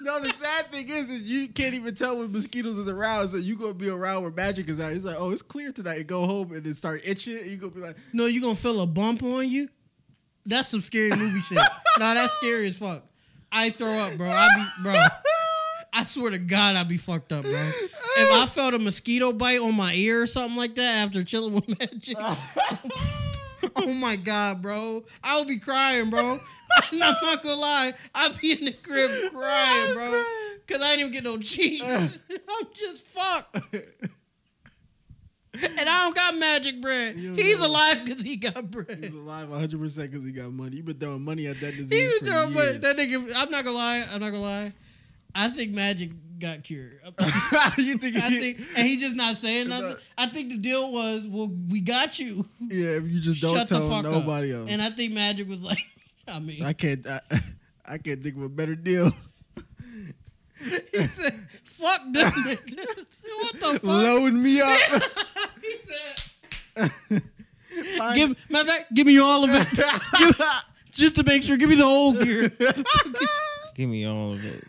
Speaker 1: No, the sad thing is, is you can't even tell when mosquitoes is around, so you gonna be around where magic is at. He's like, oh, it's clear tonight. You go home and then start itching. And you gonna be like,
Speaker 2: no, you gonna feel a bump on you. That's some scary movie shit. nah, that's scary as fuck. I throw up, bro. I be bro. I swear to God, I'd be fucked up, bro. if I felt a mosquito bite on my ear or something like that after chilling with Magic, oh my God, bro. I would be crying, bro. I'm not gonna lie. I'd be in the crib crying, bro. Because I didn't even get no cheese. I'm just fucked. And I don't got magic bread.
Speaker 1: You don't
Speaker 2: He's
Speaker 1: know.
Speaker 2: alive because he got bread.
Speaker 1: He's alive 100 percent because he got money. He been throwing money at that disease.
Speaker 2: He was
Speaker 1: for
Speaker 2: throwing money.
Speaker 1: years.
Speaker 2: That nigga. I'm not gonna lie. I'm not gonna lie. I think Magic got cured.
Speaker 1: you think?
Speaker 2: I
Speaker 1: he-
Speaker 2: think, and he just not saying nothing. I think the deal was, well, we got you.
Speaker 1: Yeah, if you just don't
Speaker 2: Shut the
Speaker 1: tell
Speaker 2: fuck
Speaker 1: nobody
Speaker 2: up.
Speaker 1: else.
Speaker 2: And I think Magic was like, I mean,
Speaker 1: I can't. I, I can't think of a better deal.
Speaker 2: he said, fuck them niggas. what the fuck?
Speaker 1: Load me up.
Speaker 2: He said,
Speaker 1: Fine.
Speaker 2: give matter of fact, give me all of it, Give- just to make sure. Give me the whole gear.
Speaker 3: Give me all of it.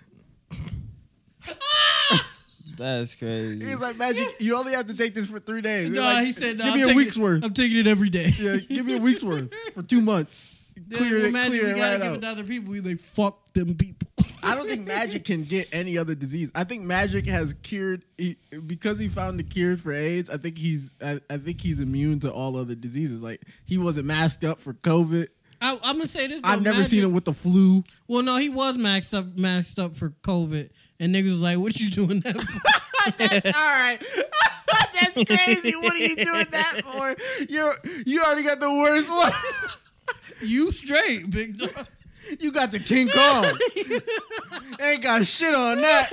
Speaker 3: That's crazy.
Speaker 1: He's like magic. You only have to take this for three days.
Speaker 2: No,
Speaker 1: Like,
Speaker 2: he said, no,
Speaker 1: give
Speaker 2: I'm
Speaker 1: me a
Speaker 2: taking
Speaker 1: week's
Speaker 2: it-
Speaker 1: worth.
Speaker 2: I'm taking it every day.
Speaker 1: Yeah, give me a week's worth for two months.
Speaker 2: Then
Speaker 1: Clear
Speaker 2: when
Speaker 1: it-
Speaker 2: Magic,
Speaker 1: clear
Speaker 2: we
Speaker 1: it
Speaker 2: gotta
Speaker 1: right
Speaker 2: give
Speaker 1: out.
Speaker 2: it to other people. We like fuck them people.
Speaker 1: I don't think Magic can get any other disease. I think Magic has cured he, because he found the cure for AIDS. I think he's I, I think he's immune to all other diseases. Like he wasn't masked up for COVID.
Speaker 2: I, I'm gonna say this. Though,
Speaker 1: I've never
Speaker 2: Magic,
Speaker 1: seen him with the flu.
Speaker 2: Well, no, he was maxed up, maxed up for COVID, and niggas was like, "What you doing that for?"
Speaker 1: All right. That's crazy. What are you doing that for? You're you already got the worst one.
Speaker 2: you straight, big dog.
Speaker 1: You got the King Kong. Ain't got shit on that.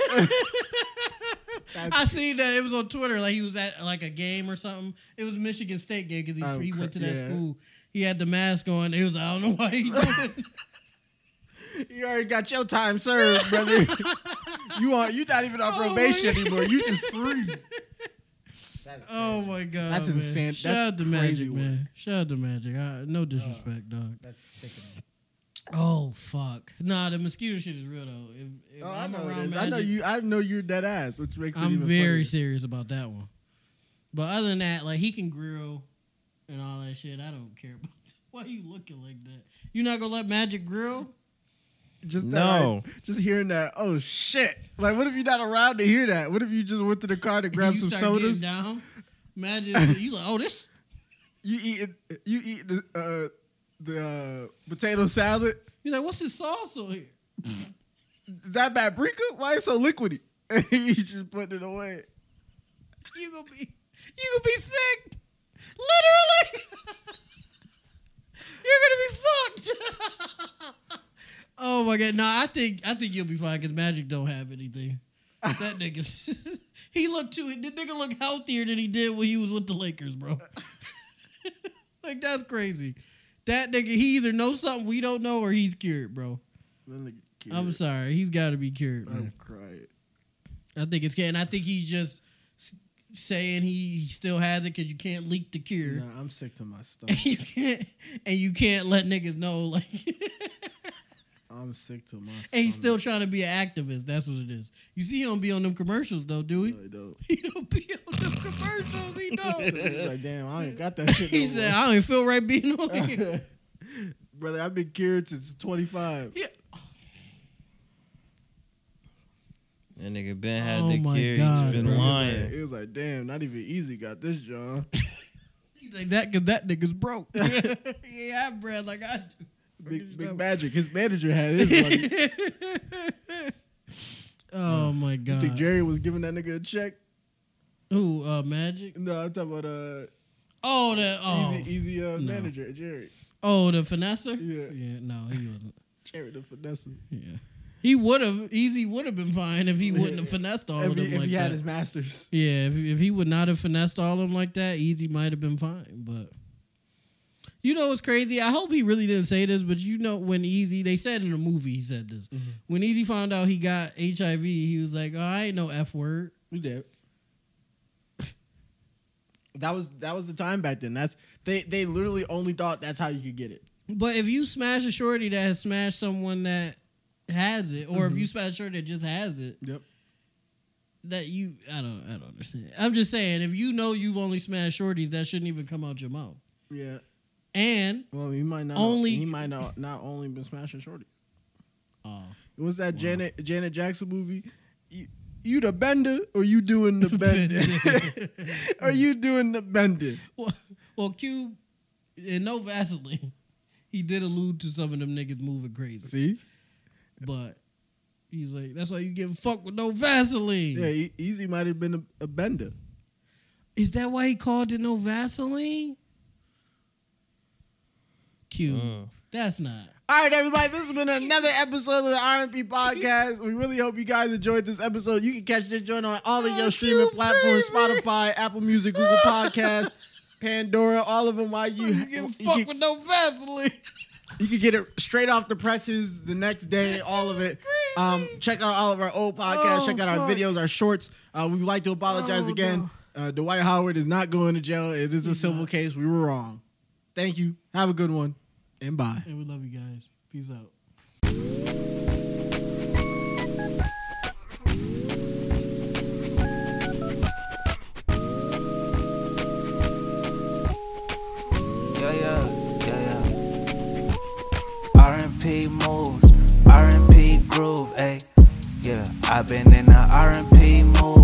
Speaker 2: I seen that it was on Twitter. Like he was at like a game or something. It was Michigan State game because he,
Speaker 1: Oh,
Speaker 2: he went to that
Speaker 1: yeah.
Speaker 2: school. He had the mask on. He was like, I don't know why he doing. it."
Speaker 1: You already got your time served, brother. you are you not even on
Speaker 2: Oh,
Speaker 1: probation
Speaker 2: my-
Speaker 1: anymore. You just free.
Speaker 2: Oh my god,
Speaker 1: That's
Speaker 2: man.
Speaker 1: insane.
Speaker 2: Shout
Speaker 1: That's
Speaker 2: out to
Speaker 1: crazy
Speaker 2: Magic, man. Shout out to Magic. I, no disrespect, dog.
Speaker 8: That's
Speaker 2: Oh fuck. Nah, the mosquito shit is real though. If, if
Speaker 1: Oh, I
Speaker 2: I'm
Speaker 1: know it
Speaker 2: around
Speaker 1: is.
Speaker 2: Magic,
Speaker 1: I know you. I know you're dead ass, which makes it
Speaker 2: I'm
Speaker 1: even
Speaker 2: very
Speaker 1: funnier.
Speaker 2: serious about that one. But other than that, like he can grill and all that shit. I don't care about. That. Why you looking like that? You not gonna let Magic grill?
Speaker 1: Just that,
Speaker 3: No.
Speaker 1: like, just hearing that. Oh shit! Like, what if you're not around to hear that? What if you just went to the car to grab
Speaker 2: you
Speaker 1: some
Speaker 2: start getting
Speaker 1: sodas?
Speaker 2: down. Magic, you like oh this?
Speaker 1: You eat. it- You eat the uh, the uh, potato salad.
Speaker 2: You like what's this sauce on here?
Speaker 1: Is that paprika? Why it's so liquidy? you just putting it away.
Speaker 2: You gonna be you gonna be sick? Literally, you're gonna be fucked. oh my god! No, I think I think you'll be fine because Magic don't have anything. That nigga, he looked too. The nigga look healthier than he did when he was with the Lakers, bro. like that's crazy. That nigga, he either knows something we don't know or he's cured, bro.
Speaker 1: Then they get cured. Oh,
Speaker 2: I'm sorry, he's got to be cured. man.
Speaker 1: I'm crying.
Speaker 2: I think it's and I think he's just s- saying he, he still has it because you can't leak the cure.
Speaker 1: Nah, I'm sick to my stomach.
Speaker 2: And you can't and you can't let niggas know like
Speaker 1: I'm sick to my.
Speaker 2: and he's still trying to be an activist. That's what it is. You see him be on them commercials though, do we?
Speaker 1: Really dope.
Speaker 2: He don't be on them commercials. He don't.
Speaker 1: He's like, damn, I ain't got that shit.
Speaker 2: he
Speaker 1: no
Speaker 2: said, I don't even feel right being on here.
Speaker 1: more." brother, I've been cured since 25.
Speaker 2: Yeah.
Speaker 3: That nigga Ben had
Speaker 2: Oh
Speaker 3: the
Speaker 2: my
Speaker 3: cure.
Speaker 2: God,
Speaker 3: He's been
Speaker 2: bro.
Speaker 3: lying.
Speaker 1: It was like, damn, not even easy got this, John.
Speaker 2: He's like that because that nigga's broke. yeah, I bread like I do.
Speaker 1: Big, big magic. His manager had his money.
Speaker 2: oh my
Speaker 1: You
Speaker 2: god.
Speaker 1: think Jerry was giving that nigga a check?
Speaker 2: Who uh magic?
Speaker 1: No, I'm talking about uh,
Speaker 2: Oh the oh
Speaker 1: easy, easy uh,
Speaker 2: no.
Speaker 1: manager, Jerry.
Speaker 2: Oh, the finesser?
Speaker 1: Yeah.
Speaker 2: Yeah, no, he wasn't.
Speaker 1: Jerry the finesse.
Speaker 2: Yeah. He would have, Easy would have been fine if he wouldn't have finessed all
Speaker 1: If
Speaker 2: of
Speaker 1: he,
Speaker 2: them
Speaker 1: if
Speaker 2: like
Speaker 1: he had
Speaker 2: that.
Speaker 1: his masters.
Speaker 2: yeah, if, if he would not have finessed all of them like that, Easy might have been fine. But you know what's crazy? I hope he really didn't say this, but you know when Easy, they said in the movie, he said this.
Speaker 1: Mm-hmm.
Speaker 2: When Easy found out he got HIV, he was like, oh, I ain't no F word.
Speaker 1: We did. That was that was the time back then. That's they they literally only thought that's how you could get it.
Speaker 2: But if you smash a shorty that has smashed someone that has it, or
Speaker 1: Mm-hmm.
Speaker 2: if you smash a shorty that just has it,
Speaker 1: Yep.
Speaker 2: that you I don't I don't understand. I'm just saying if you know you've only smashed shorties, that shouldn't even come out your mouth.
Speaker 1: Yeah.
Speaker 2: And
Speaker 1: Well, he might not
Speaker 2: Only-
Speaker 1: he might not not only been smashing shorty.
Speaker 2: oh,
Speaker 1: It was that Janet Janet Jackson movie you, you the bender or you doing the bending? are you doing the bending?
Speaker 2: Well, well, Cube and no Vaseline. He did allude to some of them niggas moving crazy,
Speaker 1: See?
Speaker 2: but he's like, "That's why you get fucked with no Vaseline."
Speaker 1: Yeah, E- Easy might have been a, a bender.
Speaker 2: Is that why he called it no Vaseline? Cube,
Speaker 3: Uh.
Speaker 2: that's not.
Speaker 1: All right, everybody, this has been another episode of the RMP Podcast. We really hope you guys enjoyed this episode. You can catch this joint on all of your streaming platforms Spotify, Apple Music, Google Podcasts, Pandora, all of them. While you,
Speaker 2: You get
Speaker 1: you
Speaker 2: fucked
Speaker 1: can-
Speaker 2: with no Vaseline.
Speaker 1: You can get it straight off the presses the next day, all of it. Um, check out all of our old podcasts,
Speaker 2: Oh,
Speaker 1: check out our
Speaker 2: fuck.
Speaker 1: videos, our shorts. Uh, we would like to apologize
Speaker 2: Oh,
Speaker 1: again. Uh, Dwight Howard is not going to jail. It is a civil case. We were wrong. Thank you. Have a good one, and bye.
Speaker 2: And we love you guys. Peace out.
Speaker 9: Yeah, yeah, yeah, yeah. R&P moves, R&P groove, ayy. Oh, Yeah, I've been in the R&P mood. Oh, Oh, Oh,